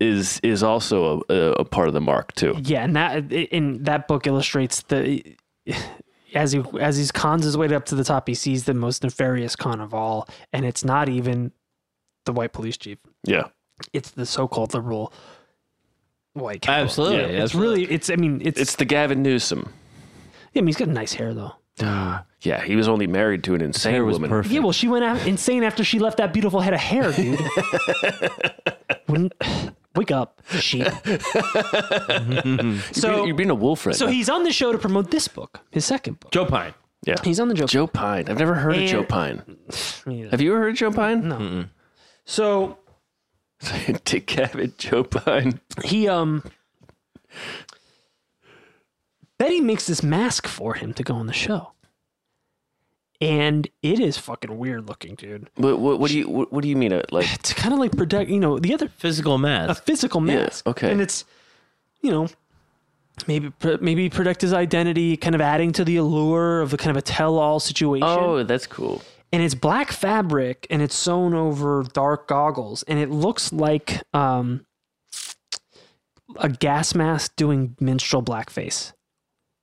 is is also a, a, a part of the mark too. yeah, and that in that book illustrates the as he as he cons his way up to the top, he sees the most nefarious con of all, and it's not even the white police chief; Yeah. it's the so-called liberal white. Capital. Absolutely. It's absolutely. really, it's. I mean, it's. It's the Gavin Newsom. yeah, I mean, he's got nice hair though. Yeah, he was only married to an insane woman. Yeah, well, she went out insane after she left that beautiful head of hair, dude. Wouldn't wake up, sheep. You're being- so, you're being a wolf right so now. he's on the show to promote this book, his second book. Joe Pine. yeah. He's on the joke. Joe Pine. I've never heard And- of Joe Pine. Me neither. Have you ever heard of Joe Pine? So Dick Cavett, Joe Pine. he um, Betty makes this mask for him to go on the show, and it is fucking weird looking, dude. What, what, what do you what, what do you mean? uh, Like It's kind of like product. You know, the other Physical a math. physical mask. okay. And it's, you know, maybe pr- maybe protect his identity, kind of adding to the allure of the kind of a tell-all situation. oh, that's cool. and it's black fabric and it's sewn over dark goggles and it looks like um, a gas mask doing minstrel blackface.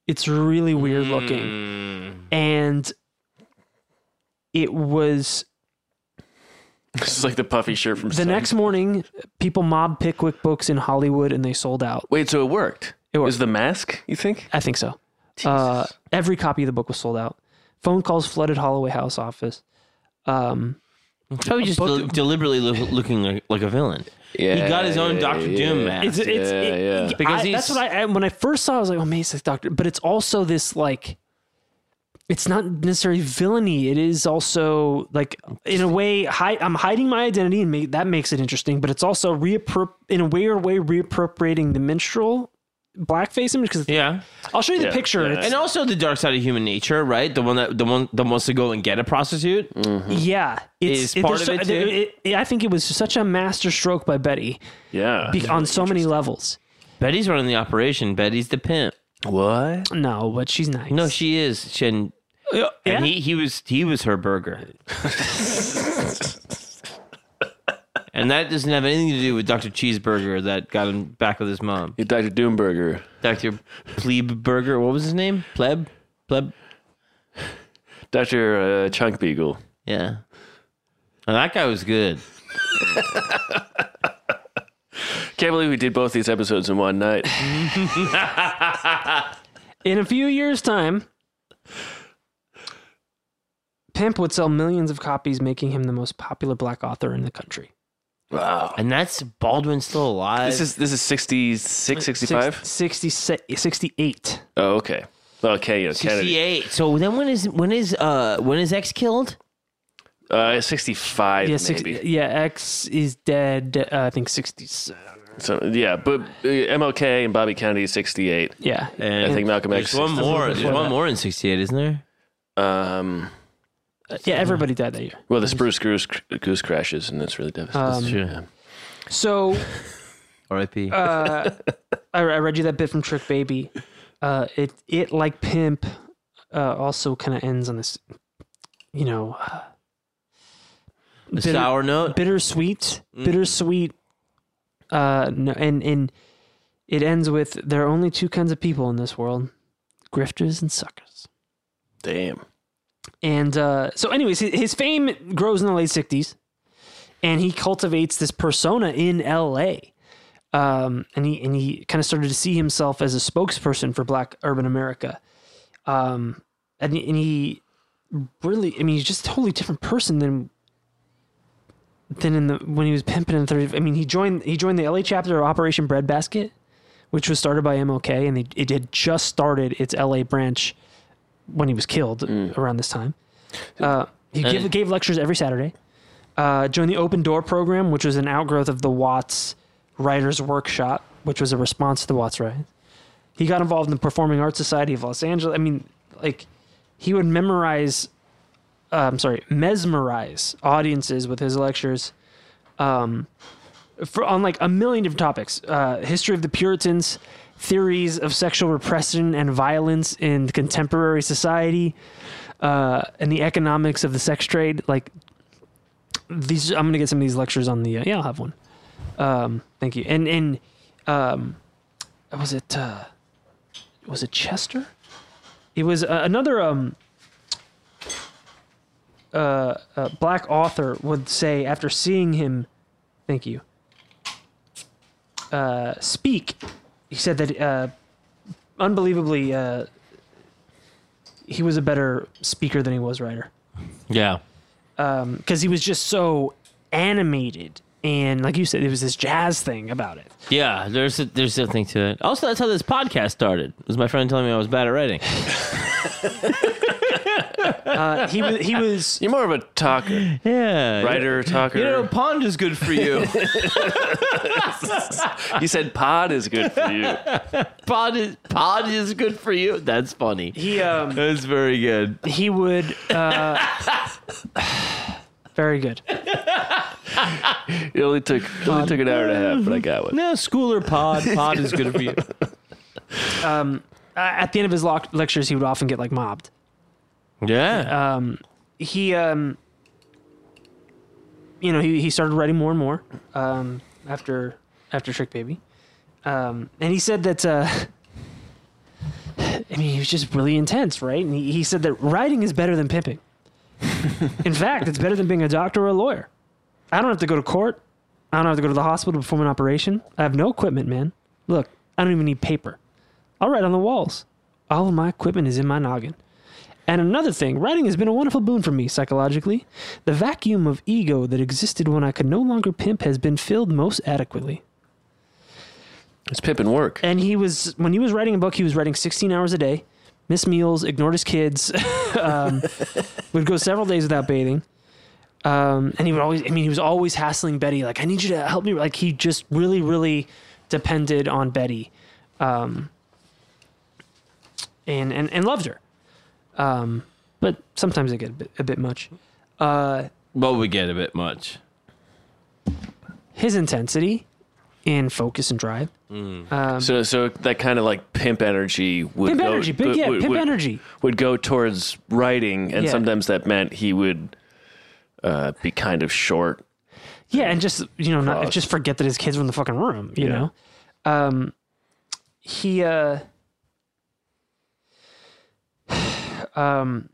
It's really weird looking Hmm. and it was This is like the puffy shirt from the next morning people mobbed pickwick books in hollywood and they sold out Wait, so it worked. It worked. Is the mask? You think? i think so uh, every copy of the book was sold out phone calls flooded holloway house office um, Probably just del- deliberately loo- looking like, like a villain. Yeah, he got his own Doctor Doom mask. it's, it's, Yeah, it- yeah. Because I, that's he's- what I, I when i first saw it, i was like oh man it's this doctor but it's also this like it's not necessarily villainy it is also like in a way hi, i'm hiding my identity and make, that makes it interesting but it's also reappro- in a weird way reappropriating the minstrel blackface image because yeah, i'll show you the Yeah, picture yeah. It's- and also the dark side of human nature, right? The one that the one that wants to go and get a prostitute. Yeah, Is part there's of it so- too? it- it- I think it was such a master stroke by Betty Yeah. be- on so many levels. Betty's running the operation. Betty's the pimp. what? No, but she's nice. No, she is. She, and yeah. and he he was he was her burger. and that doesn't have anything to do with Doctor Cheeseburger that got him back with his mom. Your Doctor Doom burger. Doctor Plebe Burger. What was his name? Pleb. Pleb. Doctor uh, Chunk Beagle. Yeah. Now, that guy was good. Can't believe we did both these episodes in one night. in a few years' time, Pimp would sell millions of copies, making him the most popular black author in the country. wow. And that's Baldwin still alive. This is this is 66, 65? 60, 68. Oh, okay. Well, okay, you know, Kennedy. 68. So then when is when is uh when is X killed? Uh, Yeah, 65, maybe. six, yeah, X is dead. Uh, I think 60s. So, yeah, but uh, MLK and Bobby Kennedy, 68. Yeah. I think Malcolm X. There's one more. There's Yeah. one more in 68, isn't there? Um, Yeah, everybody died that year. well, the Spruce Goose, Goose crashes, and it's really Um, devastating. Sure. So. R.I.P. uh, I, I read you that bit from Trick Baby. Uh, it it like pimp uh, also kind of ends on this, you know, uh, a bitter- sour note. bittersweet, bittersweet. Uh, no, and and it ends with there are only two kinds of people in this world: grifters and suckers. Damn. And uh, so, anyways, his, his fame grows in the late '60s, and he cultivates this persona in L.A. Um, and he and he kind of started to see himself as a spokesperson for Black urban America. Um, and, he- and he really, I mean, he's just a totally different person than than in the when he was pimping in the 30s. I mean, he joined he joined the L.A. chapter of Operation Breadbasket, which was started by MLK, and they, it had just started its L.A. branch when he was killed around this time. Uh, he gave, And- gave lectures every Saturday. Uh, joined the Open Door program, which was an outgrowth of the Watts Writers Workshop, which was a response to the Watts riots. He got involved in the Performing Arts Society of Los Angeles. I mean, like he would memorize, uh, I'm sorry, mesmerize audiences with his lectures, um, for on like a million different topics: uh, history of the Puritans, theories of sexual repression and violence in contemporary society, uh, and the economics of the sex trade. Like these, I'm gonna get some of these lectures on the. Uh, yeah, I'll have one. Um, thank you. And and um, was it uh, was it Chester? It was uh, another um, uh, uh, black author would say after seeing him, thank you. Uh, speak, he said that uh, unbelievably uh, he was a better speaker than he was writer yeah. because he was just so animated and like you said, it was this jazz thing about it. Yeah, there's a, there's something to it. Also, that's how this podcast started. Was my friend telling me I was bad at writing? Uh, he was he was You're more of a talker, Yeah, writer, talker. You know, pond is good for you. you said pod is good for you. pod is pod is good for you. That's funny. he um. That's very good. he would uh, very good It only took it only took an hour and a half, but I got one. No, schooler pod. Pod is good for you. uh, at the end of his loc lectures he would often get like mobbed Yeah. he um you know he, he started writing more and more um after after trick baby um and he said that uh i mean he was just really intense right and he, he said that writing is better than pimping in fact it's better than being a doctor or a lawyer i don't have to go to court i don't have to go to the hospital to perform an operation i have no equipment man look i don't even need paper i'll write on the walls all of my equipment is in my noggin and another thing, writing has been a wonderful boon for me psychologically. The vacuum of ego that existed when I could no longer pimp has been filled most adequately. It's pip and work. And he was, when he was writing a book, he was writing 16 hours a day, missed meals, ignored his kids, um, would go several days without bathing. Um, and he would always, I mean, he was always hassling Betty, like, I need you to help me. Like, he just really, really depended on Betty um, and, and, and loved her. Um, but sometimes they get a bit, a bit much. Uh, But we get a bit much. his intensity and focus and drive. So, so that kind of like pimp energy would Pimp go, energy, big would- yeah, would- pimp would- energy. would go towards writing, and Yeah. sometimes that meant he would uh, be kind of short. Yeah, and just you know, not, Frost. just forget that his kids were in the fucking room. You Yeah. know, um, he uh, um,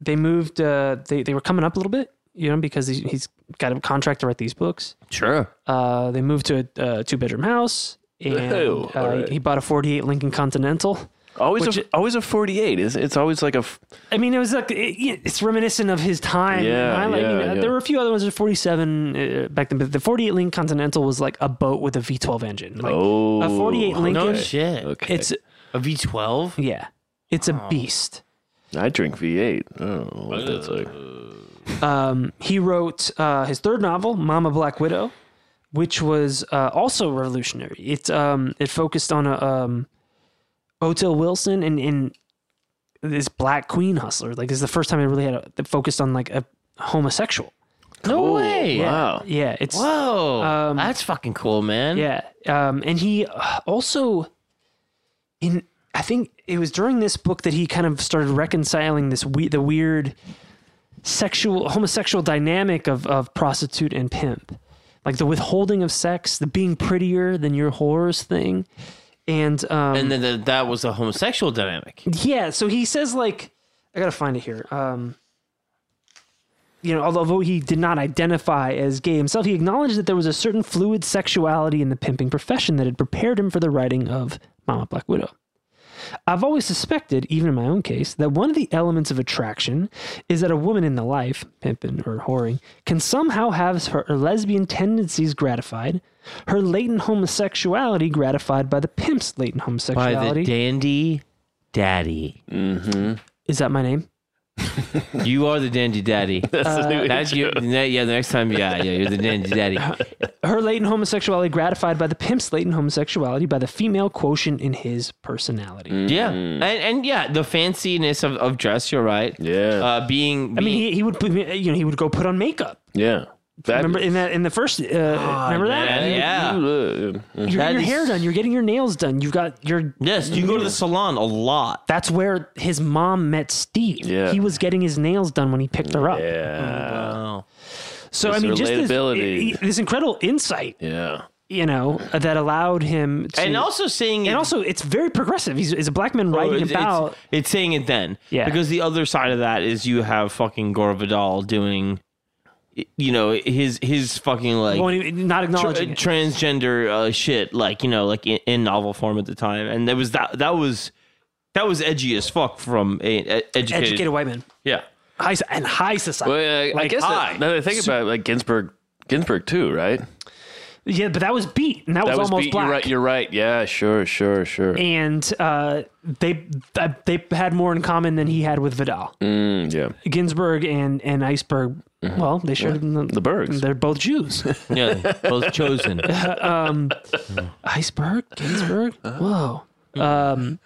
they moved. Uh, they they were coming up a little bit, you know, because he's, he's got a contract to write these books. Sure. Uh, they moved to a, uh two bedroom house, and Oh, uh, all right. he bought a forty eight Lincoln Continental. Always, Which- a, always a forty-eight. It's, it's always like a f- I mean, it was like it, it's reminiscent of his time. Yeah, I, like- I mean, yeah, yeah. There were a few other ones. There's 47 uh, back then, but the 48 Lincoln Continental was like a boat with a V12 engine. Like oh, a 48 Lincoln. No shit. Okay, It's A V twelve. yeah, it's a beast. I drink V8. I don't know what that's like. Uh, Um, he wrote uh, his third novel, Mama Black Widow, which was uh, also revolutionary. It um, it focused on a um, Otel Wilson and, and this black queen hustler. Like, this is the first time I really had a, that focused on like a homosexual. No way. Wow. Yeah, it's Whoa. Um, That's fucking cool, man. Yeah. Um, and he uh, also, in I think it was during this book that he kind of started reconciling this we- the weird sexual homosexual dynamic of of prostitute and pimp, like the withholding of sex, the being prettier than your whores thing, and um, And then th- that was a homosexual dynamic. yeah, so he says like I gotta find it here. Um you know, although he did not identify as gay himself, he acknowledged that there was a certain fluid sexuality in the pimping profession that had prepared him for the writing of Mama Black Widow. I've always suspected, even in my own case, that one of the elements of attraction is that a woman in the life, pimping or whoring, can somehow have her lesbian tendencies gratified, her latent homosexuality gratified by the pimp's latent By homosexuality. the dandy daddy. is that my name? You are the dandy daddy. That's the new That's you. ne- Yeah, the next time, yeah, yeah, you're the dandy daddy. Mm-hmm. her latent homosexuality gratified by the pimp's latent homosexuality by the female quotient in his personality. Yeah, and and yeah, the fanciness of, of dress. You're right. Yeah. uh, being, I mean, he, he would put- you know he would go put on makeup. yeah. That, Remember in that in the first uh, remember that man, yeah. you're That getting your is- hair done, you're getting your nails done, you've got your Yes, you go to the salon a lot. that's where his mom met Steve. Yeah. He was getting his nails done when he picked her up. Yeah. Oh, So I His mean, just this, relatability. i- i- this incredible insight, Yeah. you know, that allowed him to and also seeing it. and also it's very progressive. He's, he's a black man writing Oh, it's, it's- about it's saying it then. Yeah. Because the other side of that is you have fucking Gore Vidal doing, y- you know, his his fucking like well, he- not tra- acknowledging it. transgender uh, shit, like you know, like in, in novel form at the time, and there was that that was that was edgy as fuck from a, a- educated, educated white man. yeah. high and high society. Well, yeah, I, I Like, guess I- that, now that I think about it, like Ginsburg, Ginsburg too, right? yeah, but that was beat, and that, That was, was almost beat. black. You're right. You're right. Yeah. Sure. Sure. Sure. and uh, they uh, they had more in common than he had with Vidal, Mm, yeah. Ginsburg, and and Iceberg. Well, they shared The Bergs. They're both Jews. Yeah, both chosen. Iceberg, Ginsburg. Uh-huh. Whoa, Mm-hmm. um,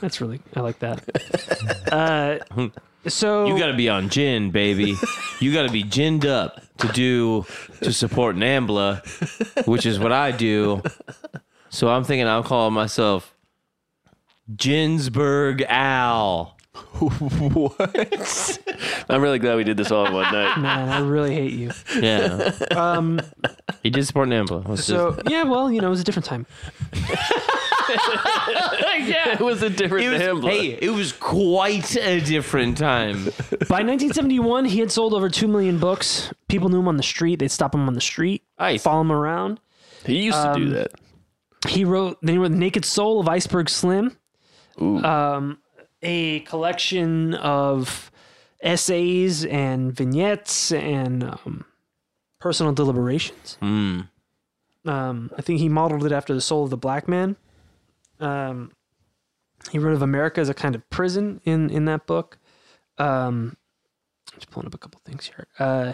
that's really I like that. Uh, so You got to be on gin, baby. You got to be ginned up to do to support Nambla, which is what I do. So I'm thinking I'm calling myself Ginsburg Al. what? I'm really glad we did this all in one night. Man, I really hate you. Yeah. Um, he did support Nambla. It was so yeah, well, you know, it was a different time. yeah, it was a different just- it was- Nambla. hey, it was quite a different time. By 1971, he had sold over two million books. People knew him on the street. They'd stop him on the street, Nice. follow him around. He used to do um, that. He wrote then he wrote Naked Soul of Iceberg Slim, um, a collection of essays and vignettes and um, personal deliberations. Mm. Um, I think he modeled it after the soul of the black man. Um, he wrote of America as a kind of prison in in that book. Um, I'm just pulling up a couple things here. Uh,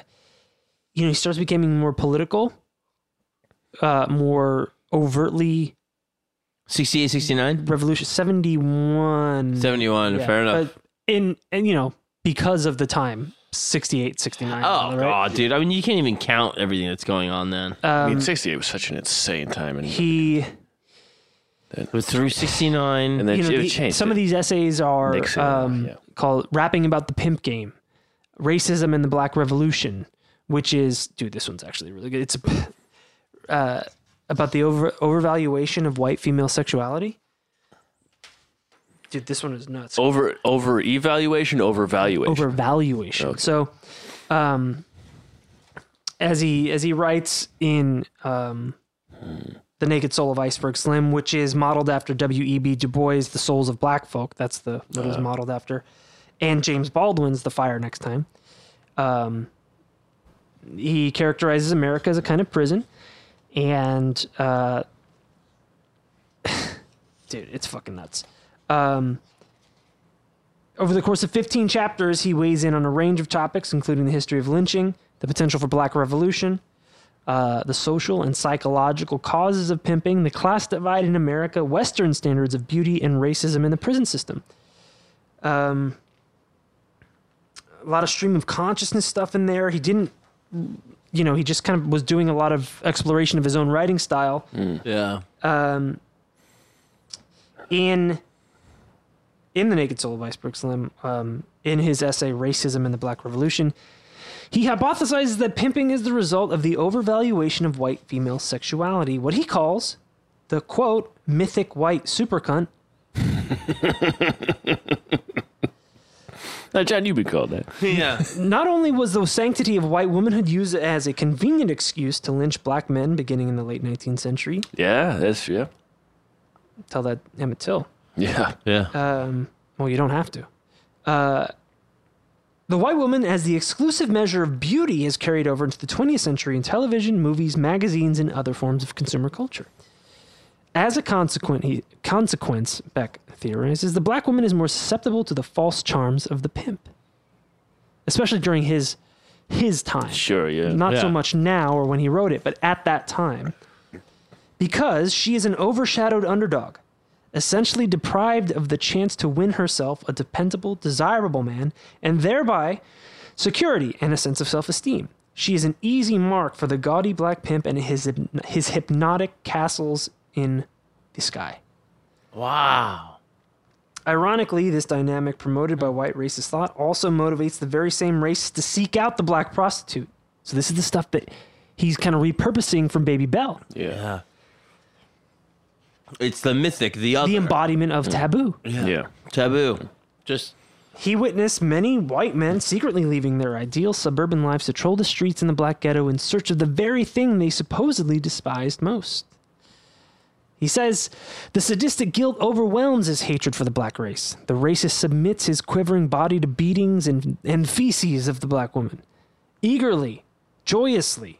you know, he starts becoming more political, uh, more overtly 68, 69? revolution 71 71. Yeah, Fair enough. but in and you know because of the time 68 69 oh, right? God, dude. I mean, you can't even count everything that's going on then. I mean, um, 68 was such an insane time, and, he It was through 69. and then you know it the- changed. some of it. these essays are Nixon, um, yeah. called rapping about the pimp game racism and the black revolution which is dude this one's actually really good it's uh, about the over overvaluation of white female sexuality dude this one is nuts over over evaluation, over valuation. overvaluation. So, um, as he as he writes in um, the Naked Soul of Iceberg Slim, which is modeled after W.E.B. Du Bois' The Souls of Black Folk. That's the what it was modeled after, and James Baldwin's The Fire Next Time. Um, he characterizes America as a kind of prison, and uh, dude, it's fucking nuts. Um, over the course of 15 chapters, he weighs in on a range of topics, including the history of lynching, the potential for black revolution, uh, the social and psychological causes of pimping, the class divide in America, Western standards of beauty, and racism in the prison system. Um, a lot of stream of consciousness stuff in there. He didn't, you know, he just kind of was doing a lot of exploration of his own writing style yeah. in in the Naked Soul of Iceberg Slim, um, in his essay "Racism and the Black Revolution," he hypothesizes that pimping is the result of the overvaluation of white female sexuality, what he calls the quote mythic white supercunt. Now, John, you've been called that. Yeah. Not only was the sanctity of white womanhood used as a convenient excuse to lynch black men beginning in the late 19th century, Yeah, that's yeah, tell that Emmett Till. yeah. Yeah. Um, well, you don't have to. Uh, the white woman, as the exclusive measure of beauty, has carried over into the 20th century in television, movies, magazines, and other forms of consumer culture. As a consequent, he, consequence, Beck theorizes, the black woman is more susceptible to the false charms of the pimp, especially during his his time Sure, yeah. not so Yeah. much now or when he wrote it, but at that time. Because she is an overshadowed underdog, essentially deprived of the chance to win herself a dependable, desirable man, and thereby security and a sense of self esteem. She is an easy mark for the gaudy black pimp and his, his hypnotic castles in the sky. wow. Ironically, this dynamic promoted by white racist thought also motivates the very same race to seek out the black prostitute. So this is the stuff that he's kind of repurposing from Baby Bell, yeah, It's the mythic, the other. the embodiment of taboo. yeah, yeah. taboo. Just He witnessed many white men secretly leaving their ideal suburban lives to troll the streets in the black ghetto in search of the very thing they supposedly despised most. He says the sadistic guilt overwhelms his hatred for the black race. The racist submits his quivering body to beatings and, and feces of the black woman. Eagerly, joyously,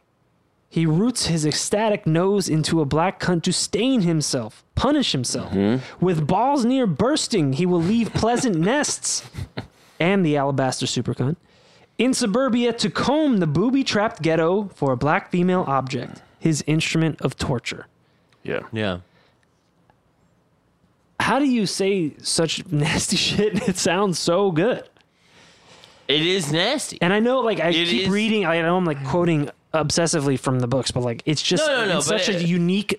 he roots his ecstatic nose into a black cunt to stain himself, punish himself. With balls near bursting, he will leave pleasant nests and the alabaster supercunt in suburbia to comb the booby trapped ghetto for a black female object, his instrument of torture. yeah. How do you say such nasty shit? and It sounds so good. It is nasty. And I know, like, I It keep is- reading, I know I'm like quoting obsessively from the books, but like, it's just No, no, no, it's but such a it- unique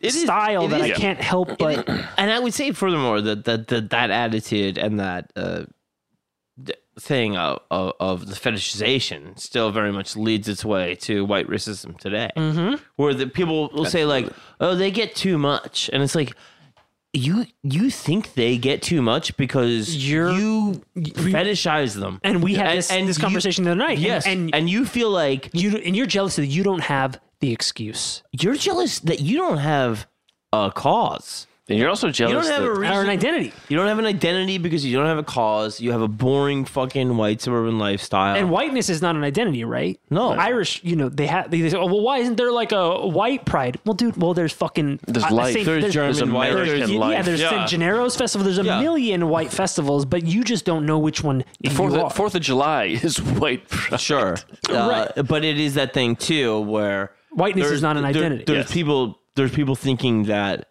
It is- style it that I is- can't help but. and I would say furthermore that that that, that attitude and that uh, thing of, of, of the fetishization still very much leads its way to white racism today, mm-hmm. where the people will say like, "Oh, they get too much," and it's like. You you think they get too much because You're- you fetishize them, And we had this, this you- conversation the other night. and- Yes, and, and you feel like you and you're jealous that you don't have the excuse you're jealous that you don't have a cause. And you're also You jealous. don't have that, a reason. or an identity. You don't have an identity because you don't have a cause. You have a boring fucking white suburban lifestyle. And whiteness is not an identity, right? Oh. No. Irish. You know, they have. They, they say, "Oh, well, why isn't there like a white pride?" Well, dude, well, there's fucking There's I- I life. say There's German There's white- American there's- yeah, life. there's Yeah. St. Gennaro's festival. There's a Yeah. million white festivals, but you just don't know which one you Fourth are. of, Fourth of July is white. pride. sure, uh, but it is that thing too where Whiteness is there's- not an there- identity. there's Yes. people. There's people thinking that.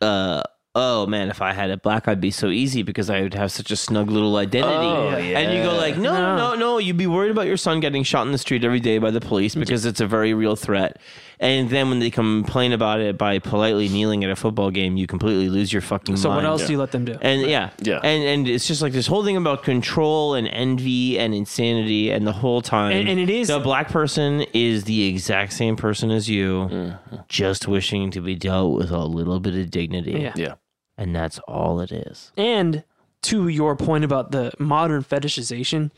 Uh, oh man, if I had a black, I'd be so easy because I would have such a snug little identity. Oh, Yeah. And you go like, no, no, no, no. You'd be worried about your son getting shot in the street every day by the police because it's a very real threat. And then when they complain about it by politely kneeling at a football game, you completely lose your fucking so mind. what else do you let them do? And yeah, Yeah. and and it's just like this whole thing about control and envy and insanity, and the whole time. And- and it is- the black person is the exact same person as you, Mm-hmm. just wishing to be dealt with a little bit of dignity. Yeah. Yeah. and that's all it is. And to your point about the modern fetishization,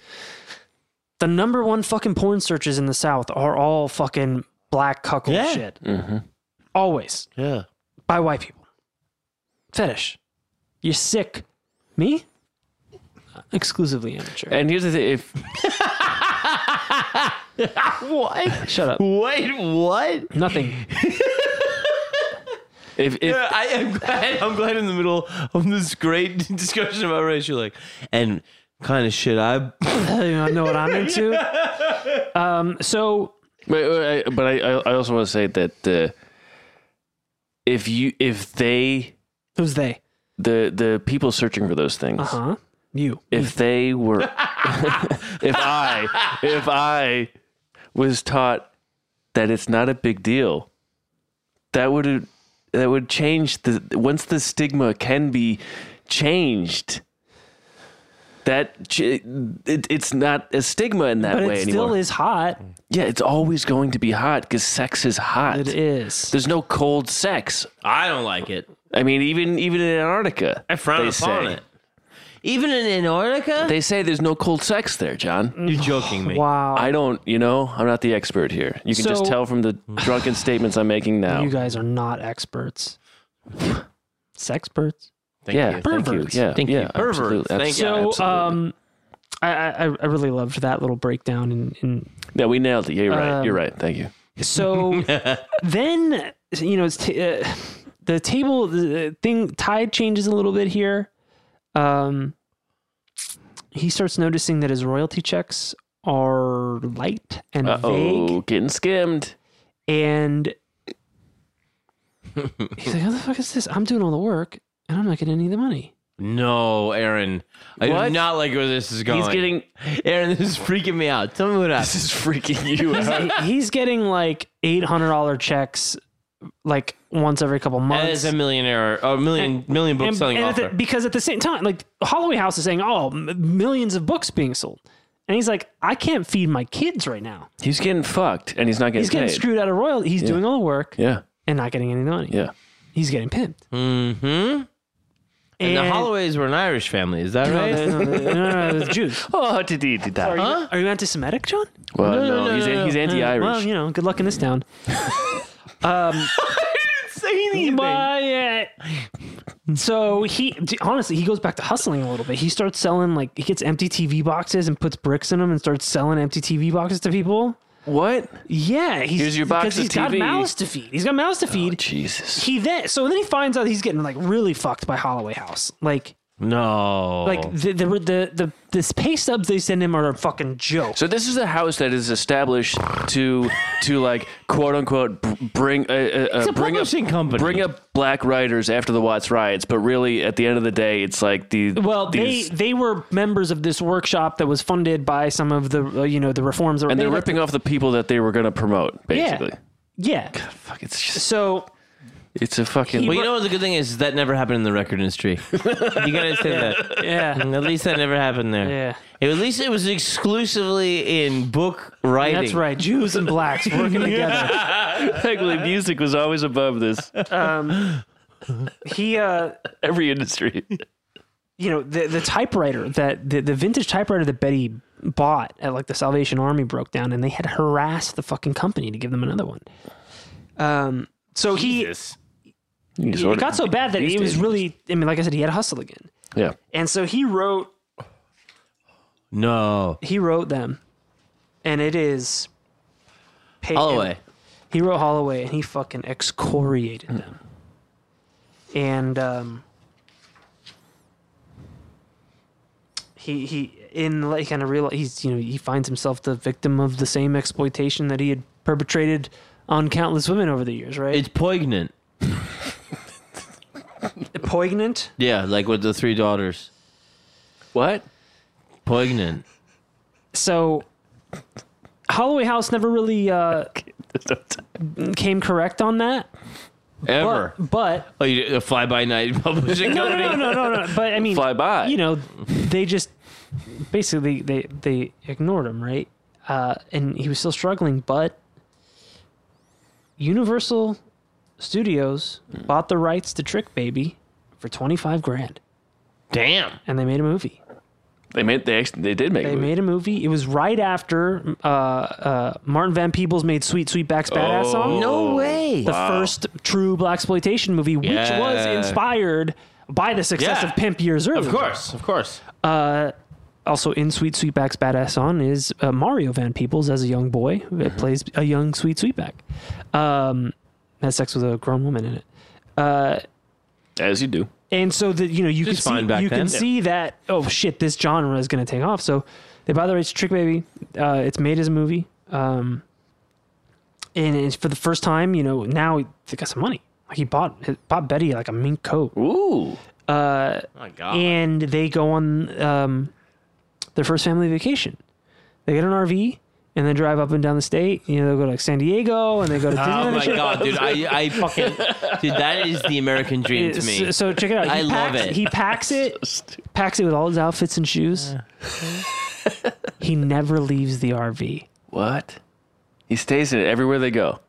the number one fucking porn searches in the South are all fucking black cuckold Yeah. Mm-hmm. shit. Always Yeah, by white people. Fetish. You're sick. Me? Exclusively amateur. And here's the thing: if what? Shut up. Wait, what? Nothing. if, if I am glad. I'm glad in the middle of this great discussion about race, you're like, and kind of shit. I I know what I'm into. Um, so But, uh, I- but I, I I also want to say that uh, if you if they who's they? the the people searching for those Uh-huh. things Huh? You. if they were if I if I was taught that it's not a big deal that would that would change the once the stigma can be changed that ch- it, it's not a stigma in that But way it anymore. still is hot. Yeah, it's always going to be hot because sex is hot. It is. There's no cold sex. I don't like it. I mean, even even in Antarctica, I frown they upon say, it. Even in Antarctica, They say there's no cold sex there, John. you're joking me. Wow. I don't, you know, I'm not the expert here. You can just So- tell from the drunken statements I'm making now. You guys are not experts. Sexperts. Thank yeah, you. thank you. Perverts. Yeah, Thank you. yeah, Perverts. absolutely, Thank you. absolutely, So absolutely. um I, I, I really loved that little breakdown and, and yeah, we nailed it. Yeah, you're right. um, You're right. Thank you. so then you know it's t- uh, the table the thing tide changes a little bit here um he starts noticing that his royalty checks are light and vague Oh, getting skimmed. and he's like how the fuck is this i'm doing all the work and i'm not getting any of the money No, Aaron. I What? do not like where this is going. He's getting. Aaron, this is freaking me out. Tell me what happened. This is freaking you out. he's getting like eight hundred dollar checks, like once every couple months. As a millionaire, a million, million book And- selling and at the- author. because at the same time, like Holloway House is saying, "Oh, m- millions of books being sold," and he's like, "I can't feed my kids right now. He's getting fucked, and he's not getting He's getting paid. screwed out of royalty. He's doing all the work Yeah, and not getting any money. yeah. He's getting pimped." mm-hmm. And, And, the Holloways were an Irish family. Is that No, right? no, no, no, no, no, it's uh, Jews. Oh, did he did that? Are you, are you anti-Semitic, John? Well, no, no, no, he's, no, he's no. anti-Irish. Well, you know, good luck in this town. Um, Say anything. Quiet. So he d- honestly he goes back to hustling a little bit. He starts selling like he gets empty TV boxes and puts bricks in them and starts selling empty TV boxes to people. What? Yeah, he's, Here's your box because of He's got TV. mouths to feed. He's got mouths to feed. Oh, Jesus. he then so then he finds out he's getting like really fucked by Holloway House. Like No. like Oh. the the the the, the pay stubs they send him are a fucking joke. So this is a house that is established to to like quote unquote b- bring uh, uh, uh, it's a bring up publishing company. bring up black writers after the Watts riots, but really at the end of the day, it's like the well, these- they they were members of this workshop that was funded by some of the uh, you know the reforms that were and they're made. ripping off the people that they were going to promote. yeah Basically, yeah. fuck, it's just So It's a fucking. Well, you know what the good thing is? That never happened in the record industry. you gotta say that. Yeah. At least that never happened there. Yeah. At least it was exclusively in book writing. That's right. Jews and blacks working together. Technically, music was always above this. He, uh, Every industry. you know, the, the typewriter that the, the vintage typewriter that Betty bought at like the Salvation Army broke down and they had harassed the fucking company to give them another one. Um, so Jesus. You just he, it order- got so bad that these he was days. really, I mean, like I said, he had to hustle again. Yeah. And so he wrote No. he wrote them, and it is. Pay- Holloway. He wrote Holloway, and he fucking excoriated them. And um, he he in like kind of real he's you know he finds himself the victim of the same exploitation that he had perpetrated on countless women over the years, right? It's poignant. It's poignant. Yeah, like with the three daughters. What? Poignant. So Holloway House never really uh, came correct on that, Ever. but but oh, you, a fly by night Oh publishing no, company? no, no, no, no, no. But I mean, Fly by. You know, they just basically they they ignored him, right? Uh, and he was still struggling, but Universal Studios bought the rights to Trick Baby for twenty five grand, Damn. and they made a movie. They made. They actually. They did make. They it. made a movie. It was right after uh, uh, Martin Van Peebles made "Sweet Sweet Back's Badass" Oh, song. No way. the first true black exploitation movie, which was Yeah. inspired by the success Yeah. of Pimp years earlier. Uh, Of course, of course. also in Sweet Sweetback's Badass Song is uh, Mario Van Peebles as a young boy Mm-hmm. that plays a young Sweet Sweetback. Um, has sex with a grown woman in it. As you do. And so that you know you can Just see, fine back you then. can see that oh shit this genre is going to take off. So they buy the rights to Trick Baby. Uh, it's made as a movie. Um, and it's for the first time, you know, now they got some money. Like he bought bought Betty like a mink coat. Ooh. Uh, Oh my god. and they go on um, their first family vacation. They get an RV and they drive up and down the state. You know, they'll go to like San Diego and they go to Disneyland. Oh and my shit. god, dude! I, I fucking dude, that is the American dream to So, me. so check it out. He I love packs, it. He packs it, packs it with all his outfits and shoes. he never leaves the RV. What? He stays in it everywhere they go.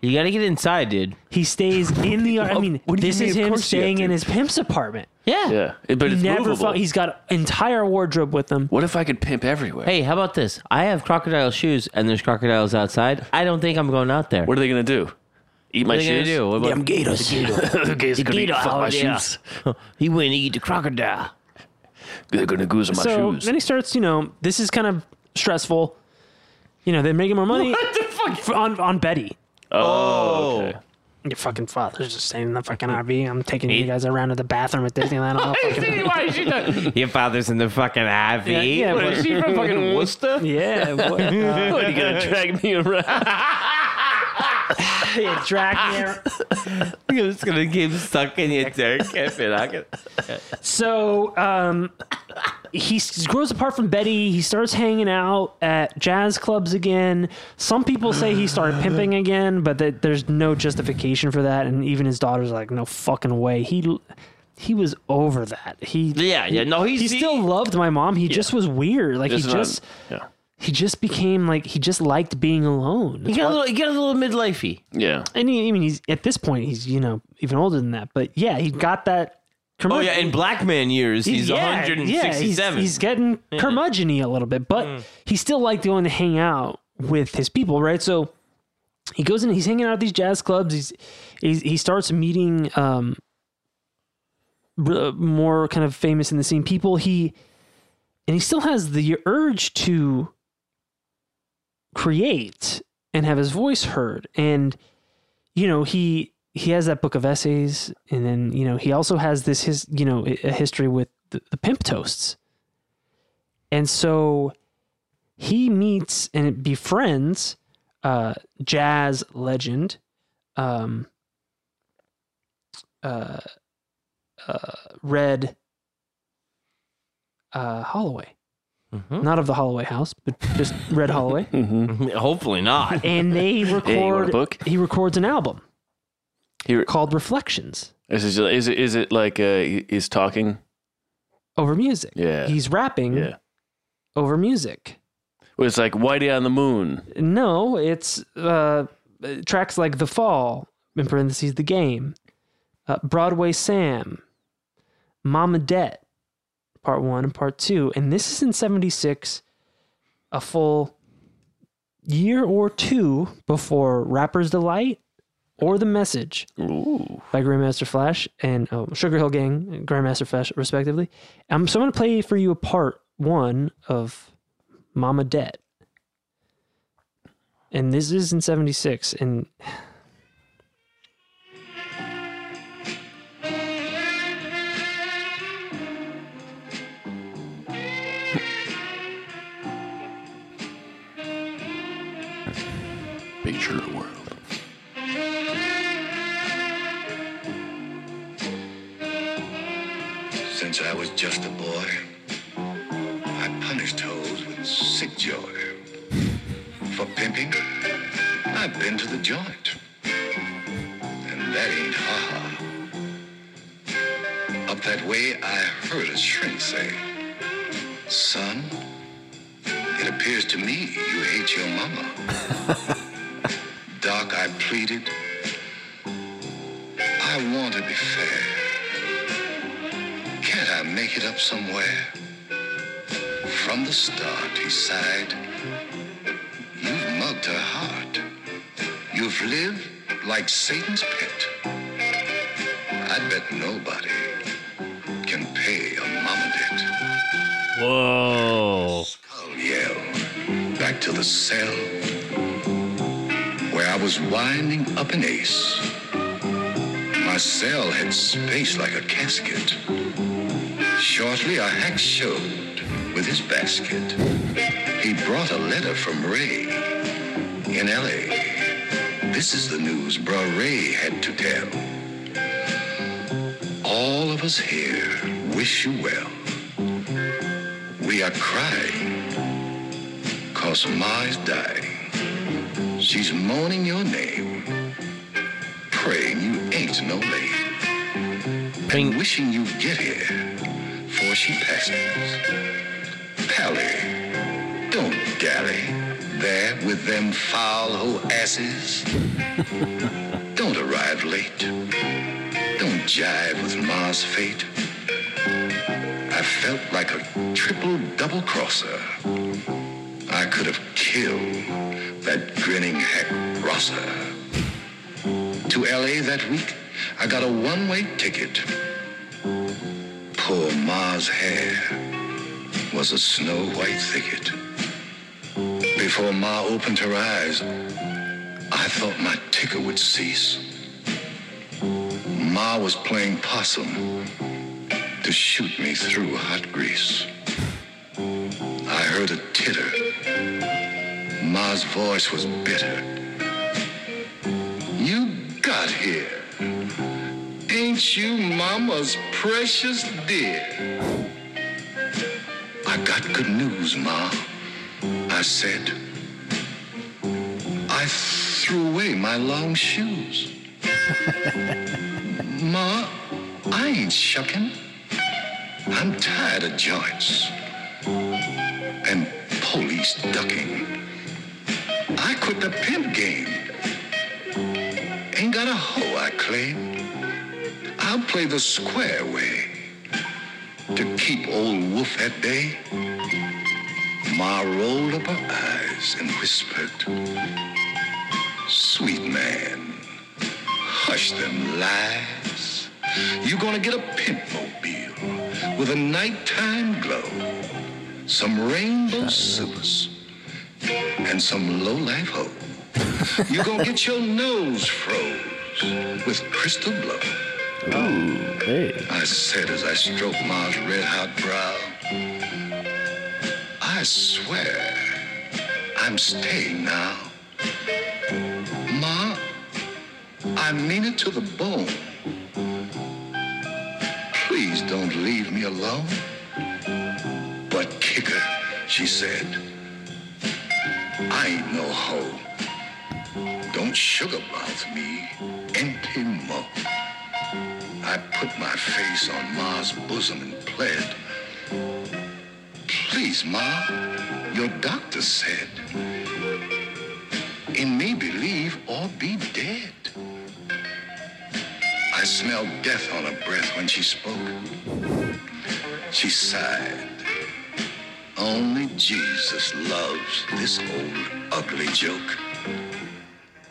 You gotta get inside, dude. He stays in the. I mean, What do you this mean? is Of him course you staying have in to. his pimp's apartment. Yeah. Yeah. It- but He it's never. movable. Fu- he's got an entire wardrobe with him. what if I could pimp everywhere? Hey, how about this? I have crocodile shoes, and there's crocodiles outside. I don't think I'm going out there. What are they gonna do? Eat my What are they gonna shoes? do? What about- The gays gonna eat Gator, fuck oh, my yeah. shoes. He wouldn't eat the crocodile. They're gonna goose on my so shoes. then he starts, you know, this is kind of stressful. You know, they're making more money f- on, on Betty. oh. okay. Your fucking father's just staying in the fucking RV. I'm taking you guys around to the bathroom at Disneyland. I'll fucking, Your father's in the fucking IV. Yeah, yeah, but- she from fucking Worcester? yeah, what, uh, What, you gonna drag me around? yeah, drag me. I'm just gonna keep sucking your dick if you're not gonna- So um, he s- grows apart from Betty. He starts hanging out at jazz clubs again. Some people say he started pimping again, but that there's no justification for that. And even his daughter's like, no fucking way. He l- he was over that. He Yeah, yeah. No, he's he still loved my mom. He just was weird. Like This he is not- just yeah. he just became like he just liked being alone. He got a little, he got a little midlifey. Yeah. and he, I mean, he's at this point he's you know even older than that. But yeah, he got that. Curmud- Oh yeah, in black man years, he's yeah, 167. Yeah, he's, he's getting curmudgeony a little bit, but Mm. he still liked going to hang out with his people, right? So he goes in, he's hanging out at these jazz clubs. He's, he's he starts meeting um r- more kind of famous in the scene people. He and he still has the urge to create and have his voice heard and you know he he has that book of essays and then you know he also has this his you know a a history with the, the pimp toasts and so he meets and befriends uh jazz legend um uh uh red uh holloway Mhm. not of the holloway house but just red holloway Mm-hmm. Hopefully not. and they record Hey, you want a book? he records an album He- called Reflections Is it, is it, is it like uh, he- he's talking? over music. Yeah. He's rapping Yeah. over music. Well, It's like Whitey on the Moon. No, it's uh, tracks like The Fall, in parentheses, The Game, uh, Broadway Sam, Mama Det, part one and part two. And this is in 76, a full year or two before Rapper's Delight or The Message Ooh. by Grandmaster Flash and oh, Sugar Hill Gang, and Grandmaster Flash, respectively. Um, so I'm going to play for you a part one of Mama Det. And this is in 76. And Picture of the world. Since I was just a boy, I punished hoes with sick joy. For pimping, I've been to the joint. And that ain't ha-ha. Up that way, I heard a shrink say, Son, it appears to me you hate your mama. Doc, I pleaded, I want to be fair. Can't I make it up somewhere? From the start, he sighed. You've mugged her heart. You've lived like Satan's pet. I bet nobody can pay a mama debt. Whoa. I'll yell Oh, back to the cell where I was winding up an ace. My cell had space like a casket. Shortly, a hack showed with his basket. He brought a letter from Ray in L.A. This is the news Bra Ray had to tell. All of us here wish you well. We are crying, 'cause Ma's dying. She's moaning your name, praying you ain't no lady, and Ping. wishing you get here before she passes. Pally, don't dally there with them foul ho asses. don't arrive late. Don't jive with Ma's fate. I felt like a triple double crosser. I could have killed that grinning hack Rosser. To LA that week, I got a one way ticket. Poor Ma's hair was a snow white thicket. Before Ma opened her eyes, I thought my ticker would cease. Ma was playing possum to shoot me through hot grease. I heard a titter. Ma's voice was bitter. You got here. Ain't you mama's precious dear? I got good news, Ma. I said. I threw away my long shoes. Ma, I ain't shucking. I'm tired of joints and police ducking. I quit the pimp game. Ain't got a hoe I claim. I'll play the square way to keep old Wolf at bay. Ma rolled up her eyes and whispered, Sweet man, hush them lies. You gonna get a pimp mobile with a nighttime glow, some rainbow supers, and some low-life hope. You gonna get your nose froze with crystal blow. Hey. I said as I stroked Ma's red hot brow. I swear I'm staying now. Ma, I mean it to the bone. Please don't leave me alone. But kicker, she said, I ain't no hoe. Don't sugarmouth me, empty mouth. I put my face on Ma's bosom and pled. Please, Ma, your doctor said, in me believe or be dead. I smelled death on her breath when she spoke. She sighed. Only Jesus loves this old ugly joke.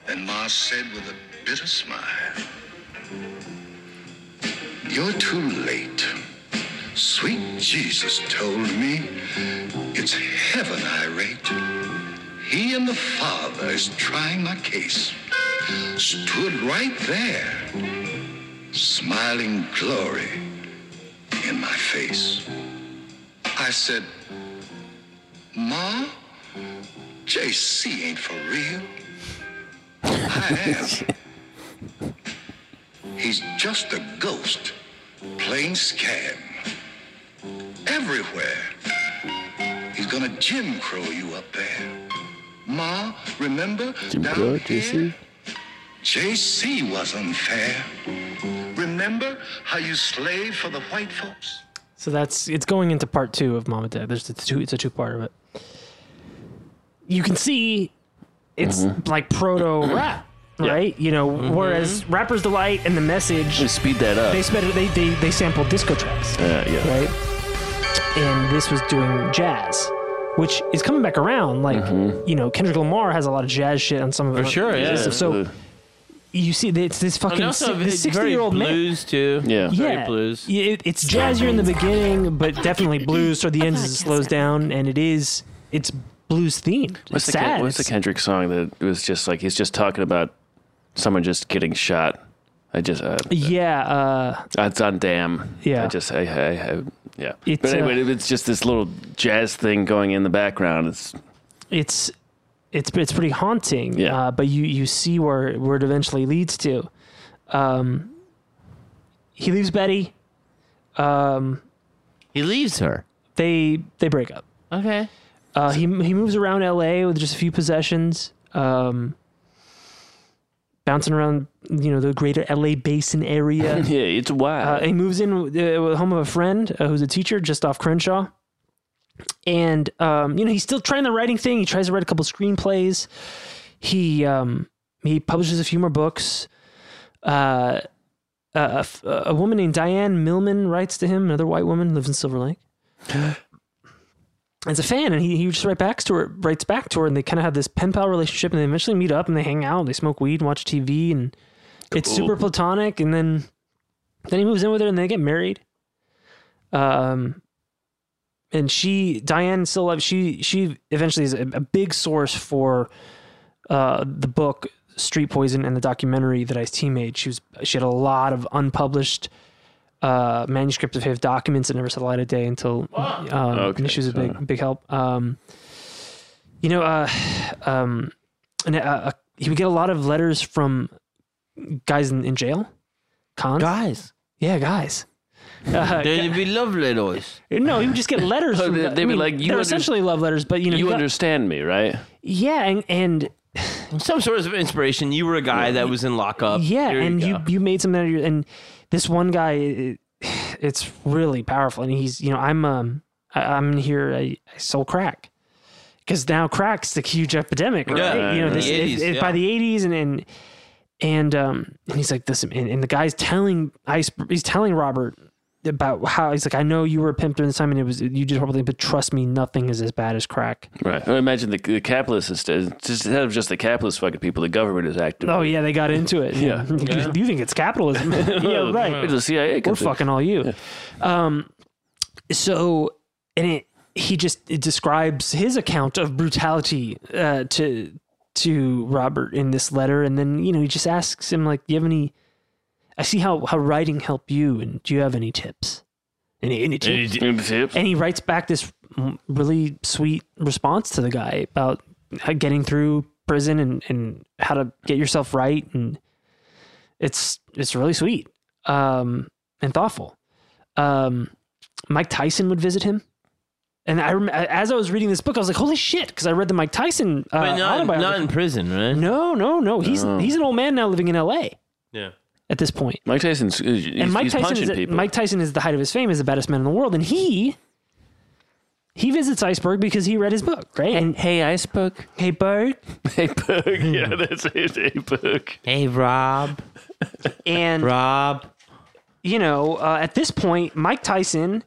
And Ma said with a bitter smile, You're too late. Sweet Jesus told me it's heaven I rate. He and the Father is trying my case. Stood right there, smiling glory in my face. I said, Ma, JC ain't for real. I am. He's just a ghost, plain scam. Everywhere. He's gonna Jim Crow you up there. Ma, remember Jim down Crow, here? JC was unfair. Remember how you slaved for the white folks? So that's it's going into part two of Mama Dad. There's the two. It's a two part of it. You can see it's like proto rap, right? You know, whereas Rapper's Delight and the Message, Just speed that up. they sped they they they sampled disco tracks, Yeah, yeah. right? And this was doing jazz, which is coming back around. Like Mm-hmm. you know, Kendrick Lamar has a lot of jazz shit on some of For it. sure, yeah. So, so Uh, you see, it's this And fucking also, it's sixty very year old man. blues too. Yeah. very blues. Yeah, it- it's jazzier in the beginning, but definitely blues toward the end as it slows down, and it is it's blues themed. what's, It's the, sad. Ken- what's the Kendrick song that was just like he's just talking about someone just getting shot? I just uh, yeah, uh, it's on damn. Yeah. I just I, I, I yeah. It's, but anyway, uh, it's just this little jazz thing going in the background. It's it's it's it's pretty haunting. Yeah. Uh, but you you see where where it eventually leads to. Um, he leaves Betty. He leaves her. They they break up. Okay. Uh, he he moves around L.A. with just a few possessions, um, bouncing around you know the greater L.A. basin area. yeah, it's Uh, wild. he moves in uh, with the home of a friend uh, who's a teacher just off Crenshaw. And, um, you know, he's still trying the writing thing. He tries to write a couple screenplays. He, um, he publishes a few more books. Uh, a- a, f- a woman named Diane Millman writes to him, another white woman, lives in Silver Lake. As a fan, and he, he just write back to her, writes back to her, and they kind of have this pen pal relationship, and they eventually meet up and they hang out, and they smoke weed and watch TV, and it's super platonic. And then then he moves in with her and they get married um and she diane still alive she she eventually is a, a big source for uh the book street poison and the documentary that ice team made she was she had a lot of unpublished uh manuscript of his documents that never saw the light of day until um Okay, and she was a so- big big help um you know uh um and uh, uh, he would get a lot of letters from guys in, in jail cons Guys. yeah, guys. Uh, They'd be love letters. no, you would just get letters. Oh, From, they- the- they I would, mean, like, you they're under- essentially love letters, but you know, you got- understand me, right? yeah, and, and Some sort of inspiration. You were a guy that was in lockup. yeah, Here and you, go. you made something out of your. And this one guy, it, it's really powerful, and he's you know I'm um I, I'm here I, I sold crack because now crack's the huge epidemic, right? Yeah, you know in this the it- 80s, it- yeah. by the 80s and and and um and he's like this and, and the guy's telling ice he's telling Robert about how he's like I know you were a pimp during this time and it was you did horrible things but trust me nothing is as bad as crack Right. I imagine the, the capitalist instead, just instead of just the capitalist fucking people, the government is active. oh yeah they got into it Yeah. you, you think it's capitalism yeah right It's the CIA. we're comes in. fucking all you. Um, so and it he just it describes his account of brutality uh, to to Robert in this letter, and then you know he just asks him like, "Do you have any? I see how how writing help you, and do you have any tips? Any any tips?" Any tips? and he writes back this really sweet response to the guy about how getting through prison and, and how to get yourself right and it's it's really sweet um and thoughtful um mike tyson would visit him And I rem- as I was reading this book, I was like, "Holy shit!" Because I read the Mike Tyson uh, But not, autobiography. not in prison, right? No, no, no. He's he's an old man now living in L.A. Yeah. at this point. Mike Tyson's he's, And Mike he's Tyson punching is people. Mike Tyson is the height of his fame as the baddest man in the world, and he he visits Iceberg because he read his book, right? And hey, Iceberg. hey, Bird, hey, Book. Hmm. Yeah, that's it. Hey, Book. Hey, Rob. and Rob. you know, uh, at this point, Mike Tyson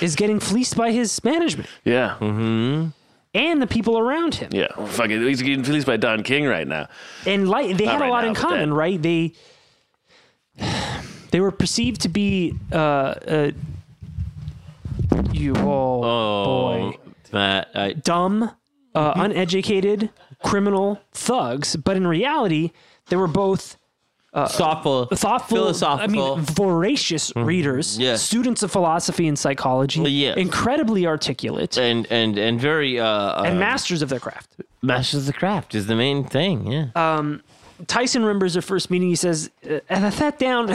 is getting fleeced by his management Yeah. and the people around him. Yeah. Well, fucking, he's getting released by Don King right now. and like they Not had a right lot now, in but common, then. right? They they were perceived to be uh, uh, you oh, boy Matt, I, dumb, Mm-hmm. uh, uneducated, criminal thugs, but in reality, they were both thoughtful, Uh, thoughtful, I philosophical. Mm-hmm. mean, voracious readers, Yes. students of philosophy and psychology, Yes. incredibly articulate, and and and very uh, uh and masters of their craft. Um, masters of the craft is the main thing. Yeah. Uh, Tyson remembers their first meeting. He says, uh, "And I sat down."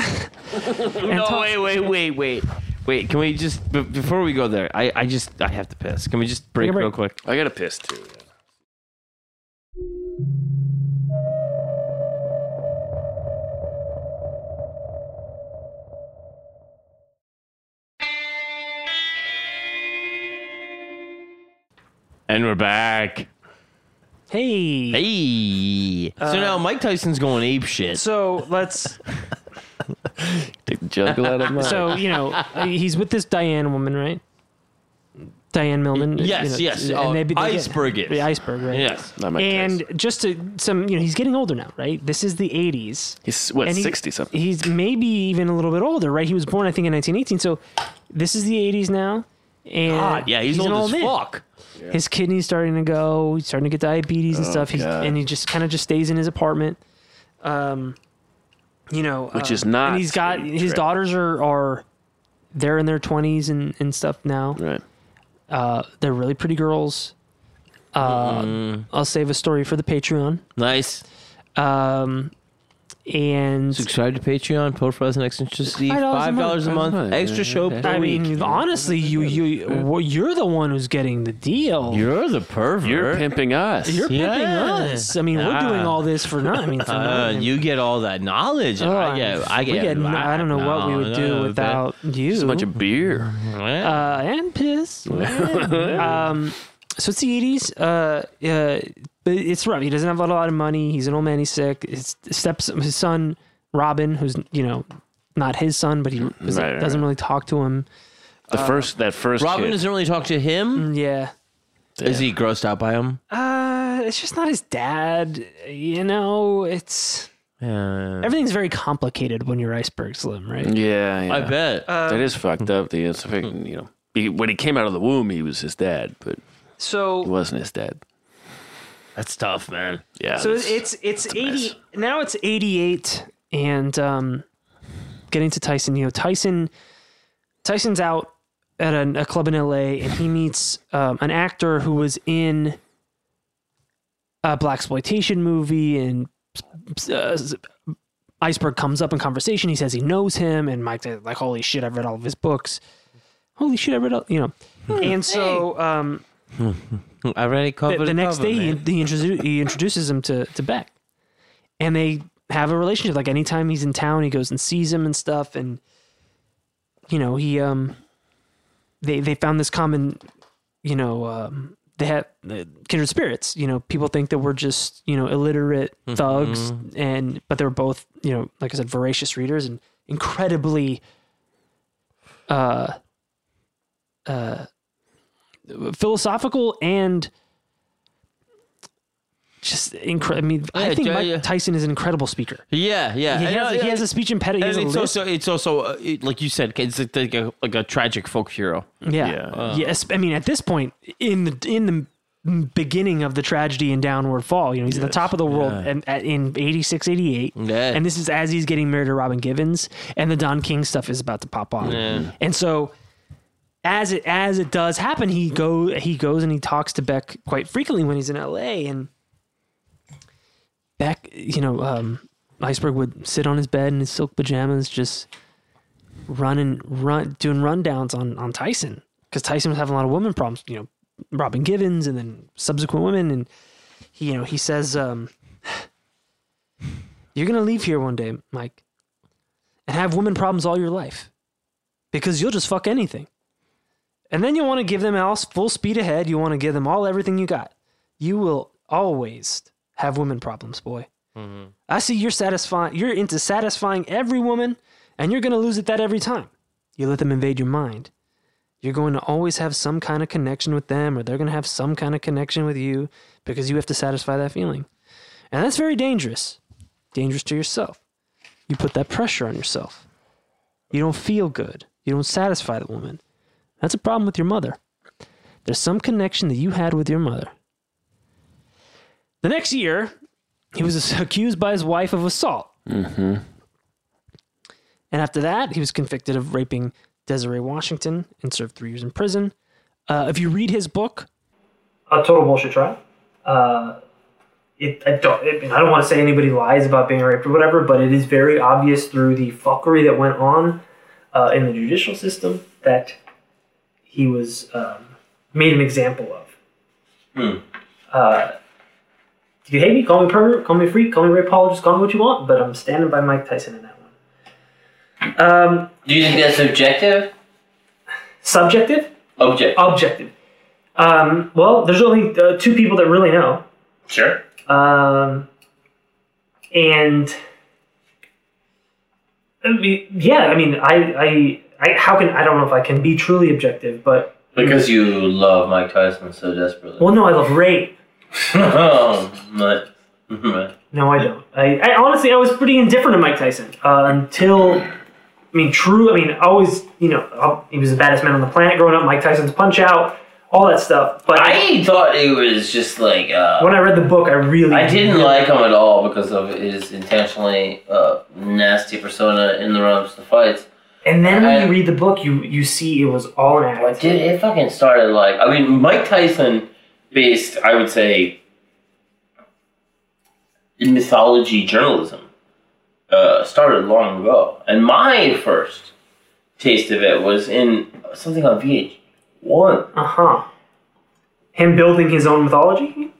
no, wait, wait, wait, wait, wait. Can we just b- before we go there? I I just I have to piss. Can we just break, a break. real quick? I got to piss too. And we're back. Hey, Hey. so now Mike Tyson's going ape shit. Uh, So let's. Take the juggle out of Mike. So you know, he's with this Diane woman, right? Diane Millman. you know, yes, yes. and Oh, they- they get- iceberg it. The iceberg, right? yes. Not Mike And Tyson. just to some, you know, he's getting older now, right? This is the '80s, he's what and he- sixty something. He's maybe even a little bit older, right? He was born, I think, in 1918. So this is the '80s now, and God, yeah, he's, an old, old as man. fuck. His kidneys starting to go. He's starting to get diabetes and stuff. He's, God. and he just kind of just stays in his apartment. Um, you know, Which uh, is not And he's got a his trip. daughters are are they're in their twenties and and stuff now. Right. They're really pretty girls. Mm. Uh, I'll save a story for the Patreon. Nice. Um, And Subscribe to Patreon, Pro for Us and Eccentricity, $5 a five month. dollars a month, That's nice. extra show per I week. mean, honestly, you you well, you're the one who's getting the deal. You're the pervert. You're pimping us. You're pimping Yeah. us. I mean, we're doing Ah. all this for not. I mean, for Uh, nothing. you get all that knowledge. Oh, I get. I we get. n- I don't know what we would do no, without you. Just a bunch of beer. but- uh, and piss. um, so it's the 80s. Uh, uh, but it's rough. He doesn't have a lot of money. He's an old man. He's sick. His steps, his son Robin, who's you know not his son, but he Mm, doesn't, right, doesn't really talk to him. The first that first Robin kid. doesn't really talk to him. Mm, Yeah. Is he grossed out by him? Uh, it's just not his dad. You know, it's everything's very complicated when you're iceberg slim, Mm. right? yeah, yeah. I bet. Uh, that is fucked up. The it's fucking, you know. He, when he came out of the womb, he was his dad, but he So, wasn't his dad. That's tough, man. Yeah. so that's- it's it's mess. eighty now. It's eighty eight, and um, getting to Tyson. You know, Tyson, Tyson's out at a, a club in L.A. and he meets um, an actor who was in a black exploitation movie and. Uh, Iceberg comes up in conversation. He says he knows him, and Mike says, like, "Holy shit, I've read all of his books. Holy shit, I read all, you know." Hmm. And so, um, I already covered the, the next cover, day man. he, he, introdu- he introduces him to, to Beck and they have a relationship like anytime he's in town he goes and sees him and stuff and you know he um they they found this common you know um they have uh, kindred spirits you know people think that we're just you know illiterate Mm-hmm. thugs and but they're both you know like i said voracious readers and incredibly uh uh philosophical and just incredible. I mean, I Yeah, think yeah, Mike yeah. Tyson is an incredible speaker. Yeah, yeah. He And, has, uh, he has a speech impediment. He And has a it's lisp. also it's also uh, it, like you said, it's like, like a like a tragic folk hero. yeah. Yeah. Uh. yes. I mean, at this point in the in the beginning of the tragedy and downward fall, you know, he's at the top of the world and at, in 86, 88. Yeah. And this is as he's getting married to Robin Givens and the Don King stuff is about to pop on. And so as it as it does happen, he go he goes and he talks to Beck quite frequently when he's in LA and Beck, you know, um, Iceberg would sit on his bed in his silk pajamas, just running, run, doing rundowns on on Tyson, because Tyson was having a lot of women problems. You know, Robin Givens and then subsequent women, and he, you know, he says, um, "You're gonna leave here one day, Mike, and have women problems all your life, because you'll just fuck anything, and then you want to give them all full speed ahead. You want to give them all everything you got. You will always have women problems, boy." I see you're satisfying. You're into satisfying every woman, and you're gonna lose at that every time. You let them invade your mind. You're going to always have some kind of connection with them, or they're gonna have some kind of connection with you because you have to satisfy that feeling, and that's very dangerous. Dangerous to yourself. You put that pressure on yourself. You don't feel good. You don't satisfy the woman. That's a problem with your mother. There's some connection that you had with your mother. The next year, he was accused by his wife of assault. Mm-hmm. And after that, he was convicted of raping Desiree Washington and served three years in prison. Uh, if you read his book, a total bullshit trial. Uh, it, I don't. I, mean, I don't want to say anybody lies about being raped or whatever, but it is very obvious through the fuckery that went on uh, in the judicial system that he was um, made an example of. Uh, if you hate me, call me pervert, call me freak, call me rapologist, call me what you want, but I'm standing by Mike Tyson in that one. Um, Do you think that's subjective? subjective, Objective. objective. Um, well, there's only uh, two people that really know, Sure. um, and I mean, yeah, I mean, I, I, I, how can I don't know if I can be truly objective, but Because you love Mike Tyson so desperately. well, no, I love rape. Oh, my- my- No, I don't. I, I honestly, I was pretty indifferent to Mike Tyson uh, until, I mean, true. I mean, always, you know, uh, he was the baddest man on the planet growing up. Mike Tyson's Punch Out, all that stuff. But I thought it was just like uh, when I read the book, I really, I didn't like him at all because of his intentionally uh, nasty persona in the realms of the fights. And then when I- you read the book, you you see it was all an act. Dude, it fucking started like I mean Mike Tyson based I would say in mythology journalism uh, started long ago, and my first taste of it was in something on VH1. Uh huh. Him building his own mythology.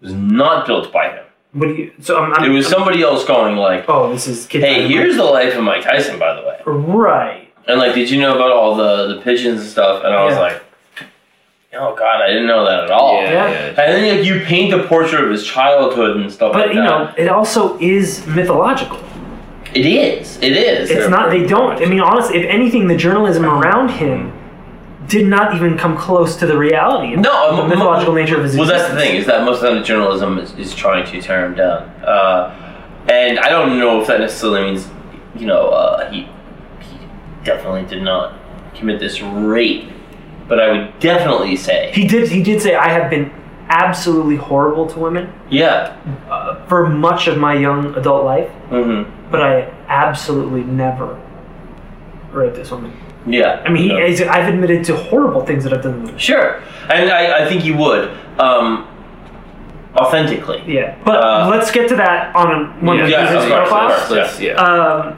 It was not built by him. What do you? So I'm. It I'm was somebody else going like, oh, this is kid. "Hey, Dynamite. here's the life of Mike Tyson, by the way." right. And like, did you know about all the the pigeons and stuff? And I was Yeah. like, oh god, I didn't know that at all. Yeah. And then like you paint the portrait of his childhood and stuff But like you know, that. it also is mythological. It is. It is. It's not. They don't. I mean, honestly, if anything, the journalism around him did not even come close to the reality. and No, the um, mythological nature of his. Well, that's the existence. thing is that most of the time the journalism is, is trying to tear him down, uh, and I don't know if that necessarily means, you know, uh, he he definitely did not commit this rape, but I would definitely say, He did. He did say, "I have been absolutely horrible to women yeah, for much of my young adult life, hmm but I absolutely never raped this woman." yeah. I mean, he, No. he's- I've admitted to horrible things that I've done. to women. Sure, and I, I think you would, um, authentically. Yeah, but Uh, let's get to that on a, one of Yeah, his of course, of profiles. course, Yes, yeah. Um,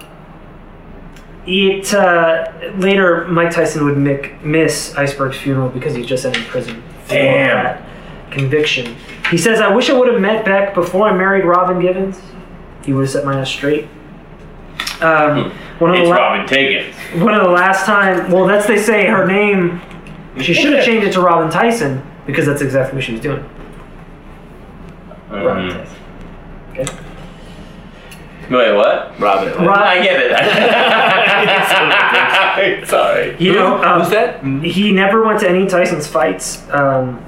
it uh, later Mike Tyson would mic- miss Iceberg's funeral because he just entered prison. for Damn. that conviction. He says, "I wish I would have met Beck before I married Robin Givens. He would have set my ass straight." Um, one of Hmm. the It's la- Robin Tiggins. one of the last time. Well, that's they say her name. She should have changed it to Robin Tyson because that's exactly what she was doing. Robin Mhm. Tyson. Wait, what? Robin. I Rob, get it. Sorry. you know, um, Who's that? he never went to any Tyson's fights, um,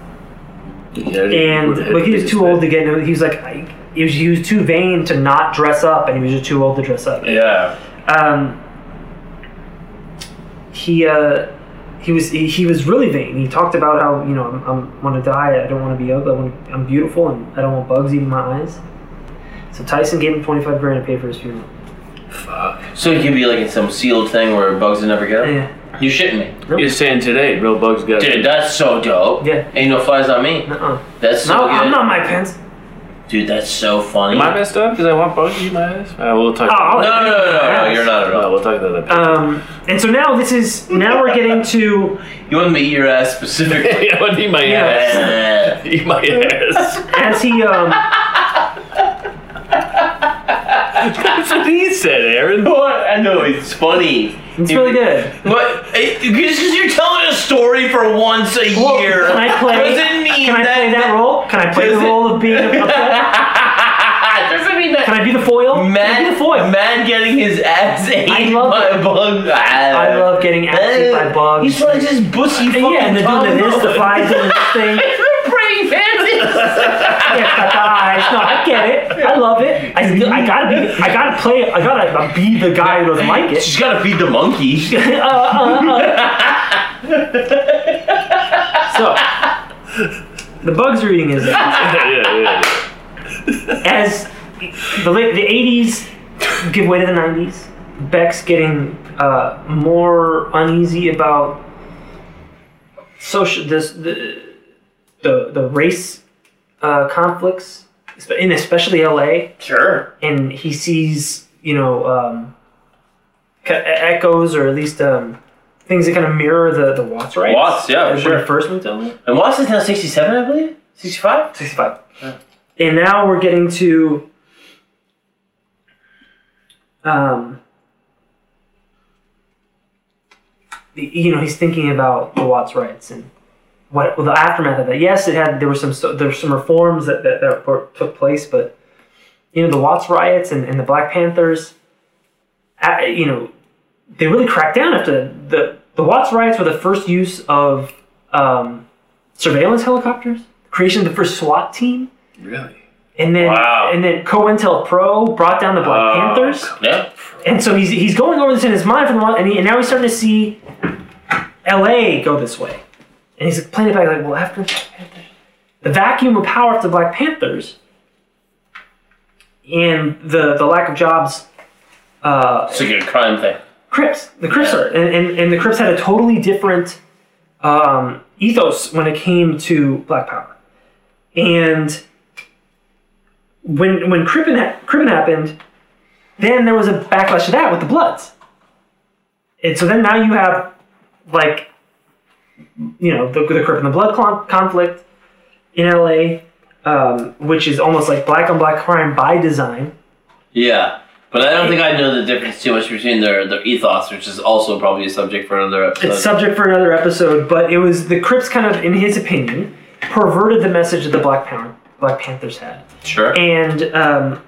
and but he was too old to get. He was like, I, he, was, he was too vain to not dress up, and he was just too old to dress up. Yeah. Um, he uh, he was he, he was really vain. He talked about how you know I'm, I'm want to die. I don't want to be ugly. I want I'm beautiful, and I don't want bugs eating my eyes. So Tyson gave him 25 grand to pay for his funeral. So he could be like in some sealed thing where bugs would never get him. Yeah. You shitting me, You're saying today, real bugs got dude? That's so dope. Yeah. Ain't no flies on me. Uh-uh. That's so No, good. I'm not my pants. Dude, that's so funny. Am I messed up? Because I want both of you my eyes? Uh, we'll talk Oh, no, no, no, no, no, you're not at No, all. we'll talk about that. Um, and so now this is now we're getting to You want me to eat your ass specifically? yeah, I want to eat my ass. Eh. Eat my ass. as he um That's what he said, Aaron. What? I know it's funny. it's really good. But it, just because you're telling a story for once a Well, year can I play? doesn't mean can I that, play that role? Can I play the Does it- role of being? A, can Ah, doesn't mean that. I be the foil? Can I be Man, the foil? man getting his ass ate love by it. a bug. I love getting asked by bugs. He's probably just bussy fucking yeah, and they're doing this, the flies doing this thing. Pretty Yeah, got the eyes. No, I get it. I love it. I, still, I gotta be. I gotta play. it. I gotta be the guy who doesn't like it. She's gotta feed the monkey. So the bugs are eating his. yeah, yeah, yeah. as the late, the eighties give way to the nineties, Beck's getting uh, more uneasy about social this the the, the race uh, conflicts espe- in especially L.A. sure. and he sees you know um, ca- echoes or at least um, things that kind of mirror the the Watts riots. Watts, yeah, for when sure. he first moved to L.A. And Watts is now 67, I believe? 65? 65. And now we're getting to um the- you know, he's thinking about the Watts riots and what well, the aftermath of that. Yes, it had there were some so- there were some reforms that that, that were, took place, but you know, the Watts riots and, and the Black Panthers uh, you know, they really cracked down after the, the the Watts riots were the first use of um, surveillance helicopters, creation of the first SWAT team, Really? and then Wow. Oh, and then COINTELPRO brought down the Black Panthers, Yeah. and so he's he's going over this in his mind for the one, and, he, and now he's starting to see L.A. go this way, and he's playing it back like, well, after the Black Panthers, the vacuum of power after the Black Panthers, and the the lack of jobs. Uh, It's like a crime thing. Crips, the Crips are, and, and, and the Crips had a totally different um, ethos when it came to Black Power. And when when Crippen, ha- Crippen happened, then there was a backlash to that with the Bloods. And so then now you have like you know the the Crip and the Blood con- conflict in LA, um, which is almost like black on black crime by design. Yeah. But I don't think I know the difference too much between their, their ethos, which is also probably a subject for another episode. It's subject for another episode, but it was the Crips kind of, in his opinion, perverted the message that the Black Pan- Black Panthers had, sure. and um,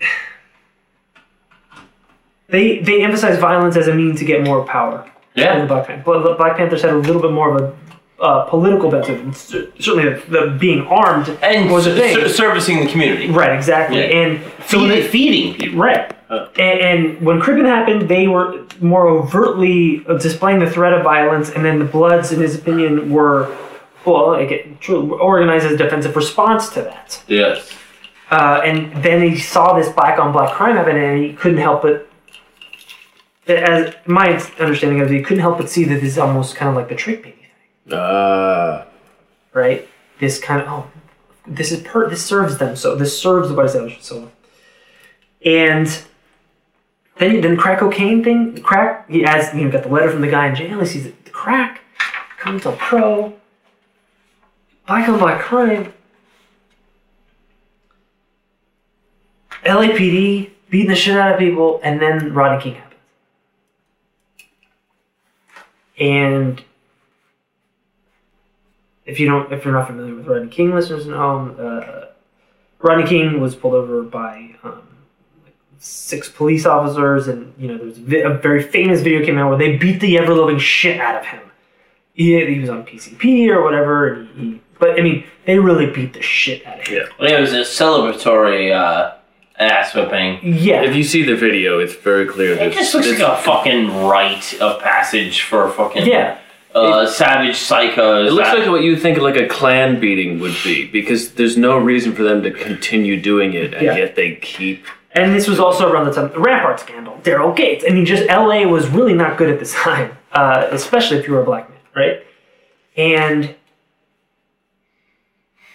they they emphasized violence as a means to get more power. than The Yeah. Black, Pan- but the Black Panthers had a little bit more of a uh, political bent to them. Cer- Certainly, the, the being armed And was a thing. ser- servicing the community. right, exactly, Yeah. and so when Feeding, they feeding people. Right. Uh. And, and when Crippen happened, they were more overtly displaying the threat of violence, and then the Bloods, in his opinion, were, well, like, true, organized as a defensive response to that. Yes. Uh, and then he saw this black on black crime happen, and he couldn't help but, as my understanding of it, he couldn't help but see that this is almost kind of like the trick baby thing, Uh, right? This kind of, oh, this is per, this serves them so, this serves the white establishment so well. And Then then crack cocaine thing, crack. He has you know got the letter from the guy in jail. He sees it, the crack, comes to pro, black on black crime. LAPD beating the shit out of people, and then Rodney King happens, and. If you don't, if you're not familiar with Rodney King, listeners at home, uh, Rodney King was pulled over by um, six police officers, and you know there's a vi- a very famous video came out where they beat the ever loving shit out of him. He, he was on PCP or whatever, and he, he- but I mean they really beat the shit out of him. Well, yeah, it was a celebratory uh, ass whipping. Yeah, if you see the video, it's very clear. It just looks like a fucking rite of passage for fucking yeah, uh, savage psychos. It looks that- like what you think like a clan beating would be, because there's no reason for them to continue doing it, and Yeah. yet they keep. and this was also around the time the Rampart scandal, Daryl Gates. I mean, just L.A. was really not good at this time, uh, especially if you were a black man, right? And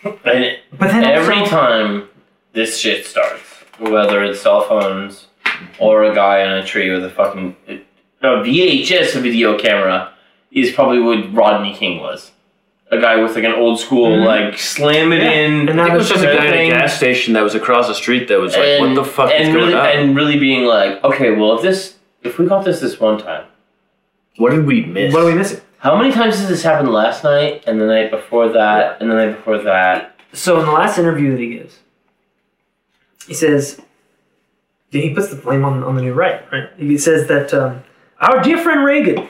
And But then every also- time this shit starts, whether it's cell phones or a guy on a tree with a fucking a VHS video camera, is probably what Rodney King was. A guy with like an old school Mm-hmm. like slam it in. And I I think it was just just a a At a thing, gas station that was across the street that was like, and, what the fuck and is really, going on? And really being like, okay, well, if this, if we got this this one time, What did we miss? What are we missing? how many times did this happen last night and the night before that and the night before that? So in the last interview that he gives, he says he puts the blame on, on the new right, right? He says that um, our dear friend Reagan,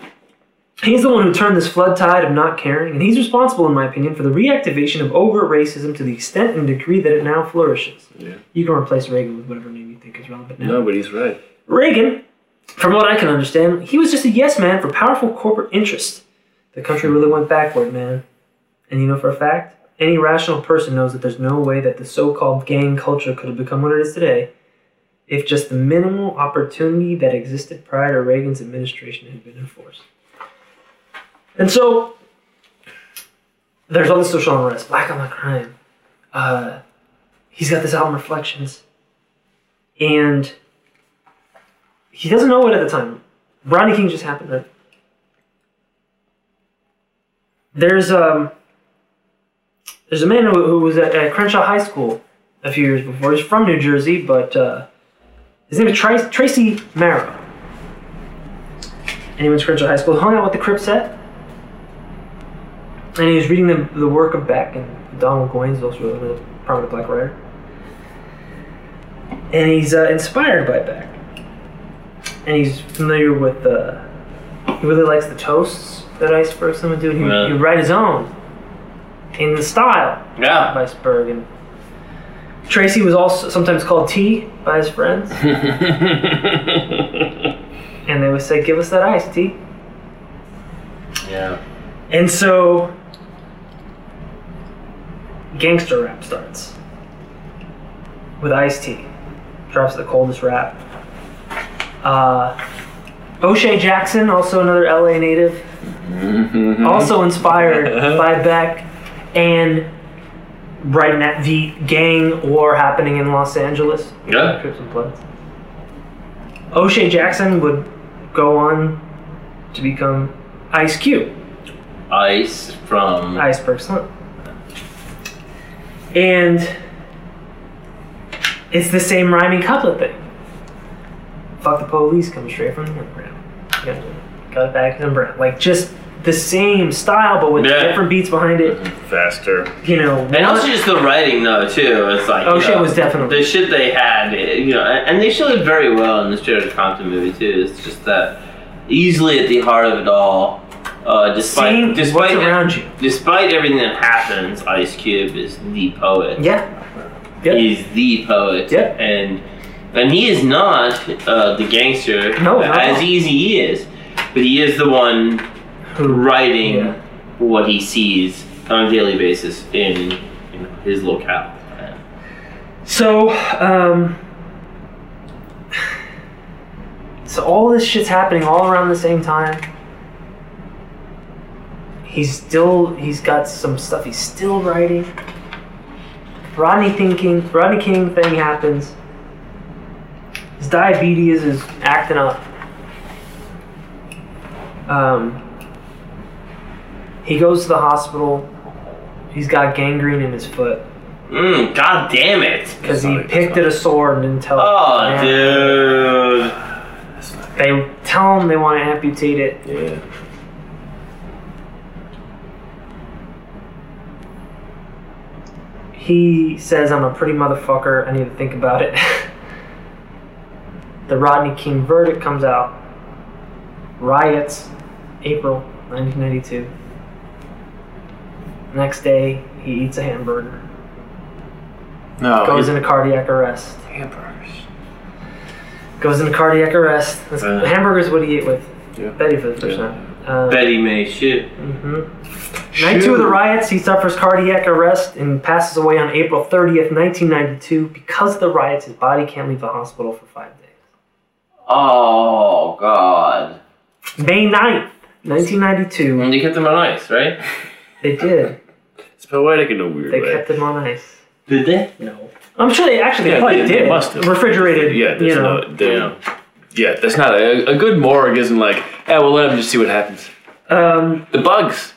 he's the one who turned this flood tide of not caring, and he's responsible, in my opinion, for the reactivation of overt racism to the extent and degree that it now flourishes. Yeah. You can replace Reagan with whatever name you think is relevant now. no, but he's right. Reagan, from what I can understand, he was just a yes man for powerful corporate interests. The country really went backward, man. And you know for a fact, any rational person knows that there's no way that the so called gang culture could have become what it is today if just the minimal opportunity that existed prior to Reagan's administration had been enforced. And so, there's all this social unrest, black on the crime. Uh, he's got this album, Reflections. And he doesn't know it at the time. Rodney King just happened. Right? There's um, there's a man who, who was at, at Crenshaw High School a few years before. He's from New Jersey, but uh, his name is Tri- Tracy Marrow. And he went to Crenshaw High School, hung out with the Cripset, and he was reading the, the work of Beck and Donald Goins, is also a prominent black writer. And he's uh, inspired by Beck and he's familiar with the. He really likes the toasts that Iceberg someone do, and he, Yeah. he would write his own in the style of Yeah. Iceberg. And Tracy was also sometimes called T by his friends, and they would say, "Give us that ice, T." Yeah. And so, gangster rap starts with Ice T, drops the coldest rap. Uh, O'Shea Jackson, also another LA native, also inspired by Beck and right at the gang war happening in Los Angeles. Yeah. Crips and Bloods. O'Shea Jackson would go on to become Ice Cube. Ice from. Iceberg Slump. And it's the same rhyming couplet thing. Fuck the police comes straight from the underground. Got- Got it back to the underground. Like just the same style, but with Yeah. different beats behind it. Faster. You know, And one- also just the writing, though, too. It's like you O'Shea know, Oh, was definitely- the shit they had, it- you know, and they showed it very well in the Jared Compton movie too. It's just that easily at the heart of it all, uh, despite Seeing despite what's around you. despite everything that happens, Ice Cube is the poet. yeah, He's the poet. Yep. And and he is not uh, the gangster No, not at as all. easy is, but he is the one writing Yeah. what he sees on a daily basis in you know, his locale. So, um, so all this shit's happening all around the same time. He's still, he's got some stuff he's still writing. Rodney thinking, Rodney King thing happens. His diabetes is acting up. Um, he goes to the hospital. He's got gangrene in his foot. Mm, God damn it! Because he picked at a sword and didn't tell. Oh, Yeah. dude. They tell him they want to amputate it. Yeah. He says, "I'm a pretty motherfucker. I need to think about it." the Rodney King verdict comes out. Riots, April 1992. Next day, he eats a hamburger. No. Goes into cardiac arrest. Hamburgers. Goes into cardiac arrest. That's, Uh. hamburgers, what do you eat with? Yeah. Betty for the first Yeah. time. Uh, Betty May shit. Night two of the riots, he suffers cardiac arrest and passes away on April 30th, 1992. Because of the riots, his body can't leave the hospital for five days. Oh God. May 9th, 1992, And they kept him on ice, right? they did. It's poetic in a weird They way. kept him on ice. Did they? No. I'm sure they actually Yeah, they probably they- they did. must have. Refrigerated. yeah, you there's know. no, they- yeah, that's not a, a good morgue. Isn't like, yeah, we'll let him just see what happens. Um, The bugs.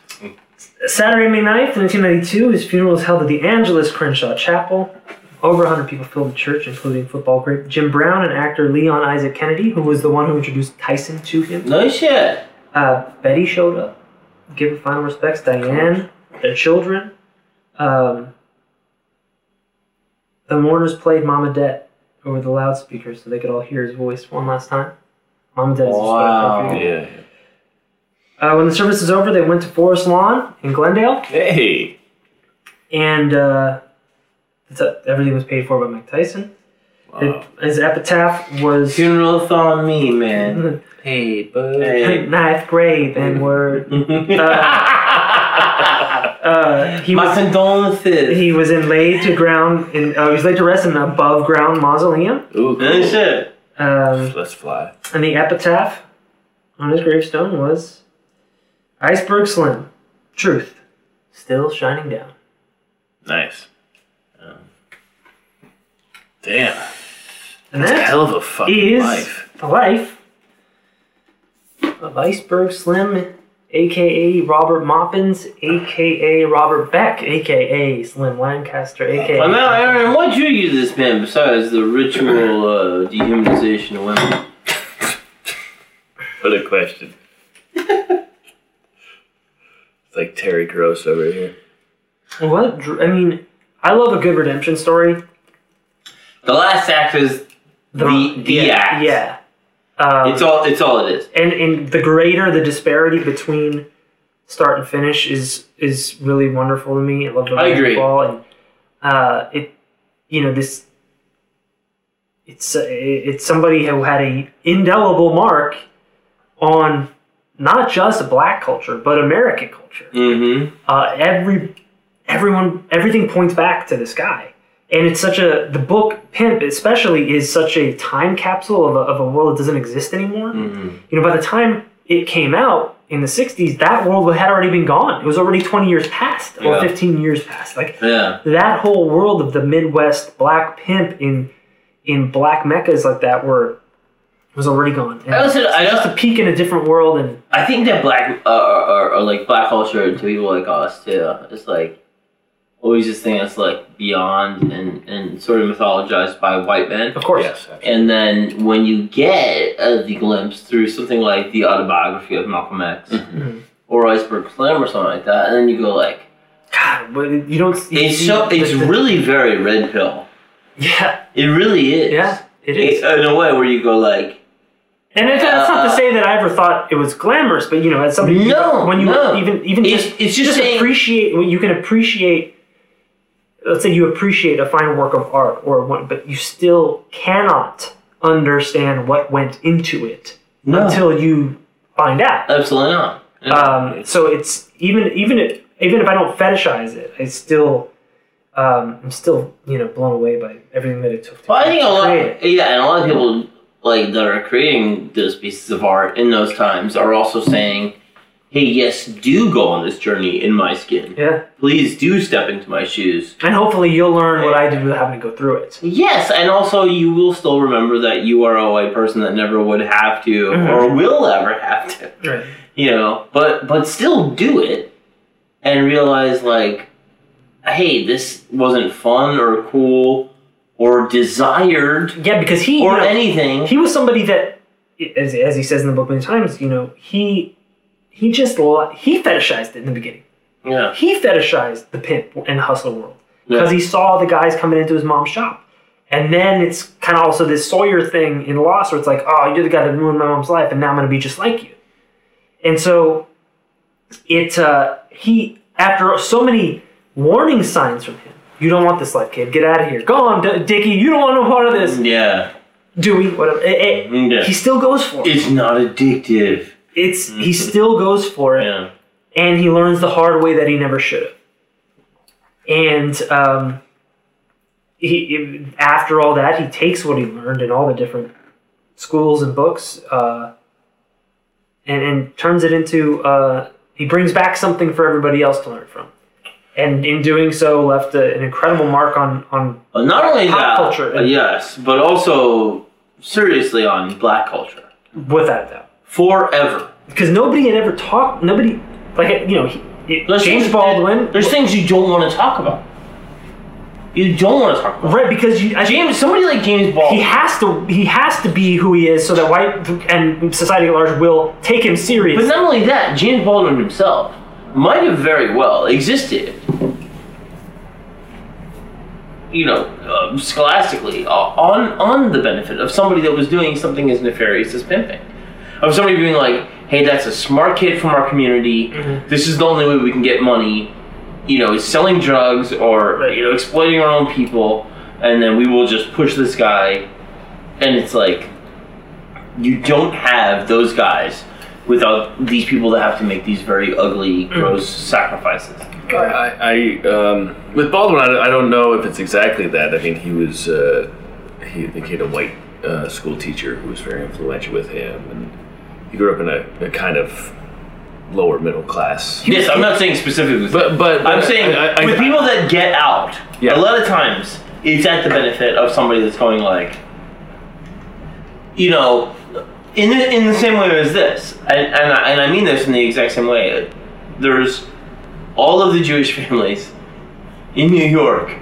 Saturday, May 9th, 1992, his funeral was held at the Angeles Crenshaw Chapel. Over 100 people filled the church, including football great Jim Brown and actor Leon Isaac Kennedy, who was the one who introduced Tyson to him. No shit. Uh, Betty showed up, giving final respects. Diane, their children. Um, the mourners played Mama Det over the loudspeaker so they could all hear his voice one last time. Mama Det is Wow. a Yeah. uh, When the service is over, they went to Forest Lawn in Glendale, Hey. and uh, it's, uh, everything was paid for by Mike Tyson. Wow. It- his epitaph was Funeral's on me, man. hey, bud. Hey. ninth grave and word. Uh, he My was condolences. He was in laid to ground. In, uh, he was laid to rest in an above ground mausoleum. Ooh, No cool. shit. Um, Let's fly. and the epitaph on his gravestone was "Iceberg Slim, truth still shining down." Nice. Um, Damn. And That's a that hell of a fucking is life. the life of Iceberg Slim, aka Robert Moppins, aka Robert Beck, aka Slim Lancaster, aka. Well, now, Aaron, what drew you to this man besides the ritual uh, dehumanization of women? What a question. it's like Terry Gross over here. What? dr- I mean, I love a good redemption story. The last act is the the, yeah, act. Yeah. Um, It's all. It's all it is. and and the greater the disparity between start and finish is is really wonderful to me. I love the I agree. ball and uh, it you know this it's uh, it's somebody who had a indelible mark on not just black culture but American culture. Mm-hmm. Uh, every everyone everything points back to this guy. And it's such a the book Pimp especially is such a time capsule of a, of a world that doesn't exist anymore Mm-hmm. you know, by the time it came out in the 60s, that world had already been gone. It was already 20 years past or Yeah. 15 years past. Like Yeah. that whole world of the Midwest black pimp in in black meccas like that were was already gone. And I listen. I just a just. peek in a different world and I think that black uh, or, or, or like black culture to people like us too. It's like always this thing that's like beyond and and sort of mythologized by white men. of course. And then when you get uh, the glimpse through something like the autobiography of Malcolm X or Iceberg Slim or something like that, and then you go like, God, ah, but you don't see it's so, the- it's the- really very red pill. Yeah. It really is. Yeah. It is. It- in a way where you go like, and it's, that's not to uh, say that I ever thought it was glamorous, but you know, as somebody No, when you no. even even It's- just it's just saying- appreciate when you can appreciate. Let's say you appreciate a fine work of art or one, but you still cannot understand what went into it until you find out. absolutely not. Um, so it's even even if even if I don't fetishize it, I still um, I'm still you know blown away by everything that it took. To Well, I think a create lot, it. yeah, and a lot of people like that are creating those pieces of art in those times are also saying, "Hey, yes, do go on this journey in my skin. Yeah, Please do step into my shoes." and hopefully you'll learn what I did without having to go through it. Yes, and also you will still remember that you are a white person that never would have to Mm-hmm. or will ever have to, Right. you know. But but still do it and realize like, hey, this wasn't fun or cool or desired Yeah, because he or you know, anything. he was somebody that, as, as he says in the book many times, you know, he he just li- he fetishized it in the beginning. yeah. He fetishized the pimp and hustle world Yeah. because he saw the guys coming into his mom's shop, and then it's kind of also this Sawyer thing in Lost where it's like, oh, you're the guy that ruined my mom's life, and now I'm going to be just like you. And so, it uh, he after so many warning signs from him. You don't want this life, kid. Get out of here. Go on, D- Dickie. You don't want no part of this. Mm, Yeah. Mm, Dewey, whatever. It, it, Mm-hmm. Yeah. He still goes for it. It's not addictive. It's he Mm-hmm. still goes for it, Yeah. and he learns the hard way that he never should have. And um, he, after all that, he takes what he learned in all the different schools and books, uh, and, and turns it into. Uh, he brings back something for everybody else to learn from. and in doing so left a, an incredible mark on on But not only Pop that, culture. uh, yes, but also seriously on black culture without doubt forever. because nobody had ever talked nobody like you know he, it- There's James things- Baldwin There's things you don't want to talk about. You don't want to talk about. right because you, I, James, somebody like James he Baldwin. has to he has to be who he is so that white and society at large will take him But serious not only that, James Baldwin himself might have very well existed, you know, um, scholastically uh, on on the benefit of somebody that was doing something as nefarious as pimping, of somebody being like, "Hey, that's a smart kid from our community. This is the only way we can get money. You know, is selling drugs or you know exploiting our own people, and then we will just push this guy." And it's like, you don't have those guys without these people that have to make these very ugly, gross sacrifices. I, I um, with Baldwin, I, I don't know if it's exactly that. I mean, he was uh, he, I think he had a white uh, school teacher who was very influential with him, and he grew up in a, a kind of lower middle class. Yes, I'm not saying specifically, with But but I'm saying I, I, with people that get out, Yeah. a lot of times it's at the benefit of somebody that's going like, you know, in the, in the same way as this, and and I, and I mean this in the exact same way. There's all of the Jewish families in New York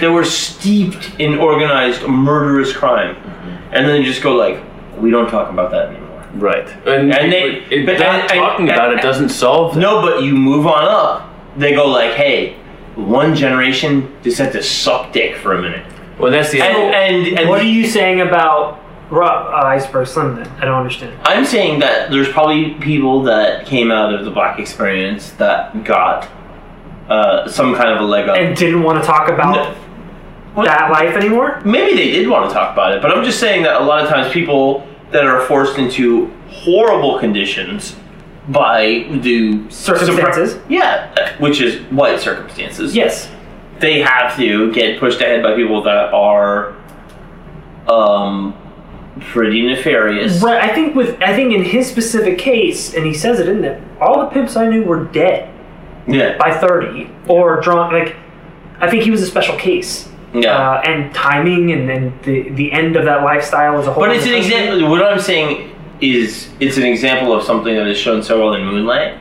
that were steeped in organized murderous crime, Mm-hmm. and then they just go like, we don't talk about that anymore. right, and, And they- it, it- but- not and- and- talking about and- it doesn't solve. That. No, but you move on up. They go like, hey, one generation just had to suck dick for a minute. Oh, Well, that's the And and, and what are you saying about Rob, uh, iceberg slim then i don't understand I'm saying that there's probably people that came out of the black experience that got uh, some kind of a leg up. and didn't want to talk about What- that life anymore maybe they did want to talk about it, but I'm just saying that a lot of times people that are forced into horrible conditions by the Circumstances. yeah, which is white circumstances. yes they have to get pushed ahead by people that are um pretty nefarious. Right, I think with I think in his specific case, and he says it in there, all the pimps I knew were dead Yeah. by thirty or drunk. Like, I think he was a special case, Yeah. uh, and timing, and then the the end of that lifestyle as a whole. but it's an different thing. example what I'm saying is it's an example of something that is shown so well in Moonlight,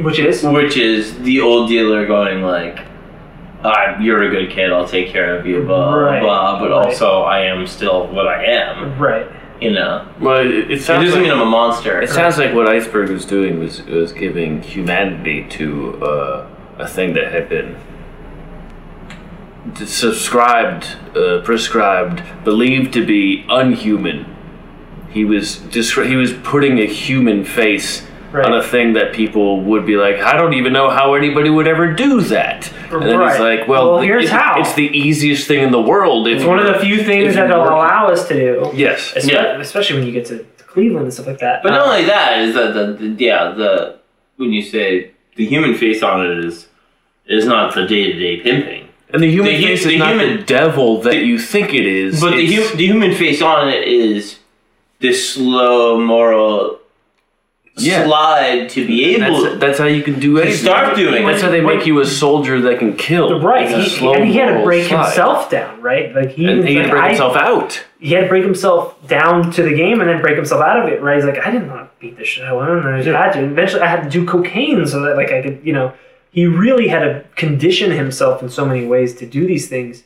which is which is the old dealer going like ah, you're a good kid, I'll take care of you, blah Right, blah, but right. also I am still what I am, right. you know. well, it, it It sounds doesn't like, mean I'm a monster. It sounds like what Iceberg was doing was was giving humanity to uh, a thing that had been subscribed, uh, prescribed, believed to be unhuman. He was descri- he was putting a human face on a Right. thing that people would be like, I don't even know how anybody would ever do that. And then he's Right. like, Well, Well, the- here's it's, how." it's the easiest thing in the world. It's one of the few things that they'll allow us to do. Yes. Espe- Yeah. especially when you get to Cleveland and stuff like that. But Uh, not only that is that the, the yeah the when you say the human face on it is is not the day to day pimping, And the human The hu- face is the not human- the devil that you think it is. but the It's- hu- the human face on it is this slow moral Yeah. slide to be able that's, that's how you can do to anything. start doing. That's how they When- make you a soldier that can kill. right, It's a he, slow and he had to moral break slide. himself down. Right, like he, And was he had like, to break I- himself out. he had to break himself down to the game and then break himself out of it, right? He's like, I did not beat the shit out of him. I just had to. And eventually, I had to do cocaine so that like I could, you know, he really had to condition himself in so many ways to do these things,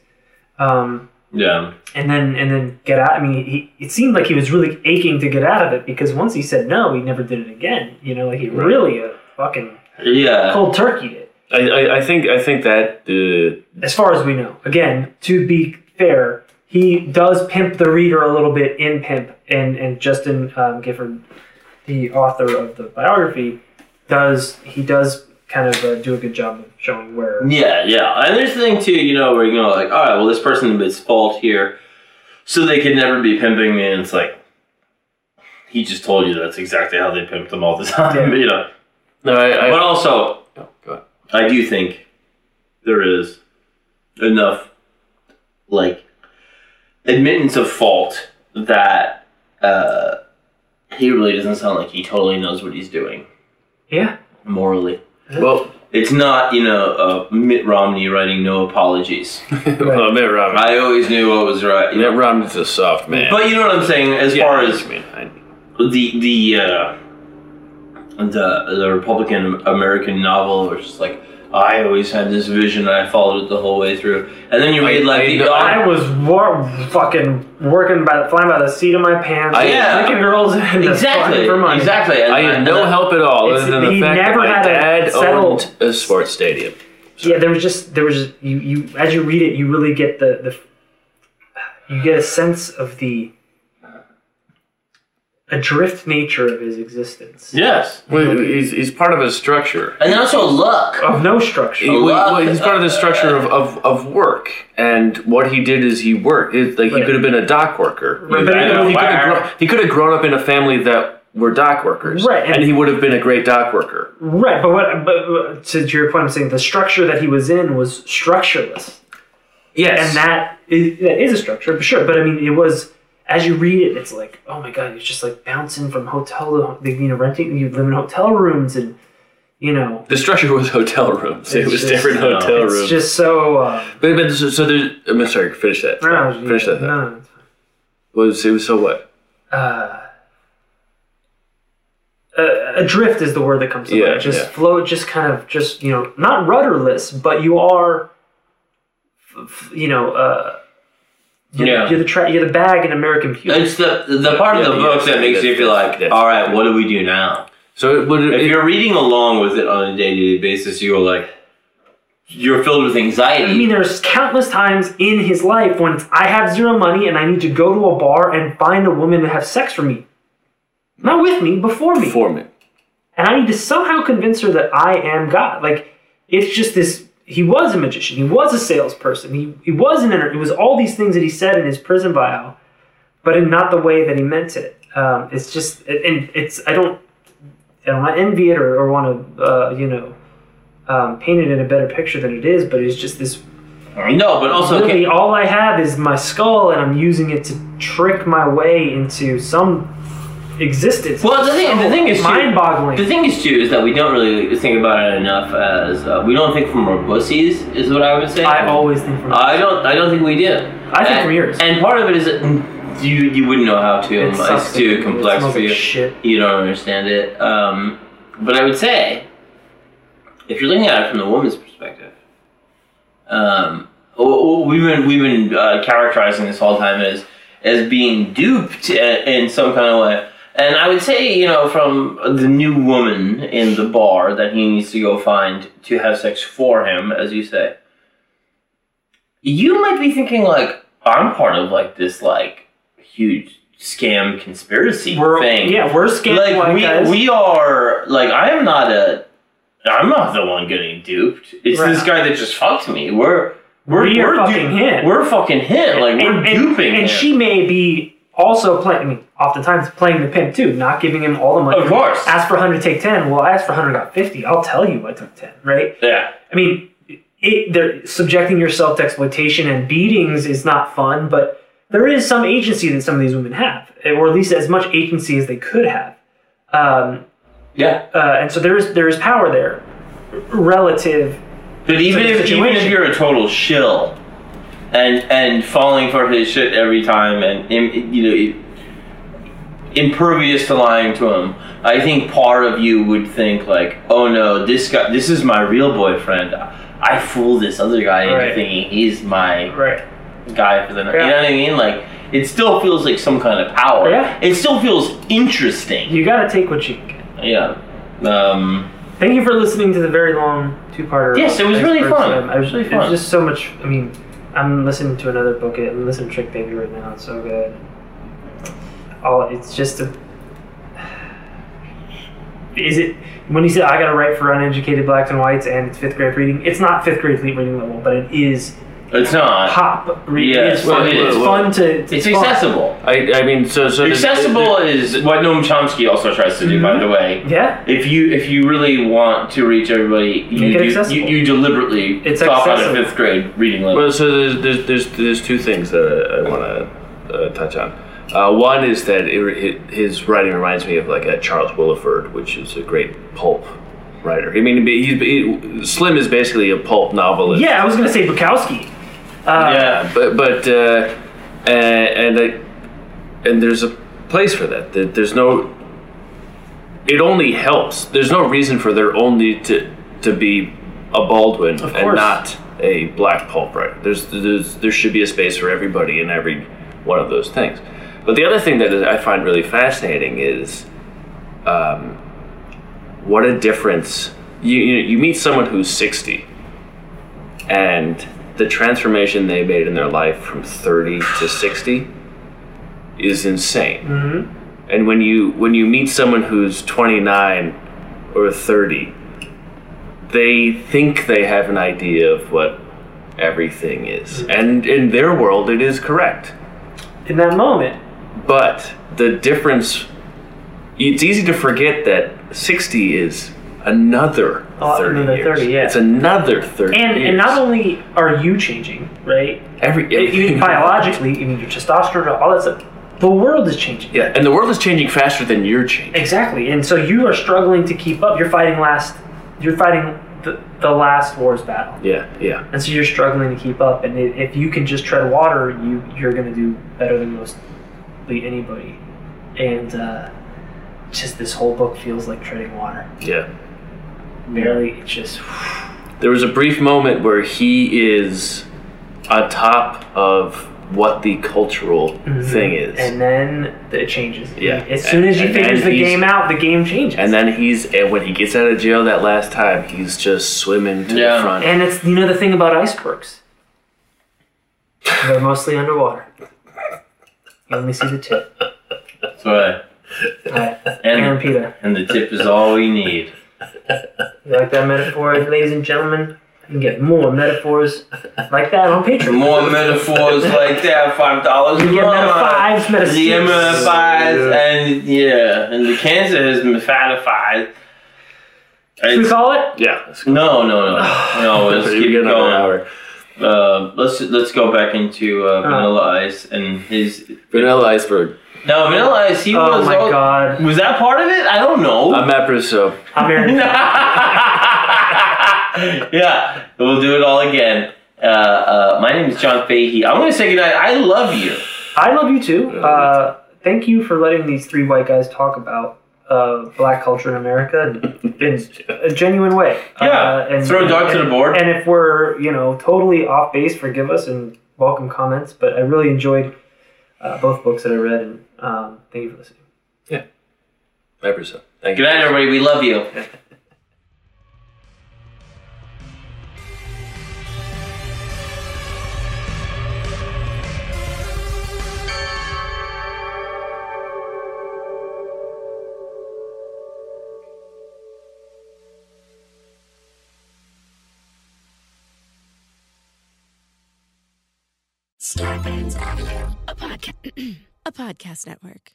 um, yeah, and then and then get out. I mean, he, it seemed like he was really aching to get out of it because once he said no, he never did it again. You know, like he really uh, fucking yeah. cold turkeyed it. I, I, I think I think that uh, as far as we know. Again, to be fair, he does pimp the reader a little bit in Pimp, and and Justin um, Gifford, the author of the biography, does he does kind of uh, do a good job of showing where Yeah, yeah. And there's the thing too, you know, where you go like, all right, well, this person is fault here, so they can never be pimping me. And it's like, he just told you that's exactly how they pimped them all the time, Yeah. you know. no, I, I, But also, oh, go ahead. I do think there is enough, like, admittance of fault that uh, he really doesn't sound like he totally knows what he's doing yeah morally. well, It's not, you know, uh, Mitt Romney writing no apologies. Oh, Mitt Romney. I always knew what was right. you Mitt know. Romney's a soft man. But you know what I'm saying, as Yeah, far I know as what you mean. I- the the uh, the the Republican American novel, which is like I always had this vision and I followed it the whole way through, and then you read like I the know- I was war- fucking working by the, flying by the seat of my pants. I- Yeah. Drinking girls and exactly for money. exactly. And I had and no I- help at all It's- other than he the fact that never my had a dad settled- owned a sports stadium. Yeah, there was just there was just, you you as you read it, you really get the the you get a sense of the adrift nature of his existence Yes. Well, he's, he's part of a structure. And also luck. of no structure. He- well, lot. well, he's part of the structure of, of, of work, and what he did is he worked. It, like he Right. could have been a dock worker. Right, but I he- don't know, he, could have where. grown, he could have grown up in a family that were dock workers, Right, And, and- he would have been a great dock worker. Right, but what? But, but to your point, I'm saying the structure that he was in was structureless. Yes, and that is, that is a structure for sure. But I mean, it was as you read it, it's like, oh my god, it's just like bouncing from hotel to ho- like, you know renting. You live in hotel rooms, and you know the structure was hotel rooms. It It's was just- different no, hotel it's rooms. just so. Uh, but, but so, so there's. I'm sorry. Finish that. no, no, finish that. no, no, it's fine. Was it was so what? Uh, uh, adrift is the word that comes to Yeah, mind. Just yeah. float, just kind of, just you know, not rudderless, but you are, f- f- you know, uh, you're, Yeah. you're the tra- you're the bag in American Beauty. It's the the part Yeah, of the yeah, book that makes that's- you feel that's- like, that's- all right, what do we do now? So it would. If it- you're reading along with it on a day to day basis, you are like, you're filled with anxiety. I mean, there's countless times in his life when it's, I have zero money and I need to go to a bar and find a woman to have sex for me. Not with me, before me. for me. And I need to somehow convince her that I am God. Like, it's just this. He was a magician. He was a salesperson. He, he was an enter. It was all these things that he said in his prison bio, but in not the way that he meant it. Um, it's just, and- and it's. I don't. I don't envy it or, or want to, uh, you know, um, paint it in a better picture than it is. But it's just this no, but also Literally, all I have is my skull, and I'm using it to trick my way into some existence. Well, the thing, the thing is, too- mind-boggling. The thing is, too, is that we don't really think about it enough. As uh, we don't think from our pussies, is what I would say. I always think from I don't. I don't think we do. I think and, from yours. And part of it is that you you wouldn't know how to. It It's, sucks. too It complex smells for like you. shit. You don't understand it. Um, but I would say, if you're looking at it from the woman's perspective, um, w- w- we've been we've been uh, characterizing this whole time as as being duped i- in some kind of way. And I would say, you know, from the new woman in the bar that he needs to go find to have sex for him, as you say, you might be thinking like, I'm part of like this like huge scam conspiracy we're, thing. Yeah, we're scam like white we guys. we are like I am not a I'm not the one getting duped. It's Right. this guy that just fucked me. We're we're, We we're are fucking him. We're fucking him. Like we're and, and- duping him. and she may be also playing. I mean, oftentimes playing the pimp too, not giving him all the money. of course. Ask for hundred, take ten. Well, I asked for hundred, got fifty. I'll tell you I took ten, right? yeah. I mean, it, they're subjecting yourself to exploitation and beatings is not fun, but there is some agency that some of these women have, or at least as much agency as they could have. Um, Yeah. uh, and so there is there is power there, relative. But even the if even if situation. you're a total shill, and and falling for his shit every time, and im- you know, impervious to lying to him, I think part of you would think like, oh no, this guy, this is my real boyfriend. I fooled this other guy Right. into thinking he's my Right. guy for the night. Yeah. You know what I mean? Like, it still feels like some kind of power. Yeah. It still feels interesting. You got to take what you can get. Yeah. Um, Thank you for listening to the very long two parter. Yes, it was really fun. I was, It was really it was fun. just so much. I mean, I'm listening to another book. I'm listening to Trick Baby right now. It's so good. All it's just a. Is it when he said I got to write for uneducated blacks and whites and it's fifth grade reading? It's not fifth grade reading level, but it is it's not. pop reading. Yeah, it's well, fun. it it's is. fun to. It's, It's fun. accessible. I, I mean, so so there's- Accessible is what Noam Chomsky also tries to do, by the way. Mm-hmm. Yeah, If you if you really want to reach everybody, you Make it do- you, accessible. you deliberately It's stop at a accessible. fifth grade reading level. Well, so there's there's there's, there's two things that I, I want to uh, touch on. Uh, one is that it, it, his writing reminds me of like a Charles Williford, which is a great pulp writer. I mean, he's, he, Slim is basically a pulp novelist. Yeah, I was gonna say Bukowski. yeah, but but uh, and and, I, and there's a place for that. There- There's no. It only helps. There's no reason for there only to to be a Baldwin and course. not a black pulp writer. There's, there's there should be a space for everybody in every one of those things. But the other thing that I find really fascinating is um, what a difference you, you you meet someone who's 60 and the transformation they made in their life from 30 to 60 is insane Mm-hmm. and when you when you meet someone who's 29 or 30 they think they have an idea of what everything is Mm-hmm. and in their world it is correct In that moment, but the difference, it's easy to forget that 60 is another Oh, 30 another years. 30, yeah. It's another 30 and years. and not only are you changing, right? Every, Even biologically, I mean, your testosterone, all that stuff. The world is changing. Yeah, and the world is changing faster than you're changing. Exactly, and so you are struggling to keep up. You're fighting last. You're fighting the, the last war's battle. Yeah, yeah. and so you're struggling to keep up. And i if you can just tread water, you you're gonna do better than mostly anybody. And uh, just this whole book feels like treading water. Yeah. Barely, it's just There was a brief moment where he is on top of what the cultural thing is. Mm-hmm. and then it changes. Yeah. As soon as you And- and figures the he's- game out, the game changes. And then he's, and when he gets out of jail that last time, he's just swimming to Yeah. the front. and it's you know the thing about icebergs, they're mostly underwater. You only see the tip. That's right. All right, Aaron And, Peter, and the tip is all we need. you like that metaphor, ladies and gentlemen? You can get more metaphors like that on Patreon. More metaphors like that, five dollars a You month. get meta fives, meta The six. MFIs and yeah, and the cancer is mefatified. Should we It's- call it? yeah. Let's No, no, no, no. Let's keep get another going. hour. Uh, let's let's go back into uh, Vanilla Ice and his. Vanilla Iceberg. No, Vanilla Ice. He Oh was. my all- god. Was that part of it? I don't know. I'm Matt Russo. I'm Aaron. yeah, we'll do it all again. Uh, uh, my name is John Fahey. I'm going to say goodnight. I love you. I love you too. Uh, thank you for letting these three white guys talk about uh, black culture in America in, in a genuine way. Yeah, Uh, and, throw and, darts at a board. And if we're, you know, totally off base, forgive us and welcome comments. But I really enjoyed uh, both books that I read and um, thank you for listening. Matt Russo. Thank you. Good night, everybody. We love you. Star Avenue, a, podca- a podcast network.